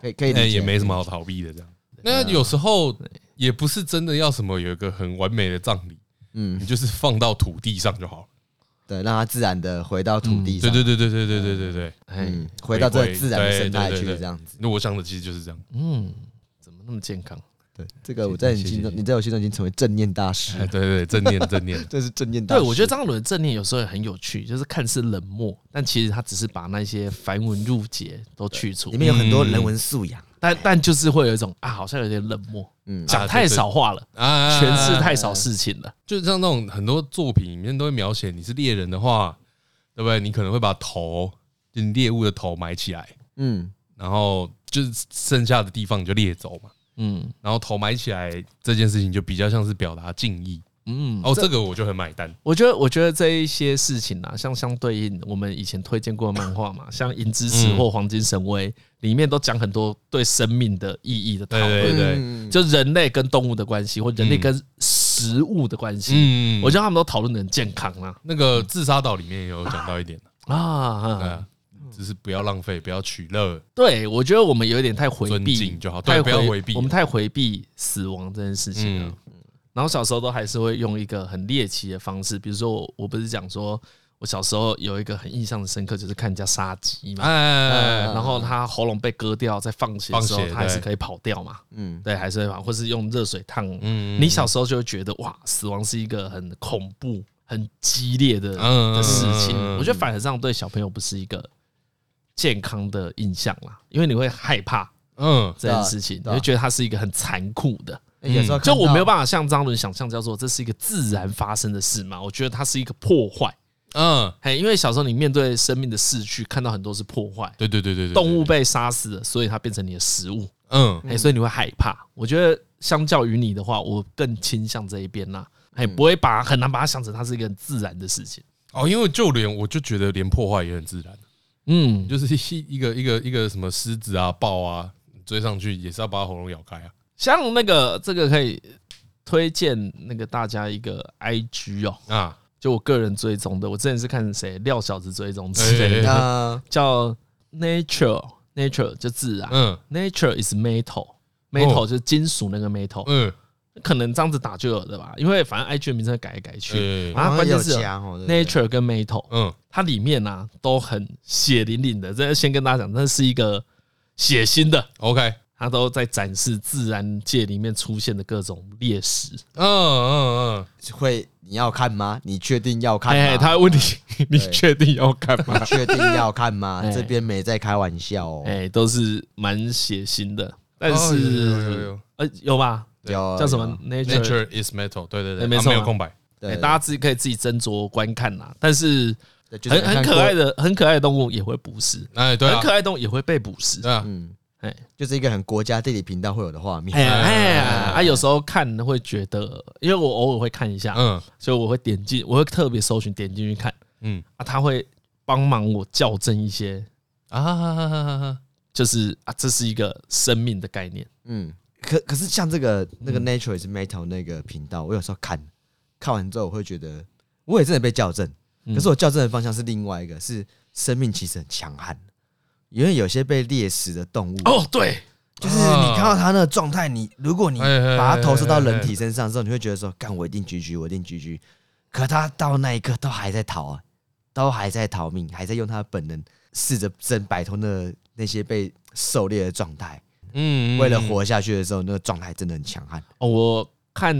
[SPEAKER 3] 可以可以理解，
[SPEAKER 2] 哎，
[SPEAKER 3] 嗯
[SPEAKER 2] 也没什么好逃避的这样。
[SPEAKER 3] 啊
[SPEAKER 2] 那有时候也不是真的要什么有一个很完美的葬礼，
[SPEAKER 3] 嗯
[SPEAKER 2] 你，就是放到土地上就好了。
[SPEAKER 3] 对，让他自然的回到土地上，
[SPEAKER 2] 对嗯对对对对对对对对，
[SPEAKER 1] 哎，
[SPEAKER 3] 嗯，回到这个自然的生态
[SPEAKER 2] 对
[SPEAKER 3] 去
[SPEAKER 2] 对对对
[SPEAKER 3] 这样子。
[SPEAKER 2] 那我想的其实就是这样。
[SPEAKER 1] 嗯，怎么那么健康？
[SPEAKER 4] 对，这个我在你心中，你在我心中已经成为正念大师，
[SPEAKER 2] 哎，，对对，对正念 正念
[SPEAKER 4] 这是正念大
[SPEAKER 1] 对，
[SPEAKER 4] 师。
[SPEAKER 1] 我觉得张伦的正念有时候也很有趣，就是看似冷漠，但其实他只是把那些繁文缛节都去除
[SPEAKER 4] 里，面有很多人文素养，
[SPEAKER 1] 但但就是会有一种啊，好像有点冷漠，
[SPEAKER 4] 嗯，
[SPEAKER 1] 讲太少话了，
[SPEAKER 2] 啊
[SPEAKER 1] 诠释太少事情了。
[SPEAKER 2] 就像那种很多作品里面都会描写，你是猎人的话，对不对？你可能会把头，就你猎物的头埋起来，
[SPEAKER 4] 嗯，
[SPEAKER 2] 然后就是剩下的地方你就猎走嘛。
[SPEAKER 1] 嗯
[SPEAKER 2] 然后头埋起来这件事情就比较像是表达敬意。
[SPEAKER 1] 嗯，
[SPEAKER 2] 哦，这个我就很买单。
[SPEAKER 1] 我觉得，我觉得这一些事情啊，像相对应我们以前推荐过的漫画 嘛，像《银之匙》
[SPEAKER 2] 嗯
[SPEAKER 1] 或《黄金神威》，里面都讲很多对生命的意义的讨
[SPEAKER 2] 对
[SPEAKER 1] 论，
[SPEAKER 2] 对
[SPEAKER 4] 嗯，
[SPEAKER 1] 就人类跟动物的关系，或人类跟食物的关系。
[SPEAKER 2] 嗯，
[SPEAKER 1] 我
[SPEAKER 2] 我
[SPEAKER 1] 觉得他们都讨论的很健康啊
[SPEAKER 2] 那个自杀岛里面也有讲到一点，
[SPEAKER 1] 啊
[SPEAKER 2] 对
[SPEAKER 1] 啊！
[SPEAKER 2] 啊，只是不要浪费，不要取乐，
[SPEAKER 1] 对，我觉得我们有一点太回
[SPEAKER 2] 尊
[SPEAKER 1] 避
[SPEAKER 2] 敬，就好，
[SPEAKER 1] 太
[SPEAKER 2] 对，不要回避。
[SPEAKER 1] 我们太回避死亡这件事情了。
[SPEAKER 2] 嗯
[SPEAKER 1] 然后小时候都还是会用一个很猎奇的方式，比如说我，我不是讲说我小时候有一个很印象深刻，就是看人家杀鸡嘛，
[SPEAKER 2] 哎，
[SPEAKER 1] 然后他喉咙被割掉，在放血的时
[SPEAKER 2] 放
[SPEAKER 1] 候，
[SPEAKER 2] 血
[SPEAKER 1] 他还是
[SPEAKER 2] 对
[SPEAKER 1] 可以跑掉嘛，
[SPEAKER 4] 嗯，
[SPEAKER 1] 对，还是会跑，或是用热水烫。
[SPEAKER 2] 嗯
[SPEAKER 1] 你小时候就会觉得哇，死亡是一个很恐怖、很激烈的
[SPEAKER 2] 嗯
[SPEAKER 1] 的事情
[SPEAKER 2] 嗯嗯嗯。
[SPEAKER 1] 我觉得反而这样对小朋友不是一个健康的印象啦，因为你会害怕
[SPEAKER 2] 嗯，
[SPEAKER 1] 这件事情，你
[SPEAKER 4] 对啊
[SPEAKER 1] 会觉得它是一个很残酷的。
[SPEAKER 4] 哎有时候看
[SPEAKER 1] 就
[SPEAKER 4] 到
[SPEAKER 1] 我没有办法像张伦想象叫做这是一个自然发生的事嘛，我觉得它是一个破坏。
[SPEAKER 2] 嗯，
[SPEAKER 1] 嘿，因为小时候你面对生命的逝去，看到很多是破坏，
[SPEAKER 2] 对对对对对，
[SPEAKER 1] 动物，被杀死了，所以它变成你的食物，
[SPEAKER 2] 嗯，
[SPEAKER 1] 哎，所以你会害怕。我觉得相较于你的话，我更倾向这一边啦，哎，
[SPEAKER 2] 嗯
[SPEAKER 1] 不会把很难把它想成它是一个很自然的事情。
[SPEAKER 2] 哦，因为就连我就觉得连破坏也很自然，
[SPEAKER 1] 嗯，
[SPEAKER 2] 就是一一个一个一个什么狮子啊、豹啊追上去，也是要把喉咙咬开啊。
[SPEAKER 1] 像那个这个可以推荐那个大家一个 IG 哦，
[SPEAKER 2] 啊，
[SPEAKER 1] 就我个人追踪的，我之前是看谁廖小子追踪之
[SPEAKER 2] 哎
[SPEAKER 1] 类
[SPEAKER 2] 哎
[SPEAKER 1] 的
[SPEAKER 2] 哎，
[SPEAKER 3] 呃
[SPEAKER 4] 啊，
[SPEAKER 1] 叫 Nature Nature 就自然、
[SPEAKER 2] 嗯哦
[SPEAKER 1] n a t u r e is metal metal 就是金属那个 metal，、
[SPEAKER 2] 嗯，
[SPEAKER 1] 可能这样子打就有的吧，因为反正 IG 的名称改来改去，
[SPEAKER 2] 哎
[SPEAKER 1] 啊，
[SPEAKER 4] 好
[SPEAKER 1] 关
[SPEAKER 4] 像
[SPEAKER 1] 键
[SPEAKER 4] 有
[SPEAKER 1] 是有
[SPEAKER 4] 加哦对不对
[SPEAKER 1] Nature 跟 metal，
[SPEAKER 2] 嗯，
[SPEAKER 1] 它里面啊都很血淋淋的，这先跟大家讲，那是一个血腥的。
[SPEAKER 2] OK，
[SPEAKER 1] 它都在展示自然界里面出现的各种猎食，
[SPEAKER 2] 嗯嗯
[SPEAKER 4] 会你要看吗？你确定要看
[SPEAKER 1] 嘿嘿，
[SPEAKER 4] 吗？
[SPEAKER 1] 他问你，你确定要干嘛？
[SPEAKER 4] 你确定要看 吗
[SPEAKER 1] 哎？
[SPEAKER 4] 这边没在开玩笑哦，
[SPEAKER 1] 哎，都是蛮血腥的，但
[SPEAKER 2] 哦有有有
[SPEAKER 1] 是
[SPEAKER 2] 有
[SPEAKER 1] 呃有吧？
[SPEAKER 4] 有
[SPEAKER 1] 叫什么
[SPEAKER 4] 哦有
[SPEAKER 2] 嗯
[SPEAKER 1] ？Nature
[SPEAKER 2] ，Nature is metal，对对对，
[SPEAKER 1] 哎没
[SPEAKER 2] 啊
[SPEAKER 1] 错
[SPEAKER 2] 没有
[SPEAKER 1] 啊
[SPEAKER 2] 空白，
[SPEAKER 1] 哎、
[SPEAKER 4] 对，
[SPEAKER 1] 大家自己可以自己斟酌观看啦。但是
[SPEAKER 4] 对就是
[SPEAKER 1] 很
[SPEAKER 4] 看
[SPEAKER 1] 很
[SPEAKER 4] 过
[SPEAKER 1] 可爱，的、很可爱的动物也会捕食，
[SPEAKER 2] 哎，对
[SPEAKER 1] 很
[SPEAKER 2] 啊，
[SPEAKER 1] 可爱的动物也会被捕食。
[SPEAKER 2] 对啊，
[SPEAKER 4] 嗯，
[SPEAKER 1] 哎
[SPEAKER 4] 就是一个很国家地理频道会有的画面
[SPEAKER 1] 哎，呀哎
[SPEAKER 2] 哎
[SPEAKER 1] 呀啊！有时候看会觉得，因为我偶尔会看一下，
[SPEAKER 2] 嗯
[SPEAKER 1] 所以我会点进，我会特别搜寻点进去看
[SPEAKER 2] 嗯
[SPEAKER 1] 啊，他会帮忙我校正一些，
[SPEAKER 2] 啊哈哈哈哈哈，
[SPEAKER 1] 就是啊，这是一个生命的概念。
[SPEAKER 4] 嗯，可可是像这个那个 Nature is Metal 那个频道，我有时候看看完之后，我会觉得我也真的被校正，
[SPEAKER 1] 嗯
[SPEAKER 4] 可是我校正的方向是另外一个，是生命其实很强悍，因为有些被猎食的动物，
[SPEAKER 1] 哦，对，
[SPEAKER 4] 就是你看到它那个状态，你如果你
[SPEAKER 2] 哎哎哎
[SPEAKER 4] 把它投射到人体身上之后，你会觉得说，干我一定 GG，我一定 GG，可它到那一刻都还在逃啊，都还在逃命，还在用它的本能试着真摆脱那那些被狩猎的状态。
[SPEAKER 2] 嗯，嗯
[SPEAKER 4] 为了，活下去的时候，那个状态真的很强悍。
[SPEAKER 1] 哦，我看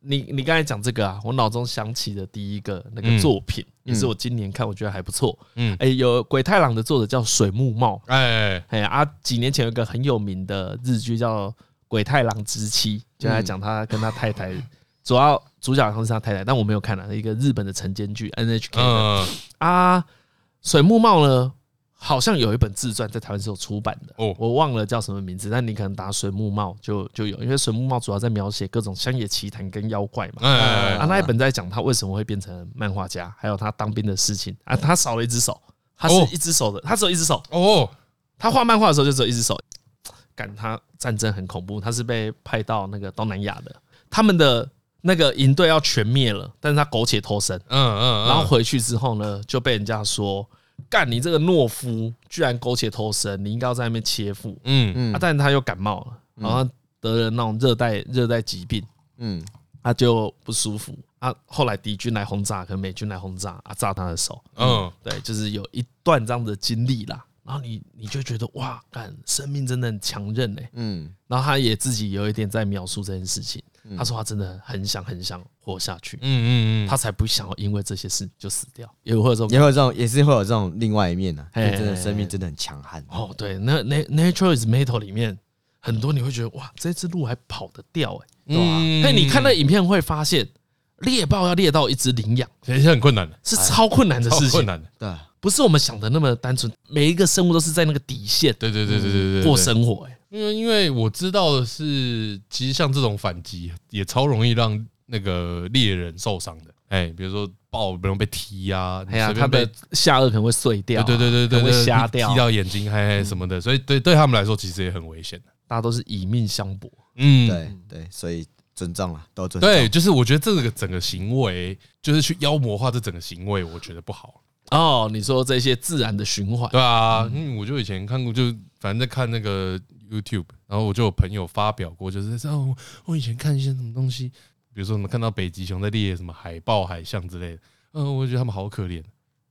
[SPEAKER 1] 你你刚才讲这个啊，我脑中想起的第一个那
[SPEAKER 2] 嗯
[SPEAKER 1] 个作品，也是我今年看，我觉得还不错。
[SPEAKER 2] 嗯
[SPEAKER 1] 嗯，哎，有《鬼太郎》的作者叫水木茂，
[SPEAKER 2] 哎，
[SPEAKER 1] 哎啊，几年前有一个很有名的日剧叫《鬼太郎之妻》，就在讲他跟他太太，主要主角好像是他太太，但我没有看了、啊一个日本的晨间剧 NHK 的、
[SPEAKER 2] 嗯
[SPEAKER 1] 啊。水木茂呢，好像有一本自传在台湾是有出版的，
[SPEAKER 2] 哦
[SPEAKER 1] 我忘了叫什么名字，但你可能打水木茂就就有，因为水木茂主要在描写各种乡野奇谈跟妖怪嘛。
[SPEAKER 2] 哎，
[SPEAKER 1] 啊，那一本在讲他为什么会变成漫画家，还有他当兵的事情啊。他少了一只手，他是
[SPEAKER 2] 哦
[SPEAKER 1] 一只手的，他只有一只手，
[SPEAKER 2] 哦，
[SPEAKER 1] 他画漫画的时候就只有一只手。感他战争很恐怖，他是被派到那个东南亚的，他们的那个营队要全灭了，但是他苟且偷生，
[SPEAKER 2] 嗯嗯，
[SPEAKER 1] 然后回去之后呢，就被人家说：“干你这个懦夫，居然苟且偷生，你应该要在那边切腹。
[SPEAKER 2] 嗯
[SPEAKER 4] 嗯
[SPEAKER 1] 啊！但是他又感冒了，然后得了那种热带热带疾病，
[SPEAKER 4] 嗯，
[SPEAKER 1] 他就不舒服啊。后来敌军来轰炸，可能美军来轰炸啊，炸他的手，
[SPEAKER 2] 嗯
[SPEAKER 1] 对，就是有一段这样的经历啦。然后你你就觉得哇，干生命真的很强韧哎。
[SPEAKER 4] 嗯，
[SPEAKER 1] 然后他也自己有一点在描述这件事情，他说他真的很想很想活下去，
[SPEAKER 2] 嗯嗯嗯，
[SPEAKER 1] 他才不想要因为这些事就死掉，也会有这种
[SPEAKER 4] 也会有这种，也是会有这种另外一面呢、啊，
[SPEAKER 1] 嘿
[SPEAKER 4] 就真的生命真的很强悍。
[SPEAKER 1] 哦，对，那那 Natural is Metal 里面很多你会觉得哇，这只鹿还跑得掉哎、
[SPEAKER 2] 对啊
[SPEAKER 1] 那、你看那影片会发现，猎豹要猎到一只羚羊
[SPEAKER 2] 其实很困难的，
[SPEAKER 1] 是超困难的
[SPEAKER 2] 好
[SPEAKER 1] 事
[SPEAKER 2] 哎困
[SPEAKER 1] 情，
[SPEAKER 2] 难的，
[SPEAKER 4] 对，啊
[SPEAKER 1] 不是我们想的那么单纯。每一个生物都是在那个底线
[SPEAKER 2] 对对对对对对，对
[SPEAKER 1] 过。生活哎、
[SPEAKER 2] 因为因为我知道的是，其实像这种反击也超容易让那个猎人受伤的。哎，比如说豹，不用被踢啊，
[SPEAKER 1] 哎呀，
[SPEAKER 2] 随便
[SPEAKER 1] 它
[SPEAKER 2] 被
[SPEAKER 1] 的下颚可能会碎掉啊、
[SPEAKER 2] 对对对对
[SPEAKER 1] 可
[SPEAKER 2] 对，
[SPEAKER 1] 能
[SPEAKER 2] 对
[SPEAKER 1] 会瞎掉啊
[SPEAKER 2] 踢，到眼睛，嗨嗨什么的，所以对对他们来说其实也很危险的。
[SPEAKER 1] 大家都是以命相搏。
[SPEAKER 2] 嗯，
[SPEAKER 4] 对对，所以尊重了，都尊重。
[SPEAKER 2] 对，就是我觉得这个整个行为，就是去妖魔化这整个行为，我觉得不好，
[SPEAKER 1] 哦，你说这些自然的循环，
[SPEAKER 2] 对啊，因为我就以前看过，就反正在看那个 YouTube，然后我就有朋友发表过，就是在哦，我以前看一些什么东西，比如说我们看到北极熊在猎什么海豹、海象之类的，嗯，我觉得他们好可怜，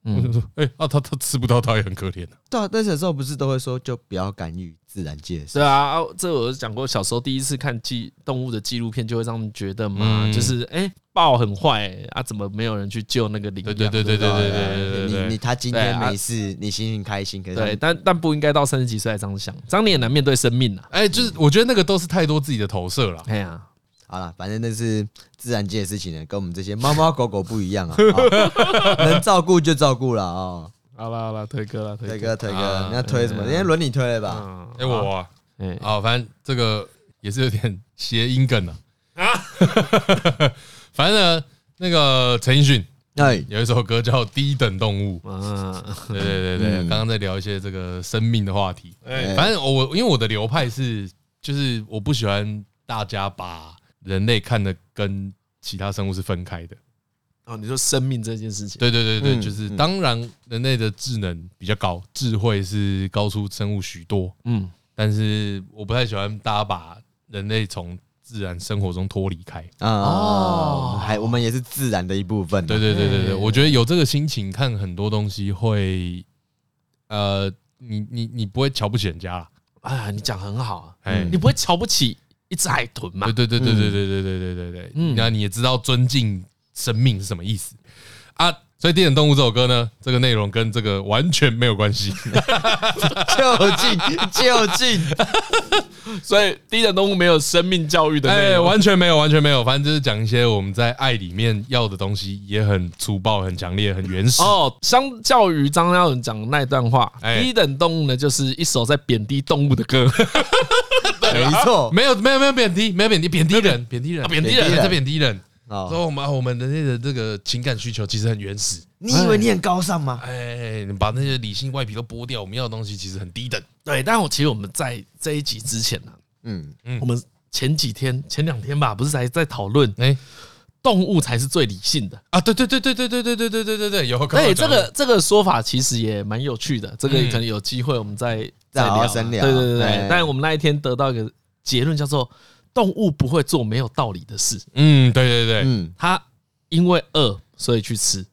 [SPEAKER 2] 我就
[SPEAKER 1] 嗯，
[SPEAKER 2] 说，哎，啊，他他吃不到，他也很可怜啊
[SPEAKER 4] 对啊，但是有时候不是都会说，就不要干预自然界的事。
[SPEAKER 1] 对啊，啊这我讲过，小时候第一次看纪动物的纪录片，就会让人觉得嘛，
[SPEAKER 2] 嗯
[SPEAKER 1] 就是哎、豹很坏、欸、啊，怎么没有人去救那个羚
[SPEAKER 2] 对
[SPEAKER 1] 羊？
[SPEAKER 2] 对对对对对对对
[SPEAKER 4] 你你
[SPEAKER 2] 对，
[SPEAKER 4] 他今
[SPEAKER 1] 对
[SPEAKER 4] 天
[SPEAKER 1] 啊
[SPEAKER 4] 没事，你心情开心，可是
[SPEAKER 1] 对
[SPEAKER 4] 他
[SPEAKER 1] 但但不应该到三十几岁才这样想，这样你也难面对生命啊。
[SPEAKER 2] 哎，就是我觉得那个都是太多自己的投射了。
[SPEAKER 1] 哎呀，
[SPEAKER 4] 好了，反正那是自然界的事情呢，跟我们这些猫猫狗狗不一样 啊，啊能照顾就照顾了啊。
[SPEAKER 1] 好了好了，推哥了，
[SPEAKER 4] 推
[SPEAKER 1] 推
[SPEAKER 4] 哥，推哥
[SPEAKER 2] 啊，
[SPEAKER 4] 你要推什么？今天轮你推了吧？
[SPEAKER 1] 啊，
[SPEAKER 2] 哎，我啊
[SPEAKER 1] 哎
[SPEAKER 2] 啊，反正这个也是有点谐音梗啊。 反正呢，那个陈奕迅
[SPEAKER 4] 哎，
[SPEAKER 2] 有一首歌叫《低等动物》，
[SPEAKER 1] 啊，
[SPEAKER 2] 对对对对，
[SPEAKER 4] 嗯
[SPEAKER 2] 刚刚在聊一些这个生命的话题。
[SPEAKER 4] 哎
[SPEAKER 2] 反正我因为我的流派是，就是我不喜欢大家把人类看的跟其他生物是分开的。
[SPEAKER 1] 哦，你说生命这件事情，
[SPEAKER 2] 对对对对，
[SPEAKER 4] 嗯
[SPEAKER 2] 就是当然人类的智能比较高，智慧是高出生物许多，
[SPEAKER 1] 嗯，
[SPEAKER 2] 但是我不太喜欢大家把人类从自然生活中脱离开。
[SPEAKER 4] 啊，
[SPEAKER 1] 哦
[SPEAKER 4] 还我们也是自然的一部分啊。
[SPEAKER 2] 对对对对对，
[SPEAKER 1] 嗯
[SPEAKER 2] 我觉得有这个心情看很多东西会，呃，你你你不会瞧不起人家啦。
[SPEAKER 1] 哎呀，你讲很好啊，
[SPEAKER 2] 哎
[SPEAKER 1] 你不会瞧不起一只海豚嘛
[SPEAKER 2] 对？对对对对对对对对对对，
[SPEAKER 1] 嗯
[SPEAKER 2] 那你也知道尊敬生命是什么意思啊？所以《电影动物》这首歌呢，这个内容跟这个完全没有 关系。
[SPEAKER 4] 就近 就近，
[SPEAKER 1] 所以低等动物没有生命教育的内
[SPEAKER 2] 哎，
[SPEAKER 1] 容，
[SPEAKER 2] 完全没有，完全没有，反正就是讲一些我们在爱里面要的东西，也很粗暴、很强烈、很原始。
[SPEAKER 1] 哦，相较于张嘉伦讲的那一段话，
[SPEAKER 2] 哎
[SPEAKER 1] 低等动物呢，就是一首在贬低动物的歌，
[SPEAKER 4] 没
[SPEAKER 1] 哦
[SPEAKER 4] 错。
[SPEAKER 2] 没有，没有，没有贬低，没有贬低，贬低人，贬低人，
[SPEAKER 1] 贬
[SPEAKER 4] 低人
[SPEAKER 2] 在贬低人。
[SPEAKER 4] 哦，
[SPEAKER 2] 说我们我们人类的这个情感需求其实很原始，
[SPEAKER 4] 你以为你很高尚吗？
[SPEAKER 2] 哎，你把那些理性外皮都剥掉，我们要的东西其实很低等。
[SPEAKER 1] 对，但我其实我们在这一集之前呢、啊
[SPEAKER 4] 嗯，
[SPEAKER 2] 嗯
[SPEAKER 1] 我们前几天、前两天吧，不是才在讨论
[SPEAKER 2] 哎
[SPEAKER 1] 动物才是最理性的。
[SPEAKER 2] 啊，对对对对对对对对对对对对，有。
[SPEAKER 1] 对，哎这个这个说法其实也蛮有趣的，这个可能有机会我们再
[SPEAKER 4] 再好好
[SPEAKER 1] 啊
[SPEAKER 4] 深聊
[SPEAKER 1] 对对对对
[SPEAKER 4] 哎，
[SPEAKER 1] 但我们那一天得到一个结论，叫做动物不会做没有道理的事，
[SPEAKER 2] 嗯，对对对，
[SPEAKER 4] 嗯，
[SPEAKER 1] 它因为饿所以去吃，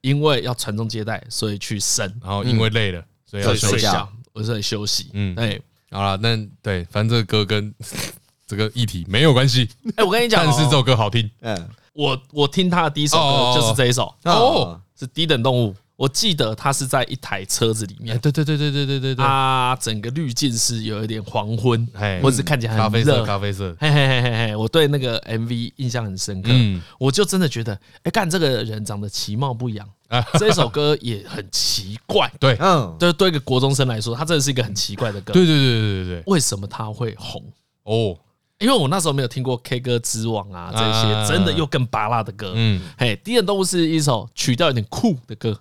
[SPEAKER 1] 因为要传宗接代所以去生，
[SPEAKER 2] 然后因为累了，所以
[SPEAKER 1] 所
[SPEAKER 2] 要
[SPEAKER 1] 以
[SPEAKER 2] 休
[SPEAKER 1] 睡
[SPEAKER 2] 息。
[SPEAKER 1] 觉，我所以休息。
[SPEAKER 2] 嗯
[SPEAKER 1] 嗯，对，
[SPEAKER 2] 好了，那对，反正这个歌跟 这个议题没有关系，
[SPEAKER 1] 哎，我跟你讲哦，
[SPEAKER 2] 但是这首歌好听
[SPEAKER 4] 嗯，
[SPEAKER 1] 我我听他的第一首
[SPEAKER 2] 哦
[SPEAKER 1] 歌就是这一首，
[SPEAKER 4] 哦，
[SPEAKER 1] 是低等动物。我记得他是在一台车子里
[SPEAKER 2] 哎，
[SPEAKER 1] 面，
[SPEAKER 2] 对对对对对对对对，
[SPEAKER 1] 啊，整个滤镜是有一点黄昏，
[SPEAKER 2] 哎，
[SPEAKER 1] 或者是看起来
[SPEAKER 2] 咖
[SPEAKER 1] 很
[SPEAKER 2] 啡色，
[SPEAKER 1] 热，哎
[SPEAKER 2] 咖啡色，
[SPEAKER 1] 嘿嘿嘿嘿嘿，我对那个 MV 印象很深刻，
[SPEAKER 2] 嗯
[SPEAKER 1] 我就真的觉得，哎，干这个人长得其貌不扬，
[SPEAKER 2] 啊
[SPEAKER 1] 这首歌也很奇怪，
[SPEAKER 2] 对对
[SPEAKER 4] 嗯，
[SPEAKER 1] 对，对一个国中生来说，他真的是一个很奇怪的歌，
[SPEAKER 2] 对对对对对对，
[SPEAKER 1] 为什么他会红？
[SPEAKER 2] 哦，
[SPEAKER 1] 因为我那时候没有听过 K 歌之王啊
[SPEAKER 2] 啊
[SPEAKER 1] 这些真的又更拔辣的歌，
[SPEAKER 2] 嗯，
[SPEAKER 1] 嘿，《低等动物》是一首曲调有点酷的歌，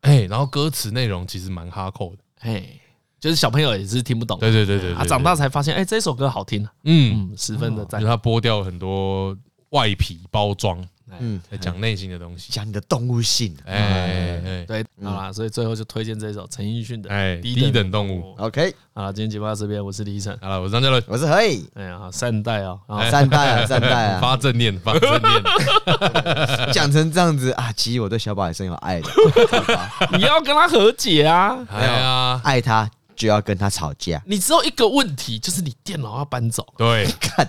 [SPEAKER 2] 哎，然后歌词内容其实蛮哈扣的，
[SPEAKER 1] 嘿，就是小朋友也是听不懂，
[SPEAKER 2] 对对对对，对
[SPEAKER 1] 他长大，才发现，哎，这首歌好听啊，
[SPEAKER 2] 啊对对嗯，
[SPEAKER 1] 嗯，十分的
[SPEAKER 2] 就
[SPEAKER 1] 赞
[SPEAKER 2] 是，他剥掉很多外皮包装，
[SPEAKER 1] 哎，
[SPEAKER 3] 嗯，
[SPEAKER 2] 在讲内心的东西。
[SPEAKER 3] 讲你的动物性。
[SPEAKER 2] 哎哎哎
[SPEAKER 1] 对，好啦，所以最后就推荐这首陈奕迅的
[SPEAKER 2] 哎哦
[SPEAKER 1] 《
[SPEAKER 2] 低等动物》。
[SPEAKER 3] OK，
[SPEAKER 1] 好啦，今天节目到这边，我是李晨。
[SPEAKER 2] 好了，我是张嘉伦，
[SPEAKER 3] 我是何以，
[SPEAKER 1] 哎呀，好善待哦，
[SPEAKER 2] 哎
[SPEAKER 1] 啊，
[SPEAKER 3] 善待啊，善待啊，
[SPEAKER 2] 发正念，发 正念。
[SPEAKER 3] 讲成这样子啊，其实我对小宝也是很有爱的，
[SPEAKER 1] 你要跟他和解啊！
[SPEAKER 2] 哎呀，
[SPEAKER 3] 爱他就要跟他吵架，
[SPEAKER 1] 你只有一个问题，就是你电脑要搬走。
[SPEAKER 2] 对，
[SPEAKER 3] 看